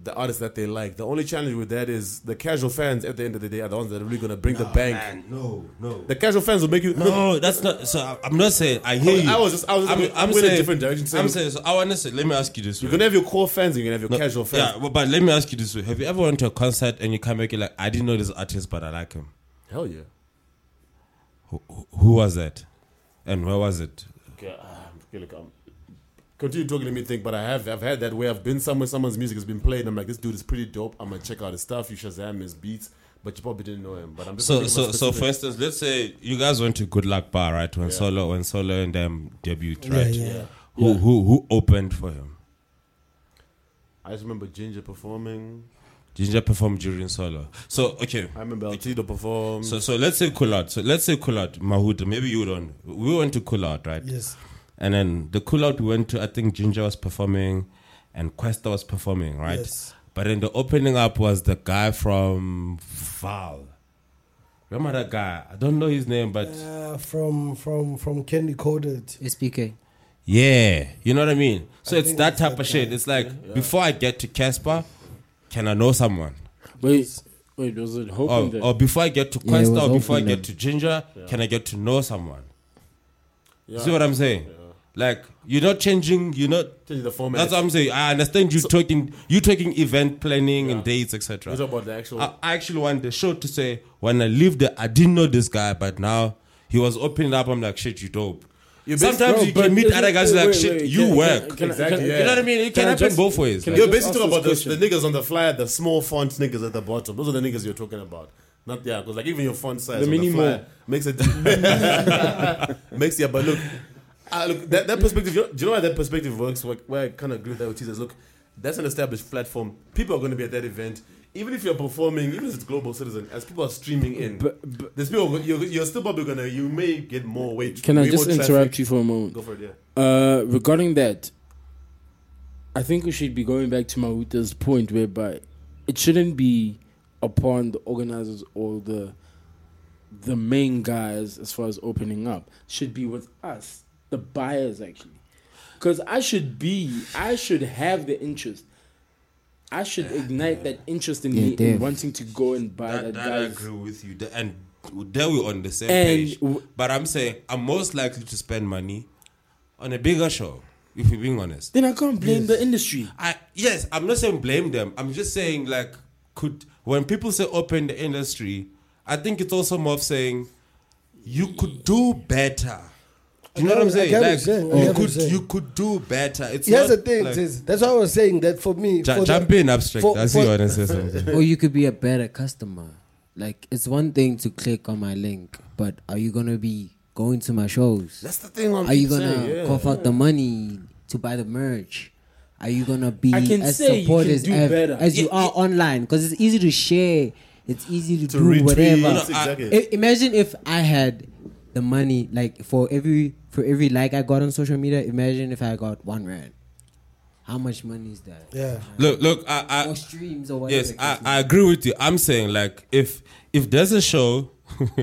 Speaker 2: the artists that they like. The only challenge with that is the casual fans. At the end of the day, are the ones that are really gonna bring the bank.
Speaker 5: Man, no, no,
Speaker 2: The casual fans will make you look,
Speaker 5: no. That's not. So I- I'm not saying. I hear you.
Speaker 2: I was just- I was just-
Speaker 5: I'm,
Speaker 2: I
Speaker 5: I'm
Speaker 2: went a
Speaker 5: saying.
Speaker 2: different direction,
Speaker 5: I'm
Speaker 2: saying-
Speaker 5: saying. So I want to say. Let me ask you this.
Speaker 2: You're
Speaker 5: way.
Speaker 2: gonna have your core fans. and You're gonna have your casual fans.
Speaker 5: Yeah, but, but let me ask you this way: Have you ever went to a concert and you come back? You're like, I didn't know this artist, but I like him.
Speaker 2: Hell yeah.
Speaker 5: who, who was that, and where was it?
Speaker 2: Okay, ah, okay, look, I'm- continue talking to me. Think, but I have I've had that where I've been somewhere, someone's music has been played. And I'm like, this dude is pretty dope. I'm gonna check out his stuff. You Shazam his beats, but you probably didn't know him. But I'm just
Speaker 5: So
Speaker 2: thinking
Speaker 5: so
Speaker 2: about
Speaker 5: so for
Speaker 2: specific-
Speaker 5: instance, let's say you guys went to Good Luck Bar, right? When
Speaker 2: Yeah.
Speaker 5: Solo when Solo and them debuted, right?
Speaker 3: yeah.
Speaker 2: yeah.
Speaker 5: Who who who opened for him?
Speaker 2: I just remember Ginger performing.
Speaker 5: Ginger performed during Solo. So okay.
Speaker 2: I remember Altito perform.
Speaker 5: So so let's say cool out. So let's say cool out, Mahuta. Maybe you don't. We went to cool out, right?
Speaker 3: Yes.
Speaker 5: And then the cool out we went to, I think Ginger was performing and Questa was performing, right?
Speaker 3: Yes.
Speaker 5: But then the opening up was the guy from Val. Remember that guy? I don't know his name, but
Speaker 3: Uh, from from from Candy Coded.
Speaker 7: SPK.
Speaker 5: yeah, you know what I mean? So it's
Speaker 3: think
Speaker 5: that
Speaker 3: it's
Speaker 5: type of
Speaker 3: that
Speaker 5: shit.
Speaker 3: guy.
Speaker 5: It's like, before I get to Casper, can I know someone?
Speaker 4: Wait, wait, was it
Speaker 5: Or,
Speaker 4: hoping that?
Speaker 5: or before I get to
Speaker 7: Yeah, it
Speaker 5: Questa,
Speaker 7: was
Speaker 5: or before I
Speaker 7: open
Speaker 5: get
Speaker 7: then.
Speaker 5: to Ginger, can I get to know someone?
Speaker 2: yeah.
Speaker 5: See what I'm saying? Like, you're not changing, you're not
Speaker 2: Change the format.
Speaker 5: That's what I'm saying. I understand you talking. You talking event planning and dates,
Speaker 2: It's
Speaker 5: etc.
Speaker 2: about the actual.
Speaker 5: I, I actually want the show to say when I leave there, I didn't know this guy, but now he was opening up. I'm like, shit, you dope. Sometimes
Speaker 4: Bro,
Speaker 5: you
Speaker 4: but
Speaker 5: can meet
Speaker 4: is
Speaker 5: other
Speaker 4: it-
Speaker 5: guys
Speaker 4: wait,
Speaker 5: like,
Speaker 4: wait,
Speaker 5: shit,
Speaker 4: wait,
Speaker 5: you
Speaker 4: can-
Speaker 5: work.
Speaker 4: can- can-
Speaker 2: Exactly,
Speaker 4: can-
Speaker 2: yeah.
Speaker 5: You know what I mean? It
Speaker 4: Can
Speaker 5: can
Speaker 4: I
Speaker 5: happen
Speaker 4: just-
Speaker 5: both ways.
Speaker 4: can I
Speaker 5: like.
Speaker 2: You're
Speaker 4: just
Speaker 2: basically
Speaker 4: ask
Speaker 2: talking about
Speaker 4: this
Speaker 2: the, the niggas on the flyer, the small font niggas at the bottom. Those are the niggas you're talking about. Not yeah, because like even your font size,
Speaker 4: The
Speaker 2: on the
Speaker 4: mini
Speaker 2: flyer makes it (laughs) makes yeah. But look, uh, look that, that perspective. You know, do you know how that perspective works? Where, where I kind of agree with that with Jesus. Look, that's an established platform. People are going to be at that event. Even if you're performing, even if it's global citizen, as people are streaming in,
Speaker 4: But- but-
Speaker 2: there's people. You're, you're still probably gonna. You may get more weight.
Speaker 4: can I
Speaker 2: way
Speaker 4: just
Speaker 2: more traffic.
Speaker 4: interrupt you for a moment?
Speaker 2: Go for it. Yeah.
Speaker 4: Uh, regarding that, I think we should be going back to Mahuta's point whereby it shouldn't be upon the organizers or the the main guys as far as opening up. Should be with us, the buyers actually. Because I should be, I should have the interest. I should ignite that interest in
Speaker 7: Yeah,
Speaker 4: me in
Speaker 7: Dave.
Speaker 4: wanting to go and buy that,
Speaker 5: That, that I
Speaker 4: guy's-
Speaker 5: agree with you. The- And there we're on the same
Speaker 4: And
Speaker 5: page.
Speaker 4: w-
Speaker 5: But I'm saying I'm most likely to spend money on a bigger show. If we're being honest.
Speaker 4: Then I can't blame the industry.
Speaker 5: I yes, I'm not saying blame them. I'm just saying like could when people say open the industry, I think it's also more of saying you could do better. Do you know what I'm
Speaker 3: I
Speaker 5: saying?
Speaker 3: get what
Speaker 5: Like
Speaker 3: you're saying, I
Speaker 5: you
Speaker 3: get what
Speaker 5: could
Speaker 3: you're saying.
Speaker 5: you could do better. It's
Speaker 3: Here's the
Speaker 5: not
Speaker 3: thing,
Speaker 5: like-
Speaker 3: sis. That's why I was saying that for me.
Speaker 5: Ju-
Speaker 3: for
Speaker 5: jump
Speaker 3: the,
Speaker 5: in abstract.
Speaker 3: for-
Speaker 5: I see
Speaker 3: for-
Speaker 5: you want to
Speaker 3: (laughs)
Speaker 5: say something.
Speaker 7: or you could be a better customer. Like it's one thing to click on my link, but are you gonna be going to my shows?
Speaker 2: That's the thing. I'm
Speaker 7: Are you
Speaker 2: saying,
Speaker 7: gonna
Speaker 2: yeah.
Speaker 7: cough out the money to buy the merch? Are you gonna be
Speaker 4: I can
Speaker 7: as
Speaker 4: say you
Speaker 7: supportive
Speaker 4: can
Speaker 7: as,
Speaker 4: do better.
Speaker 7: as you
Speaker 5: Yeah,
Speaker 7: are online? Because it's easy to share. It's easy to, do
Speaker 2: retweet.
Speaker 7: whatever.
Speaker 2: Yes, exactly.
Speaker 7: I- imagine if I had the money, like for every for every like I got on social media. Imagine if I got one rand. How much money is that?
Speaker 3: Yeah.
Speaker 5: Look, look, I, I
Speaker 7: Or streams or whatever.
Speaker 5: Yes,
Speaker 7: it
Speaker 5: I,
Speaker 7: is.
Speaker 5: I agree with you. I'm saying like if if there's a show, (laughs)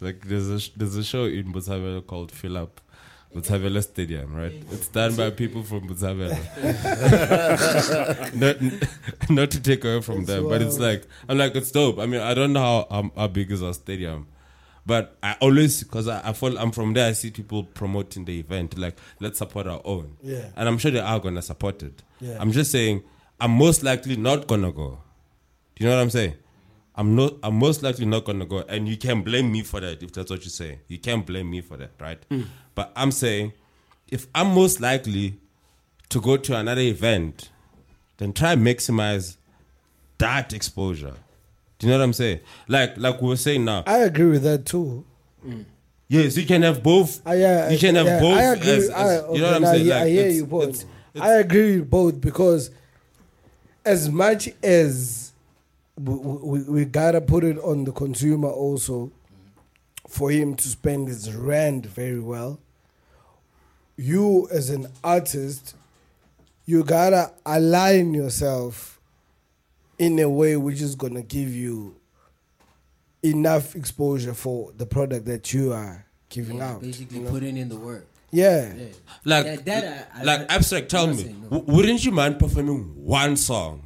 Speaker 5: like there's a sh- there's a show in Botswana called Fill Up, Botswana Stadium, right? It's done by people from Botswana. (laughs) not not to take away from them, but it's like I'm like it's dope. I mean, I don't know how um, how big is our stadium. But I always, because I, I follow, I'm from there. I see people promoting the event, like let's support our own,
Speaker 3: Yeah.
Speaker 5: And I'm sure they are gonna support it.
Speaker 3: Yeah.
Speaker 5: I'm just saying, I'm most likely not gonna go. Do you know what I'm saying? I'm not. I'm most likely not gonna go, and you can blame me for that if that's what you say. You can't blame me for that, right?
Speaker 3: Hmm.
Speaker 5: But I'm saying, if I'm most likely to go to another event, then try and maximize that exposure. Do you know what I'm saying? Like, like we were saying now.
Speaker 3: I agree with that too.
Speaker 5: Yes, you can have both.
Speaker 3: I, yeah,
Speaker 5: you can have
Speaker 3: yeah,
Speaker 5: both.
Speaker 3: I agree.
Speaker 5: as-
Speaker 3: I,
Speaker 5: as- you
Speaker 3: okay,
Speaker 5: know what I'm
Speaker 3: now
Speaker 5: saying?
Speaker 3: he- I
Speaker 5: Like,
Speaker 3: hear
Speaker 5: it's-
Speaker 3: you both.
Speaker 5: it's- it's-
Speaker 3: I agree with both because as much as we, we, we gotta put it on the consumer also for him to spend his rand very well, you as an artist, you gotta align yourself in a way which is gonna give you enough exposure for the product that you are giving
Speaker 7: Yeah,
Speaker 3: out.
Speaker 7: basically
Speaker 3: you know?
Speaker 7: putting in the work. (laughs)
Speaker 3: Yeah.
Speaker 7: Yeah.
Speaker 5: like,
Speaker 7: That- that I- I-
Speaker 5: like abstract. Tell
Speaker 7: I'm not
Speaker 5: me,
Speaker 7: saying no.
Speaker 5: w- wouldn't you mind performing one song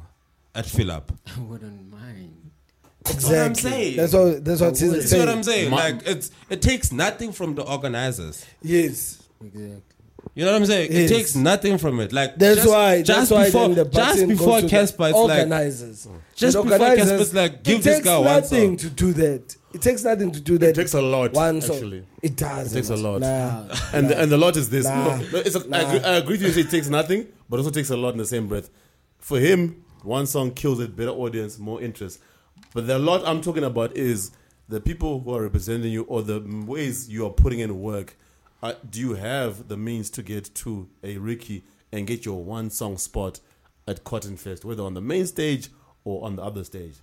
Speaker 5: at Fill Up?
Speaker 7: I wouldn't mind.
Speaker 3: Exactly.
Speaker 5: what I'm saying.
Speaker 3: That's what that's what
Speaker 5: You
Speaker 3: Cesar
Speaker 5: see
Speaker 3: said.
Speaker 5: what I'm saying? Like, it's it takes nothing from the organizers.
Speaker 3: Yes.
Speaker 7: Exactly.
Speaker 5: You know what I'm saying? It
Speaker 3: Yes.
Speaker 5: takes nothing from it. Like
Speaker 3: That's
Speaker 5: just,
Speaker 3: why.
Speaker 5: Just
Speaker 3: that's why
Speaker 5: before,
Speaker 3: then the
Speaker 5: just
Speaker 3: button
Speaker 5: before
Speaker 3: goes to the
Speaker 5: Casper, it's like
Speaker 3: organizers.
Speaker 5: just
Speaker 3: The
Speaker 5: before
Speaker 3: organizers,
Speaker 5: Casper's like,
Speaker 3: it
Speaker 5: give this
Speaker 3: takes
Speaker 5: guy one
Speaker 3: nothing
Speaker 5: song.
Speaker 3: to do that. It takes nothing to do that.
Speaker 2: It takes a lot.
Speaker 3: one song.
Speaker 2: actually.
Speaker 3: It does.
Speaker 2: It takes a lot.
Speaker 3: Nah.
Speaker 5: (laughs)
Speaker 3: (laughs)
Speaker 2: And the, and the lot is this. No,
Speaker 3: Nah.
Speaker 2: no, it's a, I, agree, I agree with you. It takes nothing, but also takes a lot in the same breath. For him, one song kills it, better audience, more interest. But the lot I'm talking about is the people who are representing you or the ways you are putting in work. Uh, do you have the means to get to a Ricky and get your one song spot at Cotton Fest, whether on the main stage or on the other stage?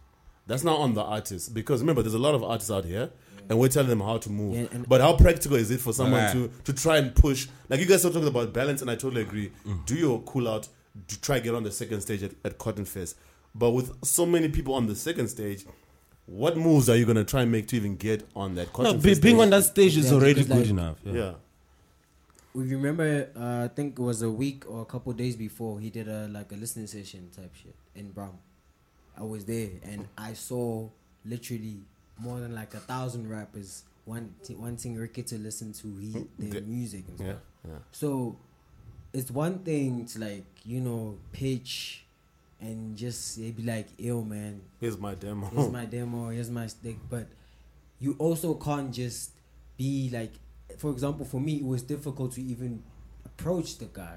Speaker 2: That's not on the artist because remember, there's a lot of artists out here, and we're telling them how to move.
Speaker 7: Yeah, and-
Speaker 2: but how practical is it for someone
Speaker 5: Right.
Speaker 2: to to try and push. Like you guys are talking about balance, and I totally agree.
Speaker 7: Mm.
Speaker 2: Do your cool out. Do try get on the second stage at, at Cotton Fest. But with so many people on the second stage, what moves are you gonna try and make to even get on that Cotton
Speaker 5: No, be,
Speaker 2: Fest?
Speaker 5: being
Speaker 2: stage?
Speaker 5: on that stage is
Speaker 7: Yeah,
Speaker 5: already
Speaker 7: because,
Speaker 5: good
Speaker 7: like-
Speaker 5: enough. Yeah.
Speaker 2: yeah,
Speaker 7: We remember, uh, I think it was a week or a couple days before he did a like a listening session type shit in Bram. I was there and I saw literally more than like a thousand rappers wanting wanting Ricky to listen to he, their music and stuff.
Speaker 2: yeah, yeah.
Speaker 7: So it's one thing to like you know pitch and just they be like, "Yo, man,
Speaker 2: Here's my demo. (laughs)
Speaker 7: here's my demo, here's my stick. But you also can't just be like, for example, for me, it was difficult to even approach the guy.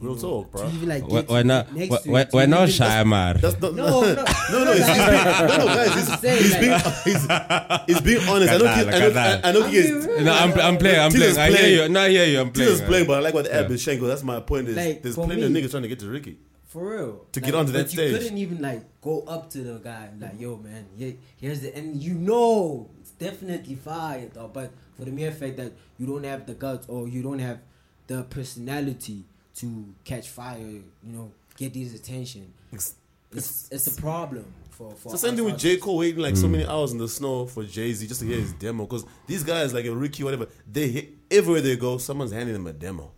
Speaker 7: you
Speaker 2: Real talk, bro.
Speaker 7: To even like
Speaker 5: We're,
Speaker 7: get
Speaker 5: we're not,
Speaker 7: next
Speaker 5: we're,
Speaker 7: to
Speaker 5: we're,
Speaker 7: it, to
Speaker 5: we're not
Speaker 7: even-
Speaker 5: shy, man.
Speaker 2: That's not,
Speaker 7: No, no,
Speaker 2: (laughs) no, no, it's- it's- no, no, guys,
Speaker 7: I'm
Speaker 2: it's-
Speaker 7: saying,
Speaker 2: he's
Speaker 7: like-
Speaker 2: being, he's, he's being honest. I know, he- I know, I, I know he is.
Speaker 5: No, I'm, I'm playing. I'm
Speaker 2: Teaser's
Speaker 5: playing. I
Speaker 2: playing.
Speaker 5: hear you. No, I hear you. I'm playing.
Speaker 2: Teaser's playing, but I like what the Ab is saying. 'cause That's my point. Is
Speaker 7: Like,
Speaker 2: there's
Speaker 7: for
Speaker 2: plenty of
Speaker 7: me-
Speaker 2: niggas trying to get to Ricky.
Speaker 7: For real.
Speaker 2: To get
Speaker 7: Like,
Speaker 2: onto that
Speaker 7: but
Speaker 2: stage.
Speaker 7: You couldn't even like go up to the guy and like, yo man, yeah, here's the and you know it's definitely fire though, but for the mere fact that you don't have the guts or you don't have the personality to catch fire, you know, get these attention.
Speaker 2: It's-
Speaker 7: It's it's, a problem for for
Speaker 2: It's the same thing with
Speaker 7: us
Speaker 2: J. Cole waiting like so many hours in the snow for Jay Z just to hear his demo. Because these guys, like a Ricky, whatever, they hit, everywhere they go, someone's handing them a demo.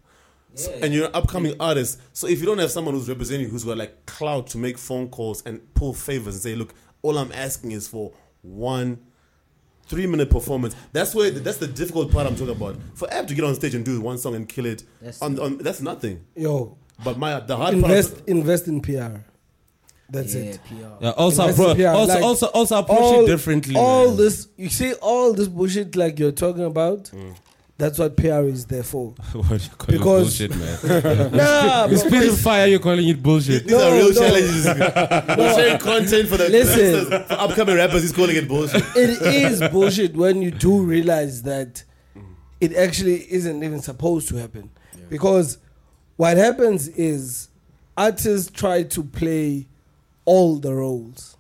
Speaker 2: So-
Speaker 7: Yeah.
Speaker 2: and you're an upcoming artist. So if you don't have someone who's representing you, who's got like clout to make phone calls and pull favors and say, look, all I'm asking is for one three minute performance. That's where that's the difficult part I'm talking about. For Ab to get on stage and do one song and kill it,
Speaker 7: That's-
Speaker 2: on, on, that's nothing.
Speaker 3: Yo,
Speaker 2: But my the hard
Speaker 3: invest
Speaker 2: part.
Speaker 3: invest in PR. That's
Speaker 7: Yeah,
Speaker 3: it.
Speaker 7: PR.
Speaker 5: Yeah, also,
Speaker 3: Invest in
Speaker 5: appro-
Speaker 3: PR,
Speaker 5: also,
Speaker 3: like,
Speaker 5: also, also approach it differently.
Speaker 3: All
Speaker 5: man.
Speaker 3: this, you see, all this bullshit like you're talking about.
Speaker 2: Mm.
Speaker 3: That's what PR is there for.
Speaker 5: what do you call
Speaker 3: Because-
Speaker 5: it bullshit, man?
Speaker 3: nah,
Speaker 5: It's
Speaker 3: but-
Speaker 5: spirit of fire. You're calling it bullshit.
Speaker 2: These are
Speaker 3: No,
Speaker 2: real
Speaker 3: no. (laughs)
Speaker 2: challenges. We're sharing content for the (laughs)
Speaker 3: Listen.
Speaker 2: for upcoming rappers. He's calling it bullshit.
Speaker 3: it is bullshit when you do realize that it actually isn't even supposed to happen. Because what happens is artists try to play all the roles.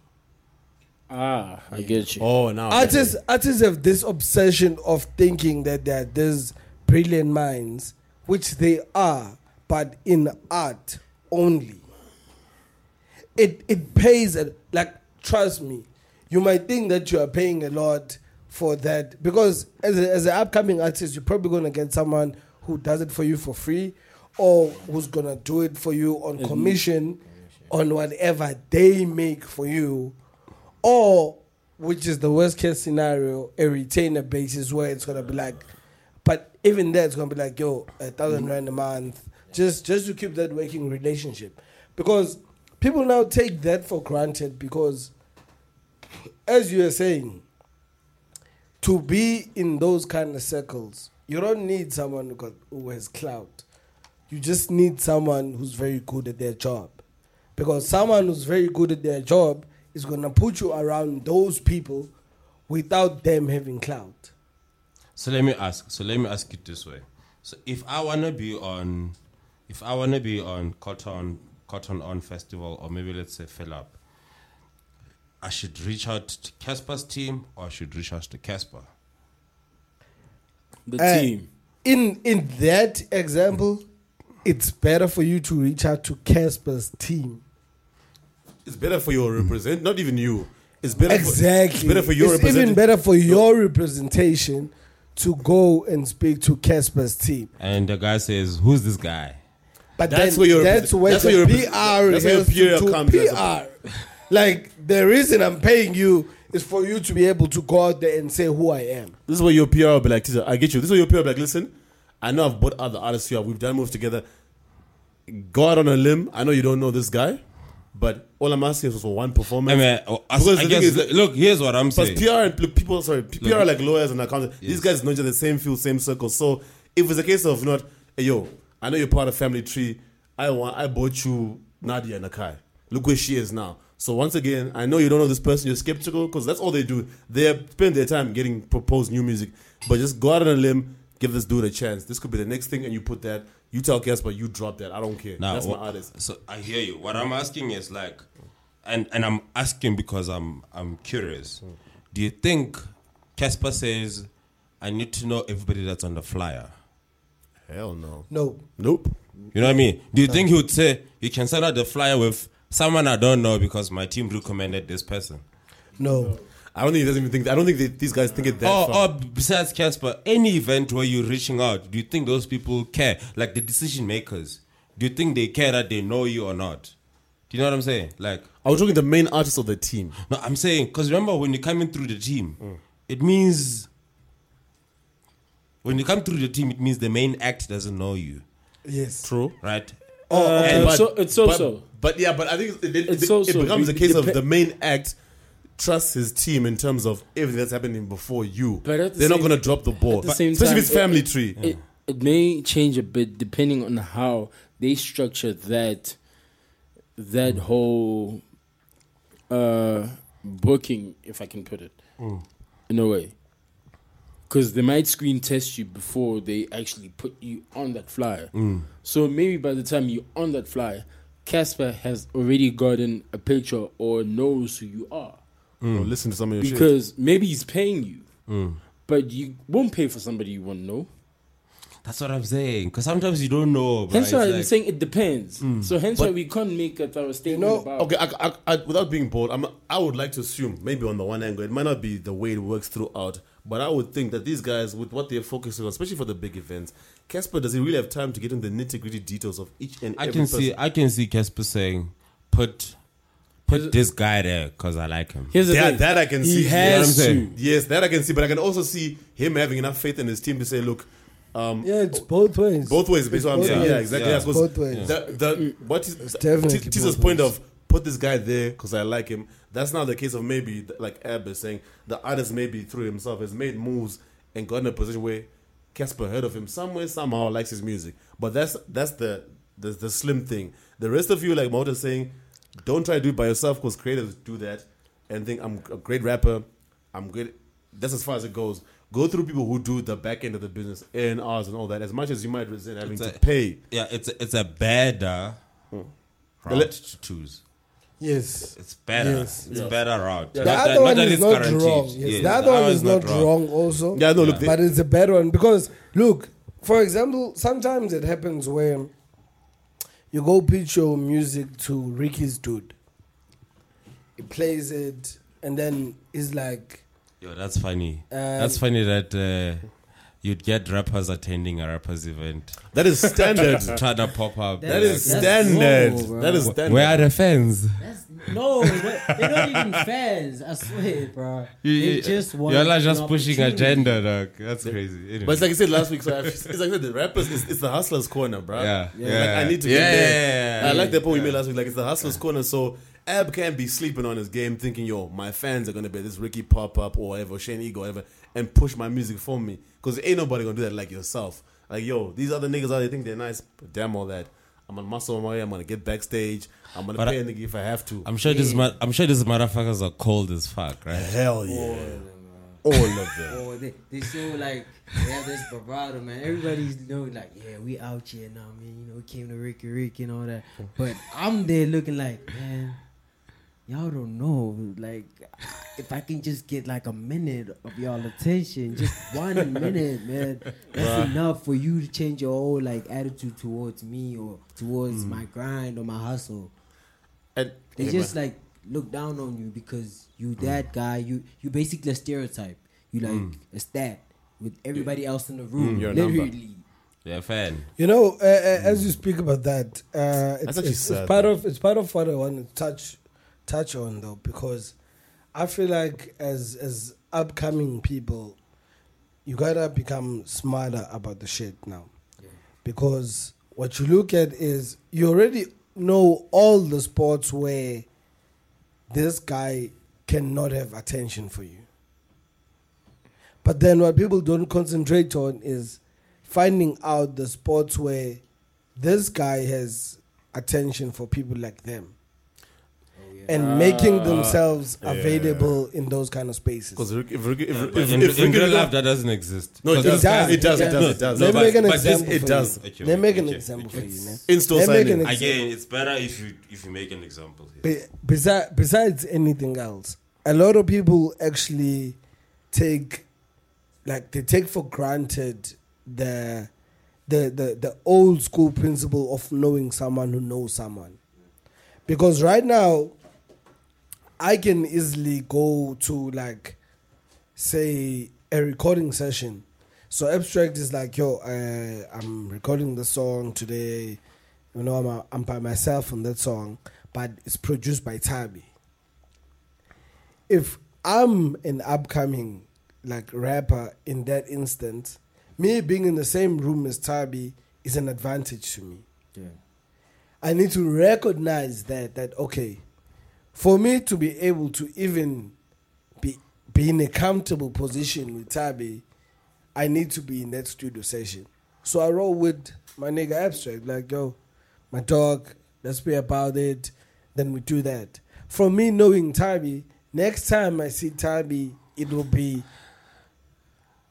Speaker 4: Ah, I get you.
Speaker 2: Oh, now
Speaker 3: Artists artists have this obsession of thinking that they are these brilliant minds, which they are, but in art only. It it pays a, like trust me, you might think that you are paying a lot for that because as a, as an upcoming artist, you're probably gonna get someone who does it for you for free, or who's gonna do it for you on commission, on whatever they make for you or which is the worst case scenario, a retainer basis where it's gonna be like, but even there it's gonna be like, yo, a thousand rand a month, just just to keep that working relationship, because people now take that for granted because, as you are saying, to be in those kind of circles, you don't need someone who, got, who has clout. You just need someone who's very good at their job. Because someone who's very good at their job is going to put you around those people without them having clout.
Speaker 5: So let me ask. So let me ask it this way. So if I wanna be on, if I wanna be on Cotton Cotton On Festival, or maybe let's say Fill Up, I should reach out to Casper's team, or I should reach out to Casper.
Speaker 4: The
Speaker 3: Uh,
Speaker 4: team.
Speaker 3: In in that example, it's better for you to reach out to Casper's team.
Speaker 2: It's better for your represent. Not even you. It's better.
Speaker 3: Exactly.
Speaker 2: For, it's better for your
Speaker 3: It's even
Speaker 2: represent.
Speaker 3: better for your representation to go and speak to Casper's team.
Speaker 5: And the guy says, "Who's this guy?"
Speaker 3: But
Speaker 2: That's
Speaker 3: then,
Speaker 2: where your
Speaker 3: that's
Speaker 2: repre-
Speaker 3: where
Speaker 2: that's
Speaker 3: the
Speaker 2: where your repre-
Speaker 3: PR
Speaker 2: that's where your
Speaker 3: has to
Speaker 2: PR
Speaker 3: do
Speaker 2: comes as a-
Speaker 3: PR. like the reason I'm paying you is for you to be able to go out there and say who I am.
Speaker 2: This is where your PR will be like, teacher. I get you. This is where your PR will be like, listen, I know I've bought other artists here. We've done moves together. Go out on a limb. I know you don't know this guy, But all I'm asking is for one performance.
Speaker 5: I mean, I- I,
Speaker 2: Because
Speaker 5: I
Speaker 2: the
Speaker 5: guess,
Speaker 2: thing is-
Speaker 5: look, here's what I'm
Speaker 2: Plus
Speaker 5: saying.
Speaker 2: PR and look, people, sorry, P- PR are like lawyers and accountants. These guys know each other, same field, same circle. So if it's a case of not, hey, yo, I know you're part of family tree. I want, I bought you Nadia Nakai. Look where she is now. So once again, I know you don't know this person. You're skeptical because that's all they do. They spend their time getting proposed new music. But just go out on a limb, give this dude a chance. This could be the next thing, and you put that. You tell Casper, you drop that. I don't care.
Speaker 5: Now,
Speaker 2: that's my
Speaker 5: wh-
Speaker 2: artist.
Speaker 5: So I hear you. What I'm asking is like, and and I'm asking because I'm I'm curious. Do you think Casper says, "I need to know everybody that's on the flyer"?
Speaker 2: Hell no.
Speaker 3: No.
Speaker 2: Nope.
Speaker 5: You know what I mean? Do you think he would say, "You can send out the flyer with someone I don't know because my team recommended this person"?
Speaker 3: No.
Speaker 2: I don't think he doesn't even think. I don't think they, these guys think it that
Speaker 5: Or,
Speaker 2: far.
Speaker 5: or besides Casper, any event where you're reaching out, do you think those people care? Like the decision makers, do you think they care that they know you or not? Do you know what I'm saying? Like,
Speaker 2: I was talking the main artist of the team.
Speaker 5: No, I'm saying because remember when you're coming through the team, it means when you come through the team, it means the main act doesn't know you,
Speaker 3: Yes.
Speaker 2: True.
Speaker 5: right?
Speaker 3: Uh,
Speaker 5: Oh,
Speaker 4: It's
Speaker 2: But-
Speaker 4: so- it's so-
Speaker 2: but,
Speaker 4: so.
Speaker 2: But yeah, but I think it, it,
Speaker 4: It's
Speaker 2: it-
Speaker 4: so-
Speaker 2: it
Speaker 4: so.
Speaker 2: becomes
Speaker 4: It
Speaker 2: a case of
Speaker 4: depe-
Speaker 2: the main act trusts his team in terms of everything that's happening before you.
Speaker 4: But at the
Speaker 2: They're not
Speaker 4: same-
Speaker 2: going to drop the ball,
Speaker 4: at the same
Speaker 2: especially
Speaker 4: time,
Speaker 2: if it's family
Speaker 4: it-
Speaker 2: tree.
Speaker 4: It, it may change a bit depending on how they structure that that whole uh, booking, if I can put it in a way. Because they might screen test you before they actually put you on that flyer. So maybe by the time you're on that flyer, Casper has already gotten a picture or knows who you are
Speaker 2: Or Mm. Oh, listen to some of your shit.
Speaker 4: because maybe he's paying you, but you won't pay for somebody you won't know.
Speaker 5: That's what I'm saying. Because sometimes you don't know. Bro.
Speaker 4: Hence
Speaker 5: It's
Speaker 4: why I'm
Speaker 5: like-
Speaker 4: saying it depends. So hence why we can't make a thorough statement
Speaker 3: know,
Speaker 4: about.
Speaker 2: Okay, I, I, I, without being bold, I'm, I would like to assume, maybe on the one angle, it might not be the way it works throughout, but I would think that these guys, with what they're focusing on, especially for the big events, Casper doesn't really have time to get in the nitty gritty details of each and
Speaker 5: I
Speaker 2: every
Speaker 5: can
Speaker 2: person.
Speaker 5: see, I can see Casper saying, "Put, put this guy there because I like him."
Speaker 4: Here's the
Speaker 2: Yeah,
Speaker 4: thing.
Speaker 2: that I can see.
Speaker 4: He
Speaker 5: You know what I'm
Speaker 4: has to.
Speaker 5: saying?
Speaker 2: Yes, that I can see, but I can also see him having enough faith in his team to say, "Look, um,
Speaker 3: Yeah, it's both ways.
Speaker 2: both ways." That's what I'm
Speaker 3: both
Speaker 2: saying. Yeah,
Speaker 3: ways.
Speaker 2: exactly.
Speaker 5: Yeah.
Speaker 2: I suppose
Speaker 3: Both ways.
Speaker 2: The, the, what is
Speaker 3: definitely
Speaker 2: T- Tisa's
Speaker 3: both
Speaker 2: point
Speaker 3: ways.
Speaker 2: of put this guy there because I like him. That's now the case of maybe th- like Ab is saying the artist maybe through himself has made moves and got in a position where Casper heard of him somewhere somehow likes his music. But that's that's the the, the slim thing. The rest of you, like Mota saying, don't try to do it by yourself because creators do that and think I'm a great rapper. I'm good. That's as far as it goes. Go through people who do the back end of the business, A and R's and all that. As much as you might resent having
Speaker 5: It's
Speaker 2: to
Speaker 5: a-
Speaker 2: pay,
Speaker 5: Yeah, it's a, it's a better
Speaker 3: Hmm.
Speaker 5: route
Speaker 2: Let-
Speaker 5: to choose.
Speaker 3: Yes.
Speaker 5: It's better.
Speaker 3: Yes.
Speaker 5: It's better route.
Speaker 3: The other one is
Speaker 5: it's
Speaker 3: not
Speaker 5: guaranteed.
Speaker 3: wrong. Yes.
Speaker 5: Yes,
Speaker 3: The other one is not wrong, also.
Speaker 2: Yeah, no, look, they-
Speaker 3: but it's a bad one because look, for example, sometimes it happens where you go pitch your music to Ricky's dude. He plays it, and then he's like,
Speaker 5: Yo, that's funny.
Speaker 3: Um,
Speaker 5: that's funny that uh, you'd get rappers attending a rapper's event.
Speaker 2: (laughs) that is
Speaker 5: (laughs)
Speaker 2: standard.
Speaker 5: Trying to pop up.
Speaker 2: That
Speaker 5: They're
Speaker 2: is
Speaker 7: That's
Speaker 2: standard.
Speaker 7: normal, bro.
Speaker 2: that is
Speaker 5: like,
Speaker 2: standard.
Speaker 5: Where are the fans?
Speaker 7: That's, no, they're they're not even fans. I swear, bro.
Speaker 5: You,
Speaker 7: they just want.
Speaker 5: are like just
Speaker 7: an
Speaker 5: pushing
Speaker 7: opportunity.
Speaker 5: agenda, dog. That's crazy. Anyway.
Speaker 2: but it's like I said last week. So I- it's like I said, the rappers. It's, it's the hustlers' corner, bro.
Speaker 5: yeah, yeah.
Speaker 2: Like, I need to
Speaker 5: yeah,
Speaker 2: get there.
Speaker 5: yeah, yeah,
Speaker 2: I
Speaker 5: yeah.
Speaker 2: like the point you made last week. Like it's the hustlers' corner. So Ab can be sleeping on his game, thinking, "Yo, my fans are gonna be at this Ricky pop up or whatever, Shane Ego, whatever, and push my music for me." Because ain't nobody gonna do that like yourself. Like yo, these other niggas out there think they're nice, but damn all that. I'm gonna muscle my way. I'm gonna get backstage. I'm gonna
Speaker 5: But
Speaker 2: pay
Speaker 5: I-
Speaker 2: a nigga if I have to.
Speaker 5: I'm sure these ma- I'm sure these motherfuckers are cold as fuck, right?
Speaker 2: Hell yeah, all of them.
Speaker 7: Or Oh, they, they so like they have this bravado, man. Everybody's you know like, yeah, we out here now, man. You know, we came to Ricky Rick and all that. But I'm there looking like, man, y'all don't know. Like, if I can just get like a minute of y'all attention, just one minute, man, that's enough for you to change your whole like attitude towards me or towards my grind or my hustle.
Speaker 2: And
Speaker 7: They just like look down on you because you that guy. You you basically a stereotype. You like a stat with everybody else in the room.
Speaker 2: You're a number.
Speaker 7: literally.
Speaker 5: Yeah, fan.
Speaker 3: you know, uh, uh, as you speak about that, uh, it's,
Speaker 2: That's actually
Speaker 3: it's, it's
Speaker 2: sad,
Speaker 3: part
Speaker 2: man.
Speaker 3: of it's part of what I want to touch touch on though, because I feel like as as upcoming people, you gotta become smarter about the shit now, because what you look at is you already know all the sports where this guy cannot have attention for you. But then what people don't concentrate on is finding out the sports where this guy has attention for people like them. And making themselves available in those kind of spaces.
Speaker 2: Because if, if, if, if,
Speaker 5: But
Speaker 2: if,
Speaker 5: in, in
Speaker 2: Ricky
Speaker 5: real life,
Speaker 2: Love-
Speaker 5: that doesn't exist.
Speaker 2: no, it does,
Speaker 3: It does,
Speaker 2: it does,
Speaker 3: it
Speaker 2: it does, it does. No,
Speaker 3: Let me
Speaker 2: but-
Speaker 3: make an
Speaker 2: but this-
Speaker 3: example.
Speaker 2: It
Speaker 3: for
Speaker 2: does.
Speaker 3: you.
Speaker 5: Okay,
Speaker 3: Let me make
Speaker 5: okay,
Speaker 3: an
Speaker 5: okay.
Speaker 3: example for you. ne?
Speaker 2: In store
Speaker 3: Let me make
Speaker 2: signing.
Speaker 3: an ex-
Speaker 5: Again, it's better if you if you make an example. Here.
Speaker 3: Be- besi- besides anything else, a lot of people actually take, like, they take for granted the, the, the, the old school principle of knowing someone who knows someone. Because right now, I can easily go to, like, say, a recording session. So abstract is like, yo, uh, I'm recording the song today. You know, I'm, i I'm by myself on that song, but it's produced by Tabi. If I'm an upcoming like rapper in that instant, me being in the same room as Tabi is an advantage to me.
Speaker 7: Yeah.
Speaker 3: I need to recognize that that okay, for me to be able to even be be in a comfortable position with Tabi, I need to be in that studio session. So I roll with my nigga abstract, like yo, my dog, let's be about it. Then we do that. From me knowing Tabi, next time I see Tabi, it will be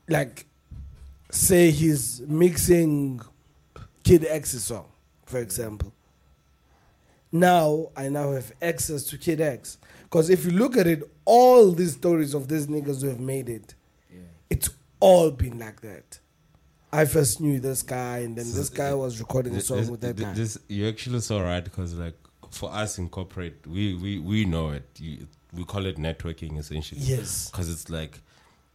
Speaker 3: like say he's mixing Kid X's song, for example. Now I now have access to Kid X. Because if you look at it, all these stories of these niggas who have made it, it's all been like that. I first knew this guy, and then this guy was recording a
Speaker 5: This-
Speaker 3: song
Speaker 5: this-
Speaker 3: with that
Speaker 5: thi-
Speaker 3: guy.
Speaker 5: This, you actually saw right because like for us in corporate, we we we know it. You, we call it networking essentially.
Speaker 3: Yes.
Speaker 5: Because it's like,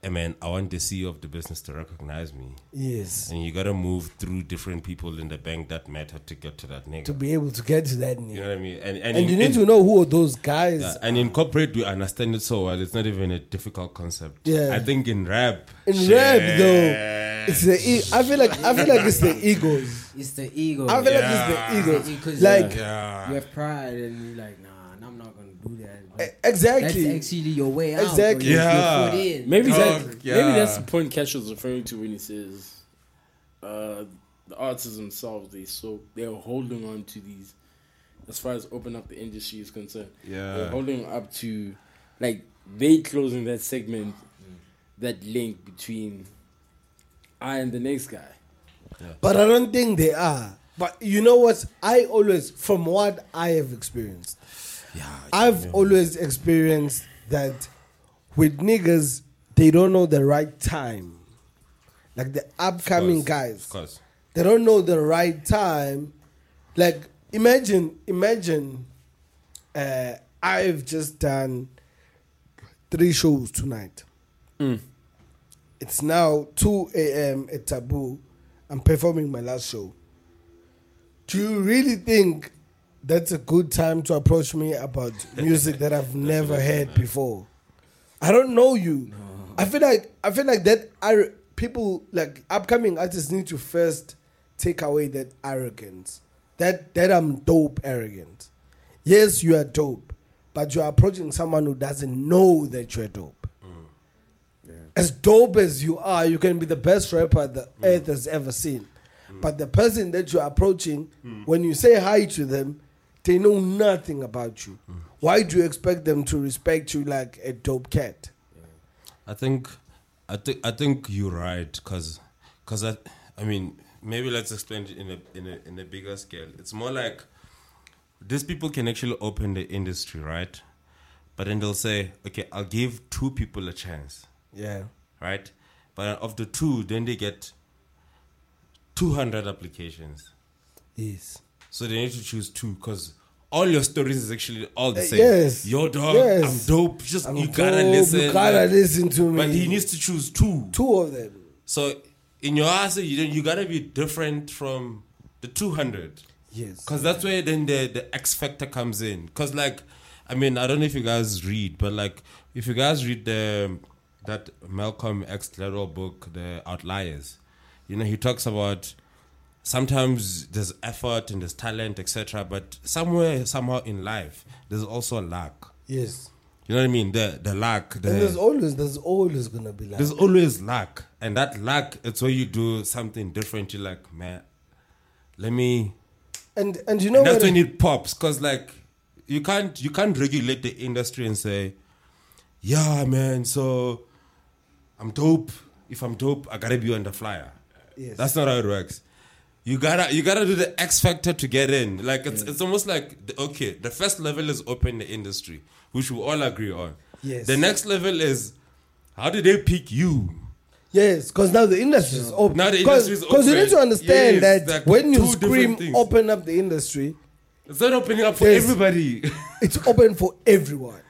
Speaker 5: hey man, I want the CEO of the business to recognize me,
Speaker 3: Yes.
Speaker 5: and you gotta move through different people in the bank that matter to get to that nigga.
Speaker 3: To be able to get to that
Speaker 5: you
Speaker 3: nigga.
Speaker 5: know what I mean? And
Speaker 3: And
Speaker 5: and, in-
Speaker 3: you need
Speaker 5: in-
Speaker 3: to know who are those guys.
Speaker 5: yeah, and in corporate, we understand it so well. It's not even a difficult concept.
Speaker 3: Yeah.
Speaker 5: I think in rap.
Speaker 3: In rap, though, it's the e- I feel like I feel like it's the egos.
Speaker 7: It's the ego.
Speaker 3: I feel
Speaker 5: Yeah.
Speaker 3: like it's the
Speaker 7: Because
Speaker 3: egos. Like
Speaker 5: Yeah.
Speaker 7: you have pride and you're like, nah, I'm not gonna do that.
Speaker 3: e-
Speaker 7: But
Speaker 3: exactly.
Speaker 7: That's actually your way out. or
Speaker 3: Exactly.
Speaker 7: your- your
Speaker 5: Yeah.
Speaker 7: foot in.
Speaker 4: Maybe
Speaker 5: Dog,
Speaker 4: that
Speaker 5: yeah.
Speaker 4: maybe that's the point Cash was referring to when he says uh, the artists themselves they so they're holding on to these as far as open up the industry is concerned. They're
Speaker 5: Yeah.
Speaker 4: holding up to like they closing that segment that link between I and the next guy.
Speaker 3: But I don't think they are. But you know what? I always, from what I have experienced, I've always experienced that with niggas, they don't know the right time. Like the upcoming
Speaker 5: Of course,
Speaker 3: guys,
Speaker 5: Of course.
Speaker 3: they don't know the right time. Like imagine, imagine, uh, I've just done three shows tonight. It's now 2 a.m. at Taboo. I'm performing my last show. Do you really think that's a good time to approach me about music that I've never heard before? I don't know you. I feel like I feel like that ar- people like upcoming artists need to first take away that arrogance. That that I'm dope arrogant. Yes, you are dope, but you're approaching someone who doesn't know that you're dope as dope as you are, you can be the best rapper the earth has ever seen. But the person that you're approaching, when you say hi to them, they know nothing about you. Why do you expect them to respect you like a dope cat?
Speaker 5: I think, I think, I think you're right, cause, 'cause I, I mean, maybe let's explain it in a in a in a bigger scale. It's more like these people can actually open the industry, right? But then they'll say, okay, I'll give two people a chance,
Speaker 3: Yeah.
Speaker 5: right? But of the two, then they get two hundred applications,
Speaker 3: Yes.
Speaker 5: so they need to choose two, cause. All your stories is actually all the
Speaker 3: Uh,
Speaker 5: same.
Speaker 3: yes.
Speaker 5: Yo, dog,
Speaker 3: Yes.
Speaker 5: I'm dope. Just
Speaker 3: I'm
Speaker 5: you gotta
Speaker 3: dope,
Speaker 5: listen.
Speaker 3: You gotta
Speaker 5: like-
Speaker 3: listen to me.
Speaker 5: But he needs to choose two.
Speaker 3: two of them.
Speaker 5: So in your answer, you don't- you gotta be different from the two hundred,
Speaker 3: Yes.
Speaker 5: because that's where then the the X factor comes in. Because like, I mean, I don't know if you guys read, but like, if you guys read the that Malcolm X Gladwell book, The Outliers, you know, he talks about sometimes there's effort and there's talent, etc. But somewhere, somehow in life, there's also luck.
Speaker 3: Yes.
Speaker 5: You know what I mean? The the luck. The,
Speaker 3: And there's always there's always gonna be like
Speaker 5: there's always luck, and that luck it's where you do something different. You're like, man, let me.
Speaker 3: and and you know
Speaker 5: and
Speaker 3: what
Speaker 5: that's when
Speaker 3: it-
Speaker 5: it pops, cause like you can't you can't regulate the industry and say, yeah, man. So I'm dope. If I'm dope, I gotta be on the flyer.
Speaker 3: Yes.
Speaker 5: That's not how it works. You gotta you gotta do the X factor to get in. Like it's it's almost like the, okay, the first level is open the industry, which we all agree on.
Speaker 3: Yes.
Speaker 5: The next level is how did they pick you?
Speaker 3: Yes, because now the industry is open.
Speaker 5: Now the
Speaker 3: Because
Speaker 5: industry is
Speaker 3: you
Speaker 5: open.
Speaker 3: need to understand
Speaker 5: Yes,
Speaker 3: that
Speaker 5: like
Speaker 3: when you
Speaker 5: two different
Speaker 3: scream
Speaker 5: things.
Speaker 3: open up the industry,
Speaker 5: It's not opening up for
Speaker 3: Yes. (laughs)
Speaker 5: everybody.
Speaker 3: it's open for everyone.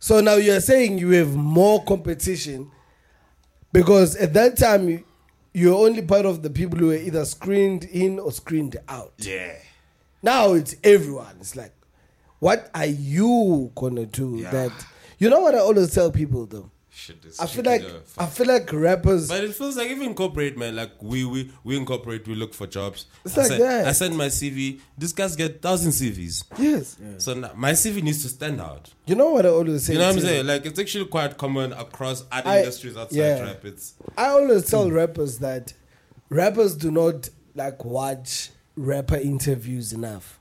Speaker 3: So now you are saying you have more competition because at that time you- you're only part of the people who are either screened in or screened out.
Speaker 5: yeah.
Speaker 3: Now it's everyone. It's like, what are you gonna do?
Speaker 5: Yeah.
Speaker 3: That you know what I always tell people though.
Speaker 5: Shit,
Speaker 3: I feel like I feel like rappers.
Speaker 5: But it feels like even corporate, man. Like we we we incorporate, we look for jobs.
Speaker 3: It's
Speaker 5: I
Speaker 3: like
Speaker 5: send,
Speaker 3: that.
Speaker 5: I send my CV. These guys get thousand CVs.
Speaker 3: yes,
Speaker 5: So now my CV needs to stand out.
Speaker 3: you know what I always say.
Speaker 5: You know what
Speaker 3: to
Speaker 5: I'm saying? Like it's actually quite common across other
Speaker 3: I-
Speaker 5: industries outside
Speaker 3: yeah.
Speaker 5: rap. It's
Speaker 3: I always tell rappers that rappers do not like watch rapper interviews enough.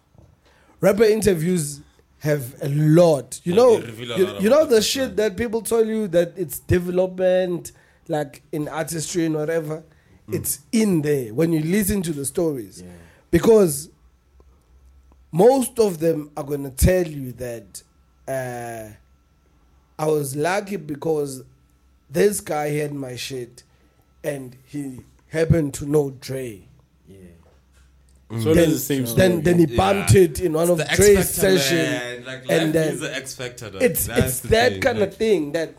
Speaker 3: Rapper interviews have a lot. You
Speaker 5: Yeah,
Speaker 3: know,
Speaker 5: they reveal a
Speaker 3: you,
Speaker 5: lot
Speaker 3: you
Speaker 5: about
Speaker 3: know the
Speaker 5: the
Speaker 3: shit
Speaker 5: person.
Speaker 3: that people tell you that it's development, like in artistry and whatever.
Speaker 5: Mm.
Speaker 3: It's in there when you listen to the stories, because most of them are going to tell you that uh, I was lucky because this guy had my shit and he happened to know Dre.
Speaker 4: So
Speaker 3: Mm. Then,
Speaker 4: it's the same story.
Speaker 3: then, then he bumped
Speaker 5: Yeah.
Speaker 3: it in one of
Speaker 5: the X
Speaker 3: Dre's
Speaker 5: Factor,
Speaker 3: session.
Speaker 5: man. Like
Speaker 3: and
Speaker 5: and
Speaker 3: then
Speaker 5: is the X Factor. dog.
Speaker 3: It's,
Speaker 5: That's
Speaker 3: it's
Speaker 5: the
Speaker 3: that
Speaker 5: thing,
Speaker 3: kind of
Speaker 5: like,
Speaker 3: thing that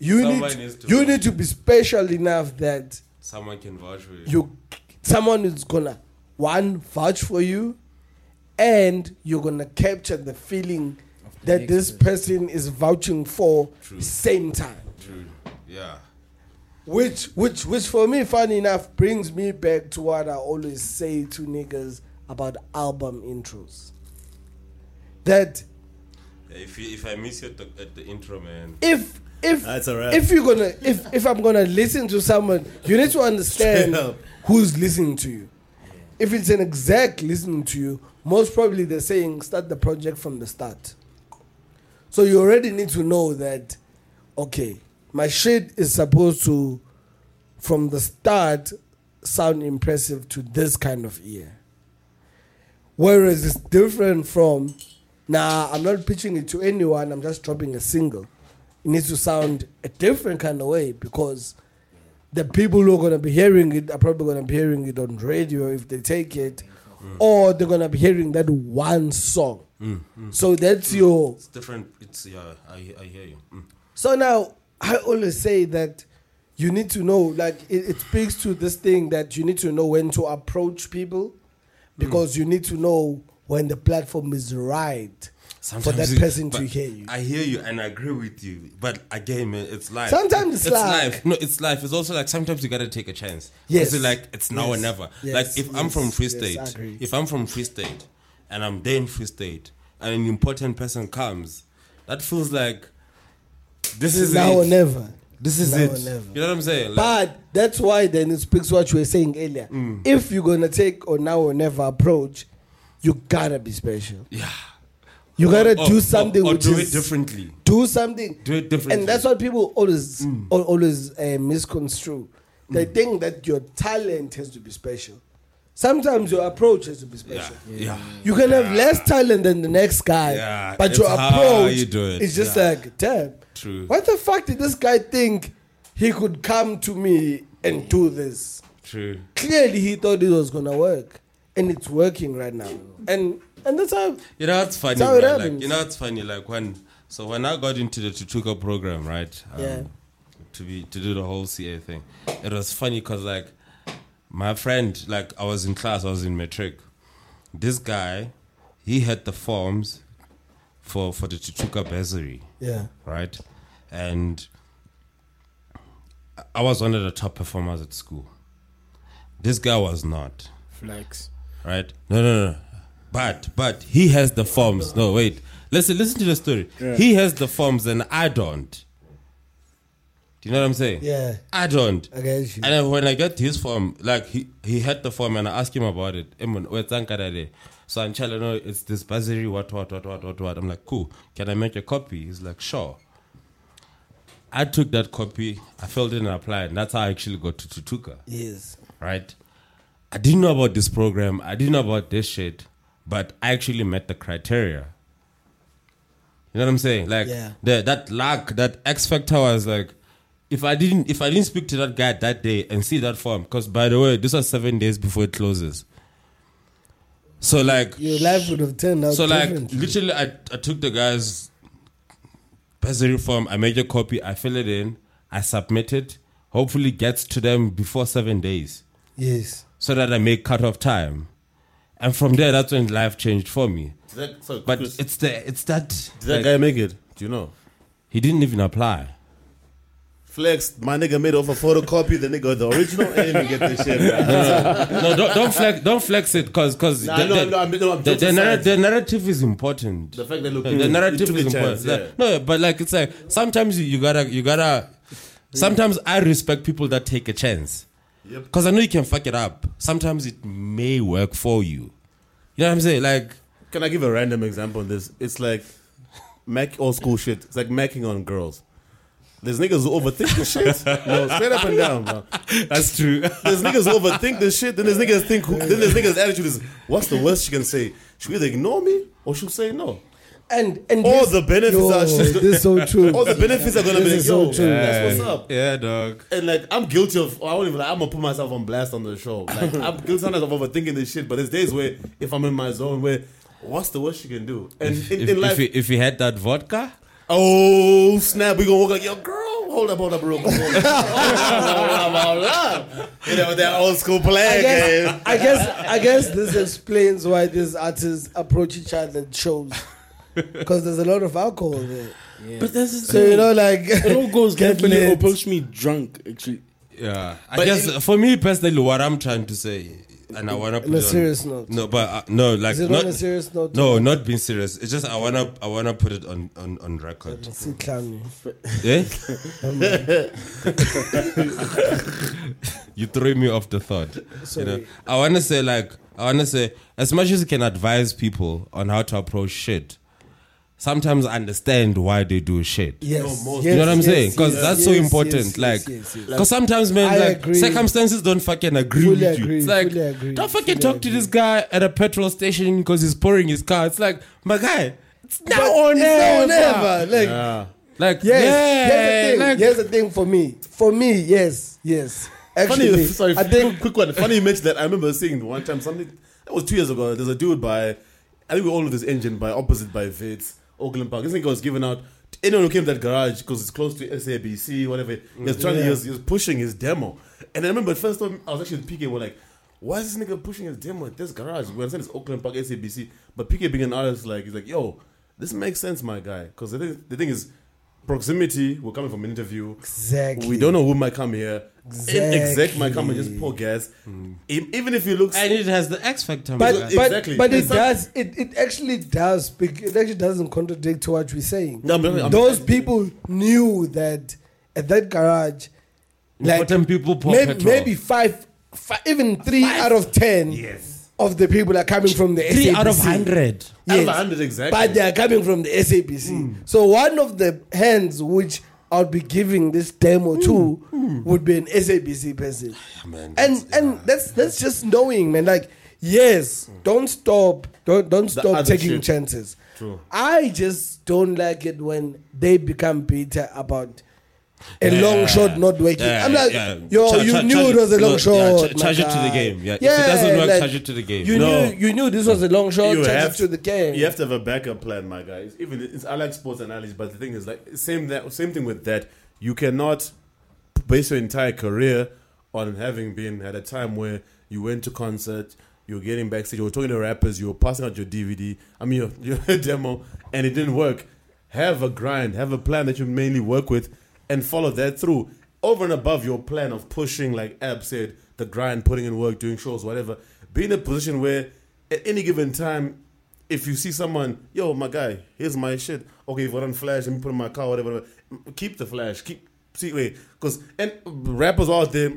Speaker 3: you
Speaker 5: Someone
Speaker 3: need,
Speaker 5: needs to-
Speaker 3: you need to be special enough that
Speaker 5: Someone can vouch for you.
Speaker 3: you someone is gonna one vouch for you and you're gonna capture the feeling
Speaker 7: the
Speaker 3: that
Speaker 7: next
Speaker 3: this person is vouching for
Speaker 5: True.
Speaker 3: same time
Speaker 5: True. Yeah.
Speaker 3: which which which for me funny enough brings me back to what i always say to niggas about album intros that
Speaker 5: If you, if I miss you at the, at the intro, man.
Speaker 3: if if
Speaker 2: That's a wrap.
Speaker 3: if you're gonna if if I'm gonna listen to someone, you need to understand
Speaker 2: Straight up.
Speaker 3: who's listening to you. If it's an exact listening to you, most probably they're saying start the project from the start. So you already need to know that okay, my shit is supposed to from the start sound impressive to this kind of ear. Whereas it's different from, nah, I'm not pitching it to anyone, I'm just dropping a single. It needs to sound a different kind of way because the people who are going to be hearing it are probably going to be hearing it on radio if they take it, or they're going to be hearing that one song. So that's your
Speaker 5: It's different. It's yeah. I I hear you. Mm.
Speaker 3: so now I always say that you need to know, like it, it speaks to this thing that you need to know when to approach people
Speaker 5: Hmm.
Speaker 3: because you need to know when the platform is right for that
Speaker 5: it-
Speaker 3: person to
Speaker 5: but
Speaker 3: hear you.
Speaker 5: I hear you and I agree with you, but again, man, it's life.
Speaker 3: Sometimes it's life.
Speaker 5: life. No, it's life. It's also like sometimes you gotta take a chance.
Speaker 3: Yes.
Speaker 5: Yes, like it's now
Speaker 3: Yes.
Speaker 5: or never.
Speaker 3: Yes.
Speaker 5: Like if I'm
Speaker 3: Yes.
Speaker 5: from Free
Speaker 3: Yes, I
Speaker 5: State,
Speaker 3: agree.
Speaker 5: if I'm from Free State, and I'm there in Free State, and an important person comes, that feels like this is
Speaker 3: now
Speaker 5: it.
Speaker 3: or never.
Speaker 5: This is
Speaker 3: Now
Speaker 5: it.
Speaker 3: or never.
Speaker 5: You know what I'm saying? Like, Hmm.
Speaker 3: But that's why then it speaks what you were saying earlier. If you're gonna take or now or never approach, you gotta be special.
Speaker 5: yeah,
Speaker 3: You gotta
Speaker 5: Or-
Speaker 3: do
Speaker 5: or-
Speaker 3: something
Speaker 5: or,
Speaker 3: which
Speaker 5: do
Speaker 3: is
Speaker 5: it differently.
Speaker 3: do something.
Speaker 5: Do it differently.
Speaker 3: And that's what people always
Speaker 5: Mm.
Speaker 3: al- always uh, misconstrue. They think that your talent has to be special. Sometimes your approach has to be
Speaker 5: Yeah,
Speaker 3: special.
Speaker 5: yeah.
Speaker 3: You can have less talent than the next guy,
Speaker 5: Yeah,
Speaker 3: but your
Speaker 5: it's how
Speaker 3: approach
Speaker 5: you do it.
Speaker 3: is just
Speaker 5: Yeah.
Speaker 3: like, damn.
Speaker 5: True.
Speaker 3: What the fuck did this guy think he could come to me and do this?
Speaker 5: True.
Speaker 3: Clearly, he thought it was gonna work, and it's working right now. And and that's how.
Speaker 5: You know it's funny.
Speaker 3: how it
Speaker 5: man, like,
Speaker 3: happens.
Speaker 5: you know it's funny. Like when so when I got into the Tutuka program, right? um,
Speaker 3: Yeah.
Speaker 5: To be to do the whole CA thing, it was funny because like my friend, like I was in class, I was in metric. This guy, he had the forms for for the Tutuka Bezery
Speaker 3: Yeah.
Speaker 5: right? And I was one of the top performers at school. This guy was not.
Speaker 6: Flex.
Speaker 5: right? No, no, no. But but he has the forms. No, wait. Listen, listen to the story. He has the forms and I don't. Do you know what I'm saying?
Speaker 3: Yeah.
Speaker 5: I don't.
Speaker 3: I get you.
Speaker 5: And then when I got his form, like he, he had the form and I asked him about it. Eh, man, where's Zankarale? So I'm telling him, it's this bursary, what, what, what, what, what, what. I'm like, cool. Can I make a copy? He's like, sure. I took that copy, I filled it and applied. And that's how I actually got to Tutuka
Speaker 3: Yes.
Speaker 5: right? I didn't know about this program. I didn't know about this shit, but I actually met the criteria. You know what I'm saying? Like
Speaker 3: Yeah.
Speaker 5: the, that luck, that X factor was like, if I didn't, if I didn't speak to that guy that day and see that form, because by the way, this was seven days before it closes. So like,
Speaker 3: Your life would have turned out
Speaker 5: so like
Speaker 3: differently.
Speaker 5: literally I, I took the guy's bursary form i made a copy i fill it in i submit it hopefully gets to them before seven days
Speaker 3: yes.
Speaker 5: so that i make cutoff time and from there that's when life changed for me
Speaker 2: Did that, sorry,
Speaker 5: but
Speaker 2: Chris,
Speaker 5: it's the it's that,
Speaker 2: did that
Speaker 5: like,
Speaker 2: guy make it? Do you know?
Speaker 5: he didn't even apply
Speaker 2: Flex, my nigga made off a photocopy, the nigga the original, and didn't even get this shit. bruh.
Speaker 5: no don't, don't flex don't flex it because because
Speaker 2: Nah, no, no, I'm, no, I'm
Speaker 5: the,
Speaker 2: jokes
Speaker 5: the, narra-
Speaker 2: aside.
Speaker 5: the narrative is important
Speaker 2: (laughs) The fact that look,
Speaker 5: the narrative
Speaker 2: took
Speaker 5: is
Speaker 2: a
Speaker 5: important.
Speaker 2: chance, yeah.
Speaker 5: Like, No, but like it's like sometimes you, you gotta you gotta. Sometimes I respect people that take a chance,
Speaker 2: Yep.
Speaker 5: because I know you can fuck it up. Sometimes it may work for you. You know what I'm saying? Like
Speaker 2: Can I give a random example on this? It's like mac old school shit. It's like macking on girls. There's niggas who overthink this shit. No, straight up and down, bro. (laughs)
Speaker 5: that's true.
Speaker 2: There's niggas who overthink this shit. Then there's niggas think. Who, then there's niggas attitude is, what's the worst she can say? She either ignore me or she'll say no.
Speaker 3: And and
Speaker 2: All
Speaker 3: this-
Speaker 2: the benefits
Speaker 3: Yo,
Speaker 2: are just-
Speaker 3: this is so true.
Speaker 2: All the benefits are gonna be
Speaker 3: This
Speaker 2: like,
Speaker 3: is so
Speaker 2: yo,
Speaker 3: true.
Speaker 2: that's what's up.
Speaker 5: yeah, dog.
Speaker 2: And like, I'm guilty of. I won't even. Like, I'm gonna put myself on blast on the show.
Speaker 5: (laughs)
Speaker 2: Like, I'm guilty sometimes of overthinking this shit. But there's days where, if I'm in my zone, where what's the worst she can do? And in,
Speaker 5: If,
Speaker 2: in life,
Speaker 5: if, he, if he had that vodka,
Speaker 2: Oh snap! We gonna walk like yo, girl. Hold up, hold up,
Speaker 5: (laughs)
Speaker 2: real quick. Hold up, hold up, hold up. You know that old school
Speaker 3: I
Speaker 2: play
Speaker 3: guess,
Speaker 2: game.
Speaker 3: I guess I guess this explains why these artists approach each other
Speaker 2: (laughs)
Speaker 3: at shows. Because there's a lot of alcohol there.
Speaker 4: But that's
Speaker 2: Mm.
Speaker 4: the
Speaker 3: So you know like
Speaker 2: (laughs)
Speaker 3: (laughs)
Speaker 4: it all goes
Speaker 3: Get
Speaker 4: definitely
Speaker 3: lit.
Speaker 4: approach me drunk. Actually,
Speaker 5: yeah. I guess for me personally, what I'm trying to say, and I wanna put
Speaker 3: On a
Speaker 5: it
Speaker 3: serious note.
Speaker 5: No, but uh, no, like
Speaker 3: Is it
Speaker 5: not
Speaker 3: on a serious note?
Speaker 5: No, not being serious. It's just I wanna I wanna put it on on on record.
Speaker 3: See, clown.
Speaker 5: Eh?
Speaker 3: (laughs)
Speaker 5: (laughs) you threw me off the thought. You know,
Speaker 3: Sorry.
Speaker 5: I want to say like I want to say as much as you can advise people on how to approach shit. Sometimes understand why they do shit.
Speaker 3: Yes.
Speaker 2: most-
Speaker 5: you know what I'm
Speaker 3: yes,
Speaker 5: saying?
Speaker 3: yes,
Speaker 5: Because
Speaker 3: yes,
Speaker 5: that's so
Speaker 3: yes,
Speaker 5: important.
Speaker 3: yes,
Speaker 5: like,
Speaker 3: yes, yes,
Speaker 5: because
Speaker 3: yes.
Speaker 5: sometimes, man,
Speaker 3: I
Speaker 5: like
Speaker 3: agree.
Speaker 5: circumstances don't fucking agree
Speaker 3: Fully
Speaker 5: with you.
Speaker 3: agree,
Speaker 5: it's like,
Speaker 3: fully agree,
Speaker 5: don't
Speaker 3: fully
Speaker 5: fucking talk to
Speaker 3: agree.
Speaker 5: this guy at a petrol station because he's pouring his car. It's like, my guy, it's now or
Speaker 3: It's
Speaker 5: never.
Speaker 3: now or never. Like
Speaker 5: Like,
Speaker 3: Yes.
Speaker 5: yeah,
Speaker 3: Here's the thing.
Speaker 5: like,
Speaker 3: Here's the thing for me. For me, yes, yes.
Speaker 2: Funny,
Speaker 3: Actually,
Speaker 2: (laughs) sorry,
Speaker 3: I think
Speaker 2: quick one. Funny you mentioned that. I remember seeing one time something that was two years ago. There's a dude by, I think we all know this engine by opposite by Vids, Oakland Park. This nigga was giving out to anyone who came to that garage because it's close to SABC, whatever. He was trying, he, was, he was pushing his demo. And I remember the first time I was actually with PK, we're like, why is this nigga pushing his demo at this garage? We understand it's Oakland Park, SABC, but PK being an artist, like he's like, yo, this makes sense, my guy, because the thing, the thing is. Proximity, we're coming from an interview.
Speaker 3: Exactly.
Speaker 2: We don't know who might come here. Exactly.
Speaker 3: Exactly. Hmm.
Speaker 2: Exec might come and just pour gas. E- Even if he looks.
Speaker 5: and it has the X factor. my
Speaker 3: But
Speaker 5: guy.
Speaker 3: but
Speaker 2: Exactly.
Speaker 3: but it
Speaker 2: It's not-
Speaker 3: does it, it actually does speak, it actually doesn't contradict to what we're saying.
Speaker 2: No, I'm- I'm-
Speaker 3: Those people knew that at that garage, like
Speaker 5: Important people pour
Speaker 3: may-
Speaker 5: petrol.
Speaker 3: maybe five, fi- even three out of ten of the people are coming from the
Speaker 5: three
Speaker 3: SABC.
Speaker 5: out of hundred.
Speaker 2: Out of
Speaker 3: Yes.
Speaker 2: 100 exactly.
Speaker 3: But they are coming from the SABC.
Speaker 5: Hmm.
Speaker 3: So one of the hands which I'll be giving this demo to
Speaker 5: Hmm.
Speaker 3: would be an SABC person.
Speaker 5: Ah,
Speaker 3: and and that's that's just knowing, man. Like,
Speaker 5: Hmm.
Speaker 3: yes, don't stop. Don't don't stop
Speaker 2: other
Speaker 3: taking
Speaker 2: shit.
Speaker 3: chances. True. I just don't like it when they become bitter about a
Speaker 5: Yeah.
Speaker 3: long shot not working.
Speaker 5: Yeah,
Speaker 3: I'm like,
Speaker 5: yeah.
Speaker 3: yo,
Speaker 5: Cha-
Speaker 3: you
Speaker 5: cha-
Speaker 3: knew
Speaker 5: charge
Speaker 3: it was a
Speaker 5: it-
Speaker 3: long
Speaker 5: no,
Speaker 3: shot.
Speaker 5: yeah, cha-
Speaker 3: my
Speaker 5: charge it to the
Speaker 3: guy.
Speaker 5: game. Yeah, if it doesn't work, charge it to the game.
Speaker 3: You
Speaker 2: No.
Speaker 3: knew you knew this was a long shot.
Speaker 2: You
Speaker 3: charge
Speaker 2: have-
Speaker 3: it to the game.
Speaker 2: You have to have a backup plan, my guys. Even it's, I like sports analysis, but the thing is, like same that same thing with that. You cannot base your entire career on having been at a time where you went to concert, you were getting backstage, you were talking to rappers, you were passing out your DVD. I mean your, (laughs) your demo, and it didn't work. Have a grind, have a plan that you mainly work with, and follow that through. over and above your plan of pushing, like Ab said, the grind, putting in work, doing shows, whatever, be in a position where at any given time, if you see someone, yo, my guy, here's my shit. Okay, if I don't flash, let me put it in my car, whatever. whatever. Keep the flash. Keep see wait, because and rappers out there,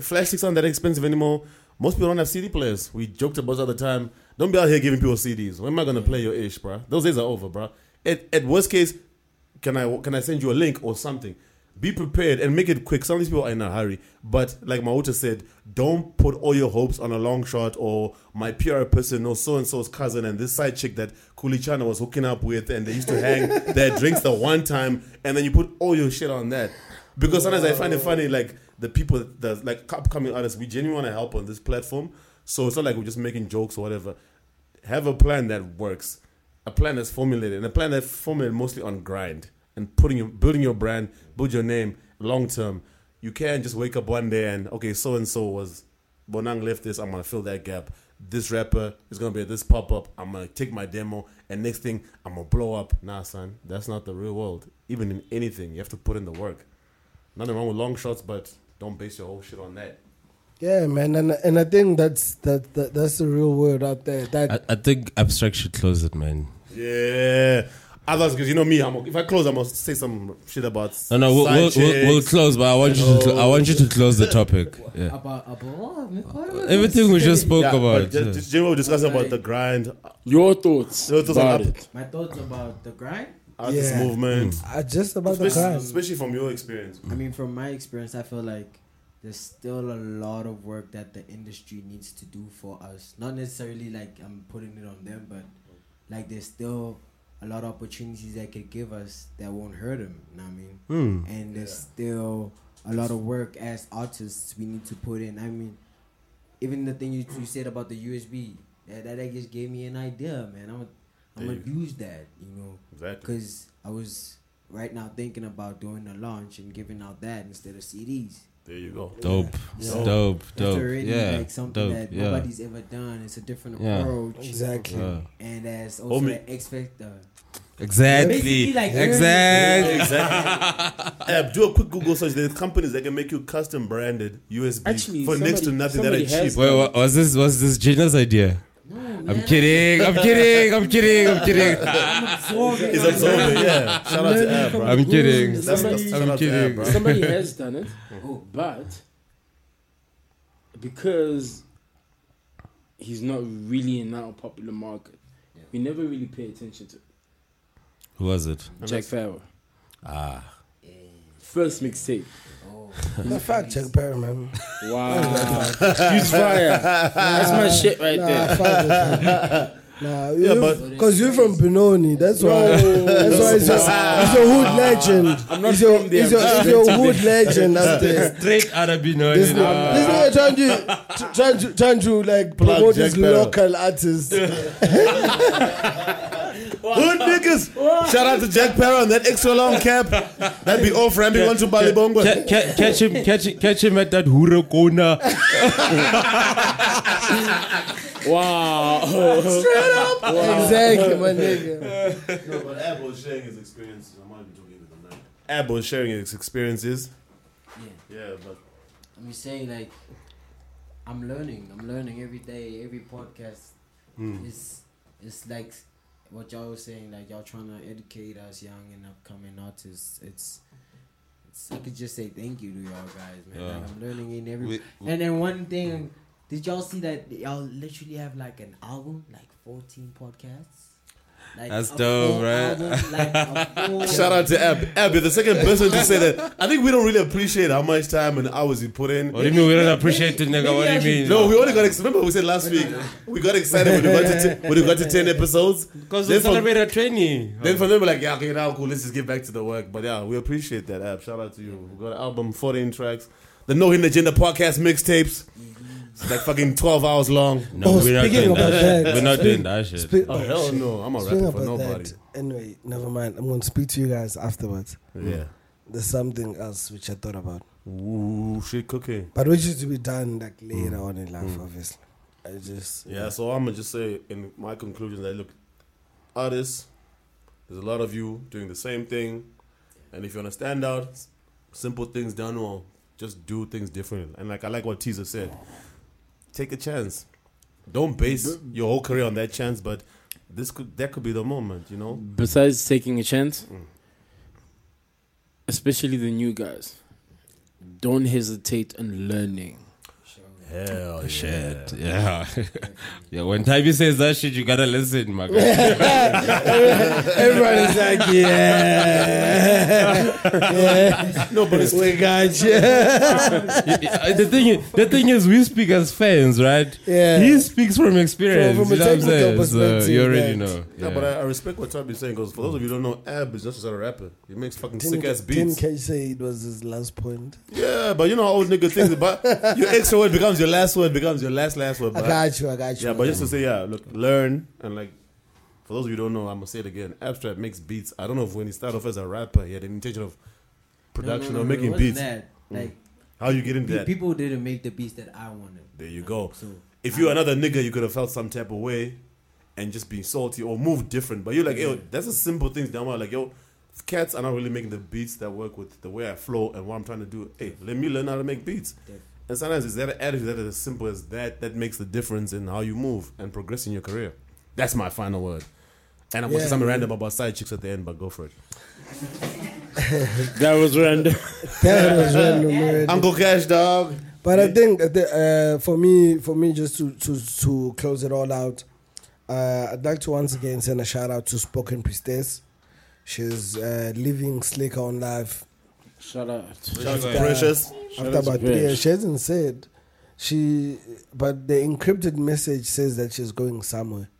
Speaker 2: flash sticks aren't that expensive anymore. Most people don't have CD players. We joked about it all the time. Don't be out here giving people CDs. When am I gonna play your ish, bruh? Those days are over, bruh. At, at worst case, can I can I send you a link or something? Be prepared and make it quick. Some of these people are in a hurry, but like Mauta said, don't put all your hopes on a long shot or my PR person or so and so's cousin and this side chick that Kulichana was hooking up with and they used to hang their drinks the one time and then you put all your shit on that. Because sometimes I find it funny, like the people that like upcoming artists, we genuinely want to help on this platform. So it's not like we're just making jokes or whatever. Have a plan that works a plan that's formulated and a plan that's formulated mostly on grind and putting your, building your brand, build your name long term. You can't just wake up one day and okay, so and so was Bonang left this. I'm gonna fill that gap. This rapper is gonna be at this pop up. I'm gonna take my demo and next thing I'm gonna blow up. Nah, son, that's not the real world. Even in anything, you have to put in the work. Nothing wrong with long shots, but don't base your whole shit on that.
Speaker 3: Yeah, man, and and I think that's that, that that's the real world out there. That
Speaker 2: Uh,
Speaker 5: I, I think abstract should close it, man.
Speaker 2: Yeah. Others, because you know me, I'm, if I close, I must say some shit about.
Speaker 5: No, no, we'll,
Speaker 2: side
Speaker 5: we'll, we'll,
Speaker 2: chicks.
Speaker 5: we'll close, but I want you to. Cl- I want you to close the topic.
Speaker 3: (laughs)
Speaker 5: Yeah.
Speaker 7: About, about
Speaker 5: Everything we
Speaker 7: (laughs)
Speaker 5: just spoke
Speaker 2: Yeah,
Speaker 5: about.
Speaker 2: but just,
Speaker 5: yeah.
Speaker 2: just, you know, we were discussing about the grind,
Speaker 4: Your thoughts
Speaker 2: Your thoughts on
Speaker 4: about
Speaker 2: up-
Speaker 4: it.
Speaker 7: My thoughts about the grind.
Speaker 2: artist
Speaker 3: Yeah.
Speaker 2: movement,
Speaker 5: Mm.
Speaker 3: I just about the
Speaker 2: especially,
Speaker 3: crime.
Speaker 2: especially from your experience.
Speaker 7: I mean, from my experience, I feel like there's still a lot of work that the industry needs to do for us. Not necessarily like I'm putting it on them, but like there's still a lot of opportunities that could give us that won't hurt them. You know what I mean? And there's still a lot of work as artists we need to put in. I mean, even the thing you, you said about the USB, that, that just gave me an idea, man. I'm, I'm
Speaker 2: There
Speaker 7: gonna use that, you know
Speaker 2: Exactly.
Speaker 7: because I was right now thinking about doing a launch and giving out that instead of CDs.
Speaker 2: There you go.
Speaker 5: Dope,
Speaker 7: Yeah.
Speaker 5: dope,
Speaker 7: That's
Speaker 5: dope.
Speaker 7: already
Speaker 5: Yeah,
Speaker 7: like something
Speaker 5: dope.
Speaker 7: that
Speaker 5: Yeah,
Speaker 7: nobody's ever done. It's a different
Speaker 5: Yeah. Oh,
Speaker 7: approach,
Speaker 3: Exactly.
Speaker 5: Yeah.
Speaker 7: and that's also
Speaker 2: Homie.
Speaker 7: the X factor.
Speaker 5: exactly,
Speaker 7: Basically, like,
Speaker 5: exactly.
Speaker 2: exactly. Ab, do a quick Google search. There's companies that can make you custom branded USB
Speaker 4: Actually,
Speaker 2: for next to nothing
Speaker 4: somebody-
Speaker 2: that
Speaker 4: somebody
Speaker 2: are
Speaker 4: has
Speaker 2: cheap.
Speaker 5: Wait, what, was this was this Gina's idea? I'm kidding. I'm kidding. I'm kidding. I'm (laughs) kidding.
Speaker 2: It's absorbing, yeah. Shout out to Ab, bro.
Speaker 5: I'm kidding.
Speaker 2: That's, that's, shout out to Ab,
Speaker 5: kidding.
Speaker 2: bro.
Speaker 4: Somebody has done it, but because he's not really in our popular market, we never really pay attention to it.
Speaker 5: Who was it?
Speaker 4: Jack Farrow. Ah. First mixtape.
Speaker 3: Matter of fact, check Perry, man.
Speaker 4: Wow. Huge fire. That's my shit right
Speaker 3: Nah,
Speaker 4: there.
Speaker 3: I fuck with that.
Speaker 2: (laughs)
Speaker 3: Nah, you,
Speaker 2: but-
Speaker 3: because you're from Benoni, that's why. that's why
Speaker 2: (laughs)
Speaker 3: it's just it's a hood legend. I'm not it's your,
Speaker 4: from there,
Speaker 3: It's your,
Speaker 4: I'm
Speaker 3: it's your hood legend
Speaker 2: (laughs)
Speaker 3: out there.
Speaker 5: Straight out of
Speaker 3: This
Speaker 5: Benoni.
Speaker 3: nigga this nigga trying to tr- trying to trying to like promote
Speaker 2: Jack
Speaker 3: his
Speaker 2: Bauer.
Speaker 3: local artist.
Speaker 2: Hood niggas. Shout out to Jack Parra on that extra long cap. That'd be off ramping onto Balibongo.
Speaker 5: Ca- ca- Catch him, catch him, catch him at that Hura corner.
Speaker 4: Wow.
Speaker 3: (laughs) Exactly, my nigga.
Speaker 2: No, but Ab was sharing his experiences. I'm not even talking about the night. Ab was sharing his experiences. Yeah. Yeah, but
Speaker 7: I'm just saying, like, I'm learning. I'm learning every day, every podcast.
Speaker 5: Hmm.
Speaker 7: It's it's like what y'all was saying, like y'all trying to educate us young and upcoming artists. It's it's I could just say thank you to y'all guys, man.
Speaker 5: Yeah.
Speaker 7: Like I'm learning in every
Speaker 5: We-
Speaker 7: and then one thing, did y'all see that y'all literally have like an album, like 14 podcasts? Like
Speaker 5: That's
Speaker 7: a
Speaker 5: dope,
Speaker 7: full
Speaker 5: right?
Speaker 7: album, like a full-
Speaker 2: Shout out to Ab. Ab, you're the second person to say that. I think we don't really appreciate how much time and hours you put in.
Speaker 5: What do you mean we don't appreciate it, nigga? What do you mean?
Speaker 2: No, we only got. Ex- remember we said last week we got excited when we got to t- when we got to ten episodes.
Speaker 5: because
Speaker 2: Then
Speaker 5: we
Speaker 2: from-
Speaker 5: celebrated training.
Speaker 2: Then from them we're like, yeah, okay, now cool. Let's just get back to the work. But yeah, we appreciate that, Ab. Shout out to you. We got an album, 14 tracks, the No Hidden Agenda podcast mixtapes. It's like fucking 12 hours long.
Speaker 5: No,
Speaker 3: Oh,
Speaker 5: we're not
Speaker 3: speaking
Speaker 5: doing
Speaker 3: about
Speaker 5: that.
Speaker 3: that,
Speaker 5: shit. We're not
Speaker 3: speak-
Speaker 5: doing that shit.
Speaker 3: Speak-
Speaker 2: Oh hell no! I'm a
Speaker 3: Speaking
Speaker 2: rapper for
Speaker 3: about
Speaker 2: nobody.
Speaker 3: that, anyway, never mind. I'm going to speak to you guys afterwards.
Speaker 2: Yeah.
Speaker 3: There's something else which I thought about,
Speaker 2: Ooh, shit cooking.
Speaker 3: but which is to be done like later
Speaker 2: Mm.
Speaker 3: on in life, obviously. I just
Speaker 2: Yeah, so I'm gonna just say in my conclusion that look, artists, there's a lot of you doing the same thing, and if you wanna stand out, simple things done or just do things different. And like I like what Teaser said, take a chance. Don't base your whole career on that chance, but this could that could be the moment, you know.
Speaker 4: Besides taking a chance, especially the new guys, don't hesitate on learning.
Speaker 2: Hell
Speaker 5: Shit. Yeah. (laughs) yeah. When Tybee says that shit, you gotta listen, my guy.
Speaker 3: (laughs) Everybody's like,
Speaker 2: (laughs)
Speaker 3: yeah. yeah. No, but it's we got you.
Speaker 5: Uh, (laughs) the thing, is, the thing is, we speak as fans, right?
Speaker 3: Yeah.
Speaker 5: He speaks from experience.
Speaker 3: From- from a
Speaker 5: you know what I'm
Speaker 3: technical
Speaker 5: saying? So
Speaker 3: perspective,
Speaker 5: you already
Speaker 3: right.
Speaker 5: know.
Speaker 2: Yeah,
Speaker 5: Yeah.
Speaker 2: but I, I respect what Toby's saying because for those of you who don't know, Ab is not just a rapper. He makes fucking sick ass
Speaker 3: Didn't,
Speaker 2: beats.
Speaker 3: didn't K say it was his last point?
Speaker 2: yeah, but you know how old nigga things
Speaker 3: (laughs)
Speaker 2: about your extra word becomes your last word becomes your last last word.
Speaker 3: I
Speaker 2: but-
Speaker 3: got you. I got you.
Speaker 2: Yeah, but just to say, yeah, look, learn and like for those of you who don't know, I'm gonna say it again. Abstract makes beats. I don't know if when he started off as a rapper, he had an intention of production or making beats.
Speaker 7: That.
Speaker 3: Mm.
Speaker 7: Like
Speaker 2: How you getting
Speaker 7: pe-
Speaker 2: that?
Speaker 7: people didn't make the beats that I wanted.
Speaker 2: There you go.
Speaker 7: So
Speaker 2: If you're another nigga, you could have felt some type of way and just been salty or moved different. But you're like, yo, that's a simple thing down there. Like, yo, cats are not really making the beats that work with the way I flow and what I'm trying to do. Hey, let me learn how to make beats. And sometimes it's that attitude that is as simple as that that makes the difference in how you move and progress in your career. That's my final word. And I'm gonna
Speaker 3: Yeah.
Speaker 2: say something random about side chicks at the end, but go for it.
Speaker 4: That was random.
Speaker 3: that was random. already.
Speaker 2: Uncle Cash, dog.
Speaker 3: But I think that the, uh, for me, for me, just to to, to close it all out, uh, I'd like to once again send a shout out to Spoken Priestess. She's uh, living slicker on life.
Speaker 4: Shout out.
Speaker 2: Precious.
Speaker 3: After
Speaker 4: out to
Speaker 3: about three
Speaker 4: Paige.
Speaker 3: years, she hasn't said. She, but the encrypted message says that she's going somewhere.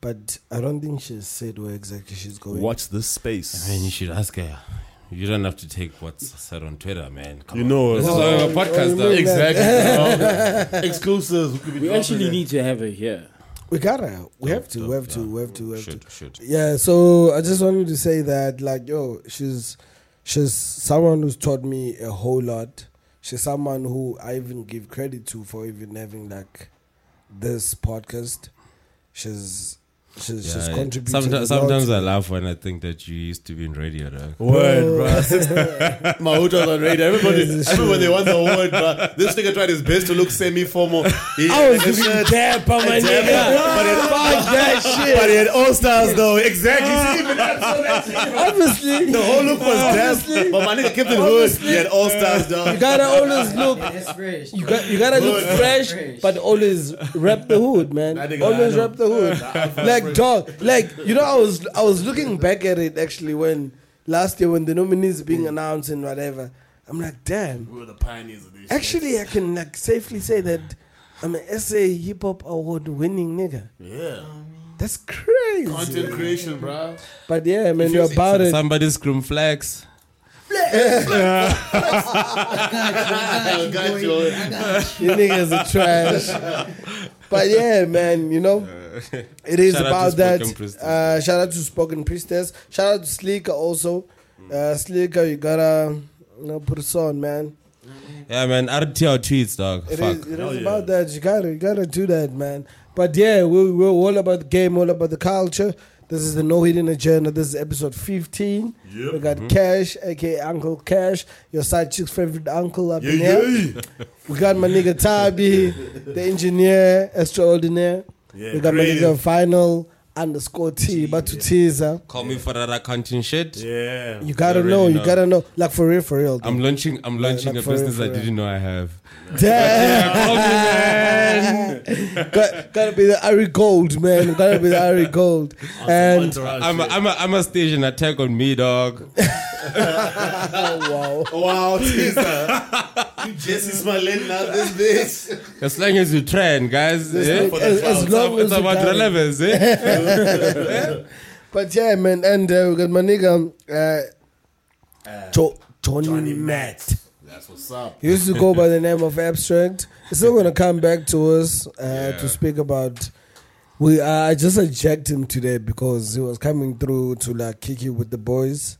Speaker 3: But I don't think she's said where exactly she's going.
Speaker 2: Watch this space.
Speaker 5: Man, you should ask her. You don't have to take what's said on Twitter, man. Come
Speaker 2: You
Speaker 5: on.
Speaker 2: know,
Speaker 5: this
Speaker 2: uh,
Speaker 5: is our podcast. though. (laughs)
Speaker 2: Exactly. (laughs) Exclusives.
Speaker 4: We actually need to have her here.
Speaker 3: We gotta. We have to.
Speaker 5: Dope,
Speaker 3: We have
Speaker 5: dope,
Speaker 3: to.
Speaker 5: yeah.
Speaker 3: We have to. We have to.
Speaker 5: Should, should.
Speaker 3: Yeah, so I just wanted to say that, like, yo, she's she's someone who's taught me a whole lot. She's someone who I even give credit to for even having like this podcast. She's (laughs) she's she's
Speaker 5: Yeah,
Speaker 3: contributed. a lot.
Speaker 5: sometimes, sometimes I laugh when I think that you used to be in radio, though.
Speaker 2: Word, bro. (laughs) My hotel's on radio. Everybody,
Speaker 3: Jesus.
Speaker 2: everybody they won the award, bro. This nigga tried his best to look semi-formal. He
Speaker 3: I was
Speaker 2: had (laughs) a
Speaker 3: looking
Speaker 2: shirt,
Speaker 3: dab, but my
Speaker 2: a
Speaker 3: nigga.
Speaker 2: jabber, but it-
Speaker 3: Fuck that shit.
Speaker 2: But he had all stars though. Exactly. See, (laughs) even that's
Speaker 7: (laughs)
Speaker 2: what I said.
Speaker 3: Obviously,
Speaker 2: the whole look was
Speaker 3: Honestly.
Speaker 2: damp. But my nigga kept it hood. He had all stars
Speaker 3: you
Speaker 2: dog.
Speaker 3: gotta always look.
Speaker 7: it is fresh.
Speaker 3: You, got, you gotta look
Speaker 2: Good.
Speaker 3: fresh, but always wrap the hood, man.
Speaker 2: That nigga,
Speaker 3: Always
Speaker 2: I know.
Speaker 3: wrap the hood. like dog, like you know, I was I was looking back at it actually when last year when the nominees being
Speaker 2: Mm.
Speaker 3: announced and whatever. I'm like, damn.
Speaker 2: We were the pioneers of this.
Speaker 3: Actually, I can like safely say that I'm an SA Hip Hop Award winning nigga.
Speaker 2: yeah.
Speaker 3: That's crazy.
Speaker 2: Content creation, bro.
Speaker 3: But yeah, man, you're about it.
Speaker 5: Somebody scream flex.
Speaker 2: (laughs) I got you.
Speaker 3: You niggas are trash. But yeah, man, you know, it is
Speaker 5: Shout out
Speaker 3: about
Speaker 5: to
Speaker 3: that.
Speaker 5: Spoken Priestess.
Speaker 3: Uh, shout out to Spoken Priestess. Shout out to Sleeker also.
Speaker 5: Mm.
Speaker 3: Uh, Sleeker, you gotta you know, put us on, man.
Speaker 5: Yeah, man. RTL tweets, dog.
Speaker 3: It
Speaker 5: Fuck.
Speaker 3: is, it is about that. You gotta, you gotta do that, man. But yeah, we, we're all about the game, all about the culture. This is the No Hidden Agenda. This is episode 15.
Speaker 2: Yep.
Speaker 3: We
Speaker 5: Mm-hmm.
Speaker 3: got Cash, aka Uncle Cash, your side chick's favorite uncle up in here. We got my nigga Tabi, the engineer extraordinaire.
Speaker 2: Yeah,
Speaker 3: we got
Speaker 2: creative.
Speaker 3: my nigga final underscore T, but to teaser.
Speaker 5: Call me for that accounting shit.
Speaker 2: Yeah.
Speaker 3: You gotta
Speaker 5: already
Speaker 3: know, you
Speaker 5: know.
Speaker 3: gotta know. Like for real, for real.
Speaker 5: I'm launching. I'm launching
Speaker 3: like
Speaker 5: a
Speaker 3: for real,
Speaker 5: business
Speaker 3: for
Speaker 5: I
Speaker 3: real.
Speaker 5: didn't know I have.
Speaker 3: (laughs) Damn. Got, gotta be the Ari Gold, man. Gotta be the Ari Gold. And
Speaker 5: I'm a, I'm a, I'm a station attack on me, dog.
Speaker 3: oh, (laughs) wow.
Speaker 2: wow, teaser.
Speaker 5: (laughs)
Speaker 2: you Jesse Smollett now this bitch.
Speaker 5: As long as you trend, guys. eh?
Speaker 2: for the
Speaker 3: As,
Speaker 2: clouds.
Speaker 3: as
Speaker 5: It's,
Speaker 3: long
Speaker 5: ab- it's
Speaker 3: as you
Speaker 5: about
Speaker 3: got it.
Speaker 5: relevance, eh? (laughs)
Speaker 3: But yeah, man. And uh, we got my nigga uh, jo- Johnny, Matt.
Speaker 2: That's what's up.
Speaker 3: He used to go by the name of Abstract. He's still going to come back to us uh, to speak about. We uh, I just eject him today because he was coming through to like kick it with the boys,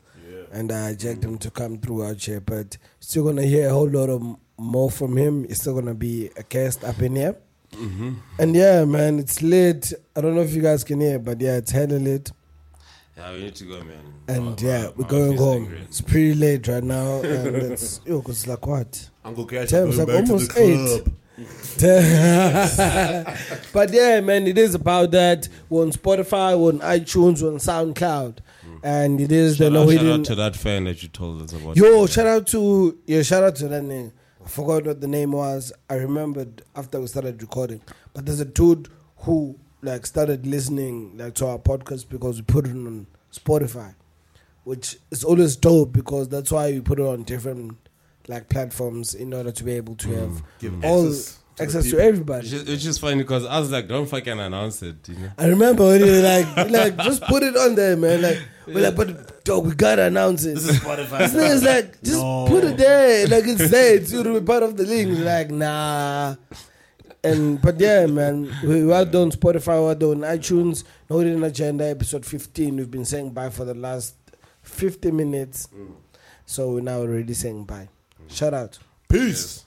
Speaker 3: and I eject him to come through out here. But still gonna hear a whole lot of m- more from him. He's still gonna be a guest up in here.
Speaker 5: Mm-hmm.
Speaker 3: And yeah, man, it's late. I don't know if you guys can hear, but yeah, it's hella late.
Speaker 5: Yeah, we need to go, man.
Speaker 3: And
Speaker 5: My-
Speaker 3: yeah,
Speaker 5: Oh,
Speaker 3: we're
Speaker 5: my- my
Speaker 3: going
Speaker 5: office
Speaker 3: home.
Speaker 5: angry.
Speaker 3: It's pretty late right now, and
Speaker 5: (laughs)
Speaker 3: it's yo, 'cause it's like what?
Speaker 2: Uncle Cash
Speaker 3: Damn,
Speaker 2: is going
Speaker 3: it's like
Speaker 2: back to the
Speaker 3: almost
Speaker 2: club.
Speaker 3: (laughs) but yeah, man, it is about that. We're on Spotify, we're on iTunes, we're on SoundCloud, and it is the
Speaker 5: Shout,
Speaker 3: no
Speaker 5: out, shout
Speaker 3: hidden.
Speaker 5: out to that fan that you told us about.
Speaker 3: Yo, shout out to yeah, shout out to that name. I forgot what the name was. I remembered after we started recording. But there's a dude who like started listening like to our podcast because we put it on Spotify, which is always dope because that's why we put it on different like platforms in order to be able to have
Speaker 2: Give
Speaker 3: all
Speaker 2: access
Speaker 3: access,
Speaker 2: to the
Speaker 3: to,
Speaker 2: people.
Speaker 5: Which
Speaker 3: everybody.
Speaker 5: is, which is funny because I was like, don't fucking announce it, you know?
Speaker 3: I remember when you were like (laughs) like just put it on there, man. Like we're like, but dog, we gotta announce it.
Speaker 2: This is Spotify.
Speaker 3: (laughs) This nigga's like, just put it there. Like it's there. It's you to be part of the league. He's Like, nah. And but yeah, man, we we are done Spotify, we're done iTunes, No Hidden Agenda, episode fifteen. We've been saying bye for the last fifty minutes. So we're now already saying bye. Shout out.
Speaker 2: Peace.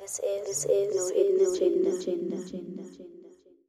Speaker 1: This is, this is no hidden agenda. agenda, agenda, agenda.